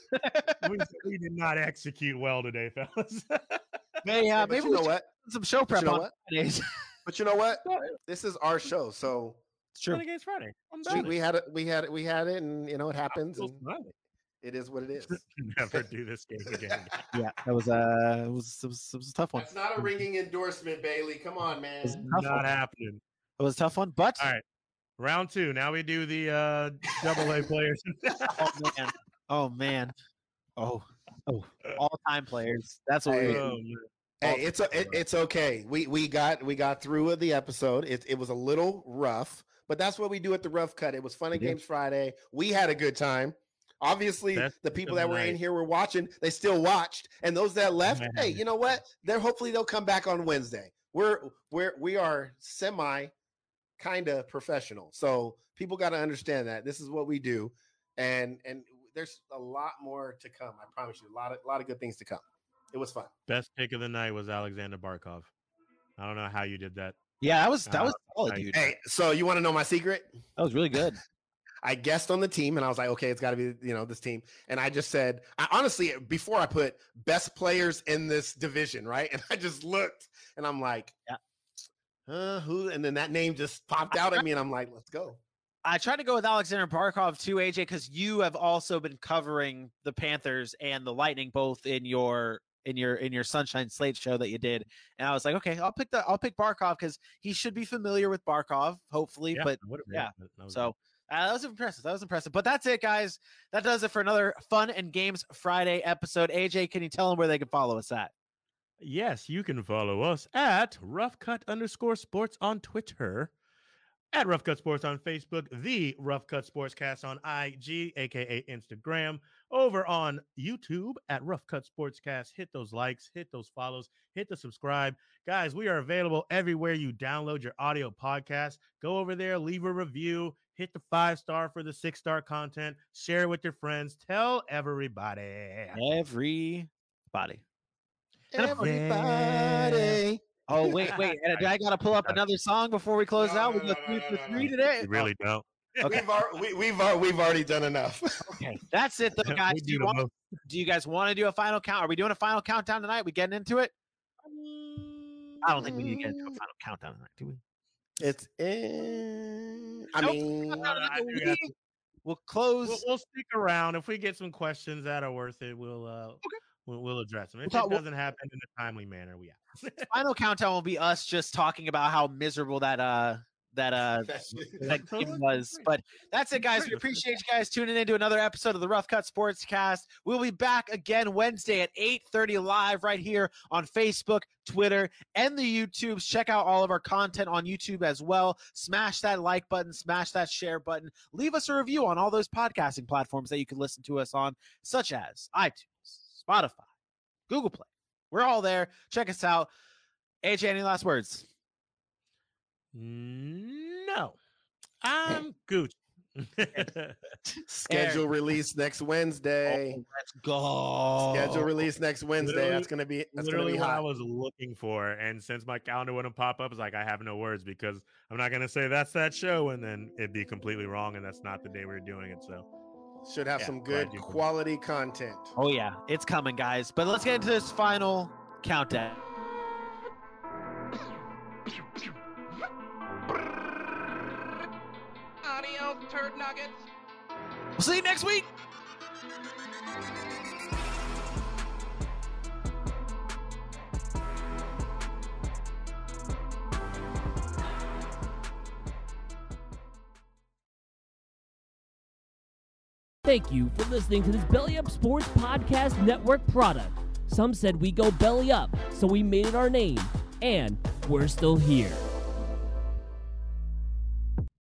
Speaker 5: we, we did not execute well today, fellas.
Speaker 4: May- yeah, uh,
Speaker 6: But
Speaker 4: maybe
Speaker 6: you
Speaker 4: we
Speaker 6: know
Speaker 4: should
Speaker 6: what?
Speaker 4: put some show
Speaker 6: But
Speaker 4: prep
Speaker 6: you know
Speaker 4: on
Speaker 6: what?
Speaker 4: Fridays.
Speaker 6: But you know what? This is our show, so
Speaker 4: It's true.
Speaker 5: Not against Friday. I'm
Speaker 6: we,
Speaker 5: done.
Speaker 6: we had it. We had it. We had it, and you know it happens,
Speaker 5: Still
Speaker 6: and
Speaker 5: smiling.
Speaker 6: it is what it is.
Speaker 5: Never do this game again.
Speaker 4: Yeah, that was uh, it was, it was it was a tough one.
Speaker 6: That's not a ringing endorsement, Bailey. Come on,
Speaker 4: It's
Speaker 6: man.
Speaker 4: tough
Speaker 5: Not
Speaker 4: one.
Speaker 5: happening.
Speaker 4: It was a tough one, but
Speaker 5: All right. Round two. Now we do the uh double A players.
Speaker 4: oh man, oh man, oh oh, all time players. That's what we
Speaker 6: Hey,
Speaker 4: were-
Speaker 5: Oh, man.
Speaker 6: Hey, it's a, it, it's okay. We we got we got through with the episode. It it was a little rough, but that's what we do at the rough cut. It was fun and
Speaker 4: Yeah.
Speaker 6: games Friday. We had a good time. Obviously,
Speaker 5: That's
Speaker 6: the people
Speaker 5: the
Speaker 6: that were in
Speaker 5: night.
Speaker 6: here were watching. They still watched, and those that left, hey,
Speaker 5: Man.
Speaker 6: you know what? They're hopefully they'll come back on Wednesday. We're we're we are semi kind of professional, so people got to understand that this is what we do, and and there's a lot more to come. I promise you, a lot of a lot of good things to come. It was fun.
Speaker 5: Best pick of the night was Alexander Barkov. I don't know how you did that.
Speaker 4: yeah, that was that
Speaker 5: Uh,
Speaker 4: was solid,
Speaker 5: I-
Speaker 4: dude.
Speaker 6: Hey, so you want to know my secret?
Speaker 4: That was really good.
Speaker 6: I guessed on the team and I was like, okay, it's got to be, you know, this team. And I just said, I honestly, before I put best players in this division, right? And I just looked and I'm like,
Speaker 4: Yeah.
Speaker 6: uh, who? And then that name just popped out at me and I'm like, let's go.
Speaker 4: I tried to go with Alexander Barkov too, AJ, because you have also been covering the Panthers and the Lightning both in your in your in your Sunshine Slate show that you did. And I was like, okay, I'll pick the I'll pick Barkov because he should be familiar with Barkov, hopefully. But yeah, so uh, that was impressive. That was impressive. But that's it, guys. That does it for another Fun and Games Friday episode. AJ, can you tell them where they can follow us at?
Speaker 5: Yes, you can follow us at Rough Cut underscore sports on Twitter, at Rough Cut Sports on Facebook, the Rough Cut Sportscast on IG, aka Instagram, over on YouTube at Rough Cut Sportscast. Hit those likes, hit those follows, hit the subscribe. Guys, we are available everywhere you download your audio podcast. Go over there, leave a review, hit the five star for the six star content, share it with your friends, tell everybody.
Speaker 4: Everybody. And I'm-
Speaker 6: Everybody.
Speaker 4: Oh wait, wait. and Do I gotta pull up another song before we close
Speaker 6: No,
Speaker 4: out?
Speaker 6: no,
Speaker 4: We go
Speaker 6: no, no,
Speaker 4: three
Speaker 6: no,
Speaker 4: for
Speaker 6: no,
Speaker 4: three
Speaker 6: no.
Speaker 4: today.
Speaker 5: You really don't.
Speaker 6: We've, al- we, we've, al- we've already done enough.
Speaker 4: Okay, that's it though,
Speaker 5: We
Speaker 4: guys.
Speaker 5: do
Speaker 4: Do you,
Speaker 5: the
Speaker 4: want,
Speaker 5: most.
Speaker 4: do you guys want to do a final count? Are we doing a final countdown tonight? We getting into it? I don't think we need to get into a final countdown tonight, do we?
Speaker 6: It's in. I
Speaker 4: Nope.
Speaker 6: mean,
Speaker 5: Uh, I do got
Speaker 4: we will close.
Speaker 5: we'll, we'll stick around. If we get some questions that are worth it, we'll uh, we'll, we'll address them. If
Speaker 4: talk-
Speaker 5: it
Speaker 4: we'll-
Speaker 5: doesn't happen in a timely manner, we out.
Speaker 4: final countdown will be us just talking about how miserable that uh that uh
Speaker 6: that's-
Speaker 4: that game was. But that's it, guys. We appreciate you guys tuning in to another episode of the Rough Cut Sports Cast. We'll be back again Wednesday at 8:30 live right here on Facebook, Twitter, and the YouTubes. Check out all of our content on YouTube as well. Smash that like button, smash that share button. Leave us a review on all those podcasting platforms that you can listen to us on, such as iTunes, Spotify, Google Play. We're all there. Check us out. AJ, any last words?
Speaker 5: No, Eh. I'm Gucci.
Speaker 6: Schedule release next Wednesday.
Speaker 4: Oh, Let's go.
Speaker 6: Schedule release next Wednesday.
Speaker 5: Oh. Literally-
Speaker 6: That's gonna be that's gonna
Speaker 5: Literally
Speaker 6: be
Speaker 5: what I
Speaker 6: hot.
Speaker 5: was looking for, and since my calendar wouldn't pop up, it's like I have no words because I'm not gonna say that's that show, and then it'd be completely wrong, and that's not the day we're doing it. So
Speaker 6: Should have
Speaker 5: Yeah,
Speaker 6: some
Speaker 5: glad
Speaker 6: good
Speaker 5: you can-
Speaker 6: quality content.
Speaker 4: Oh yeah, it's coming, guys. But let's get into this final countdown.
Speaker 9: Adios, turd nuggets.
Speaker 4: We'll see you next week.
Speaker 2: Thank you for listening to this Belly Up Sports Podcast Network product. Some said we go belly up, so we made it our name, and we're still here.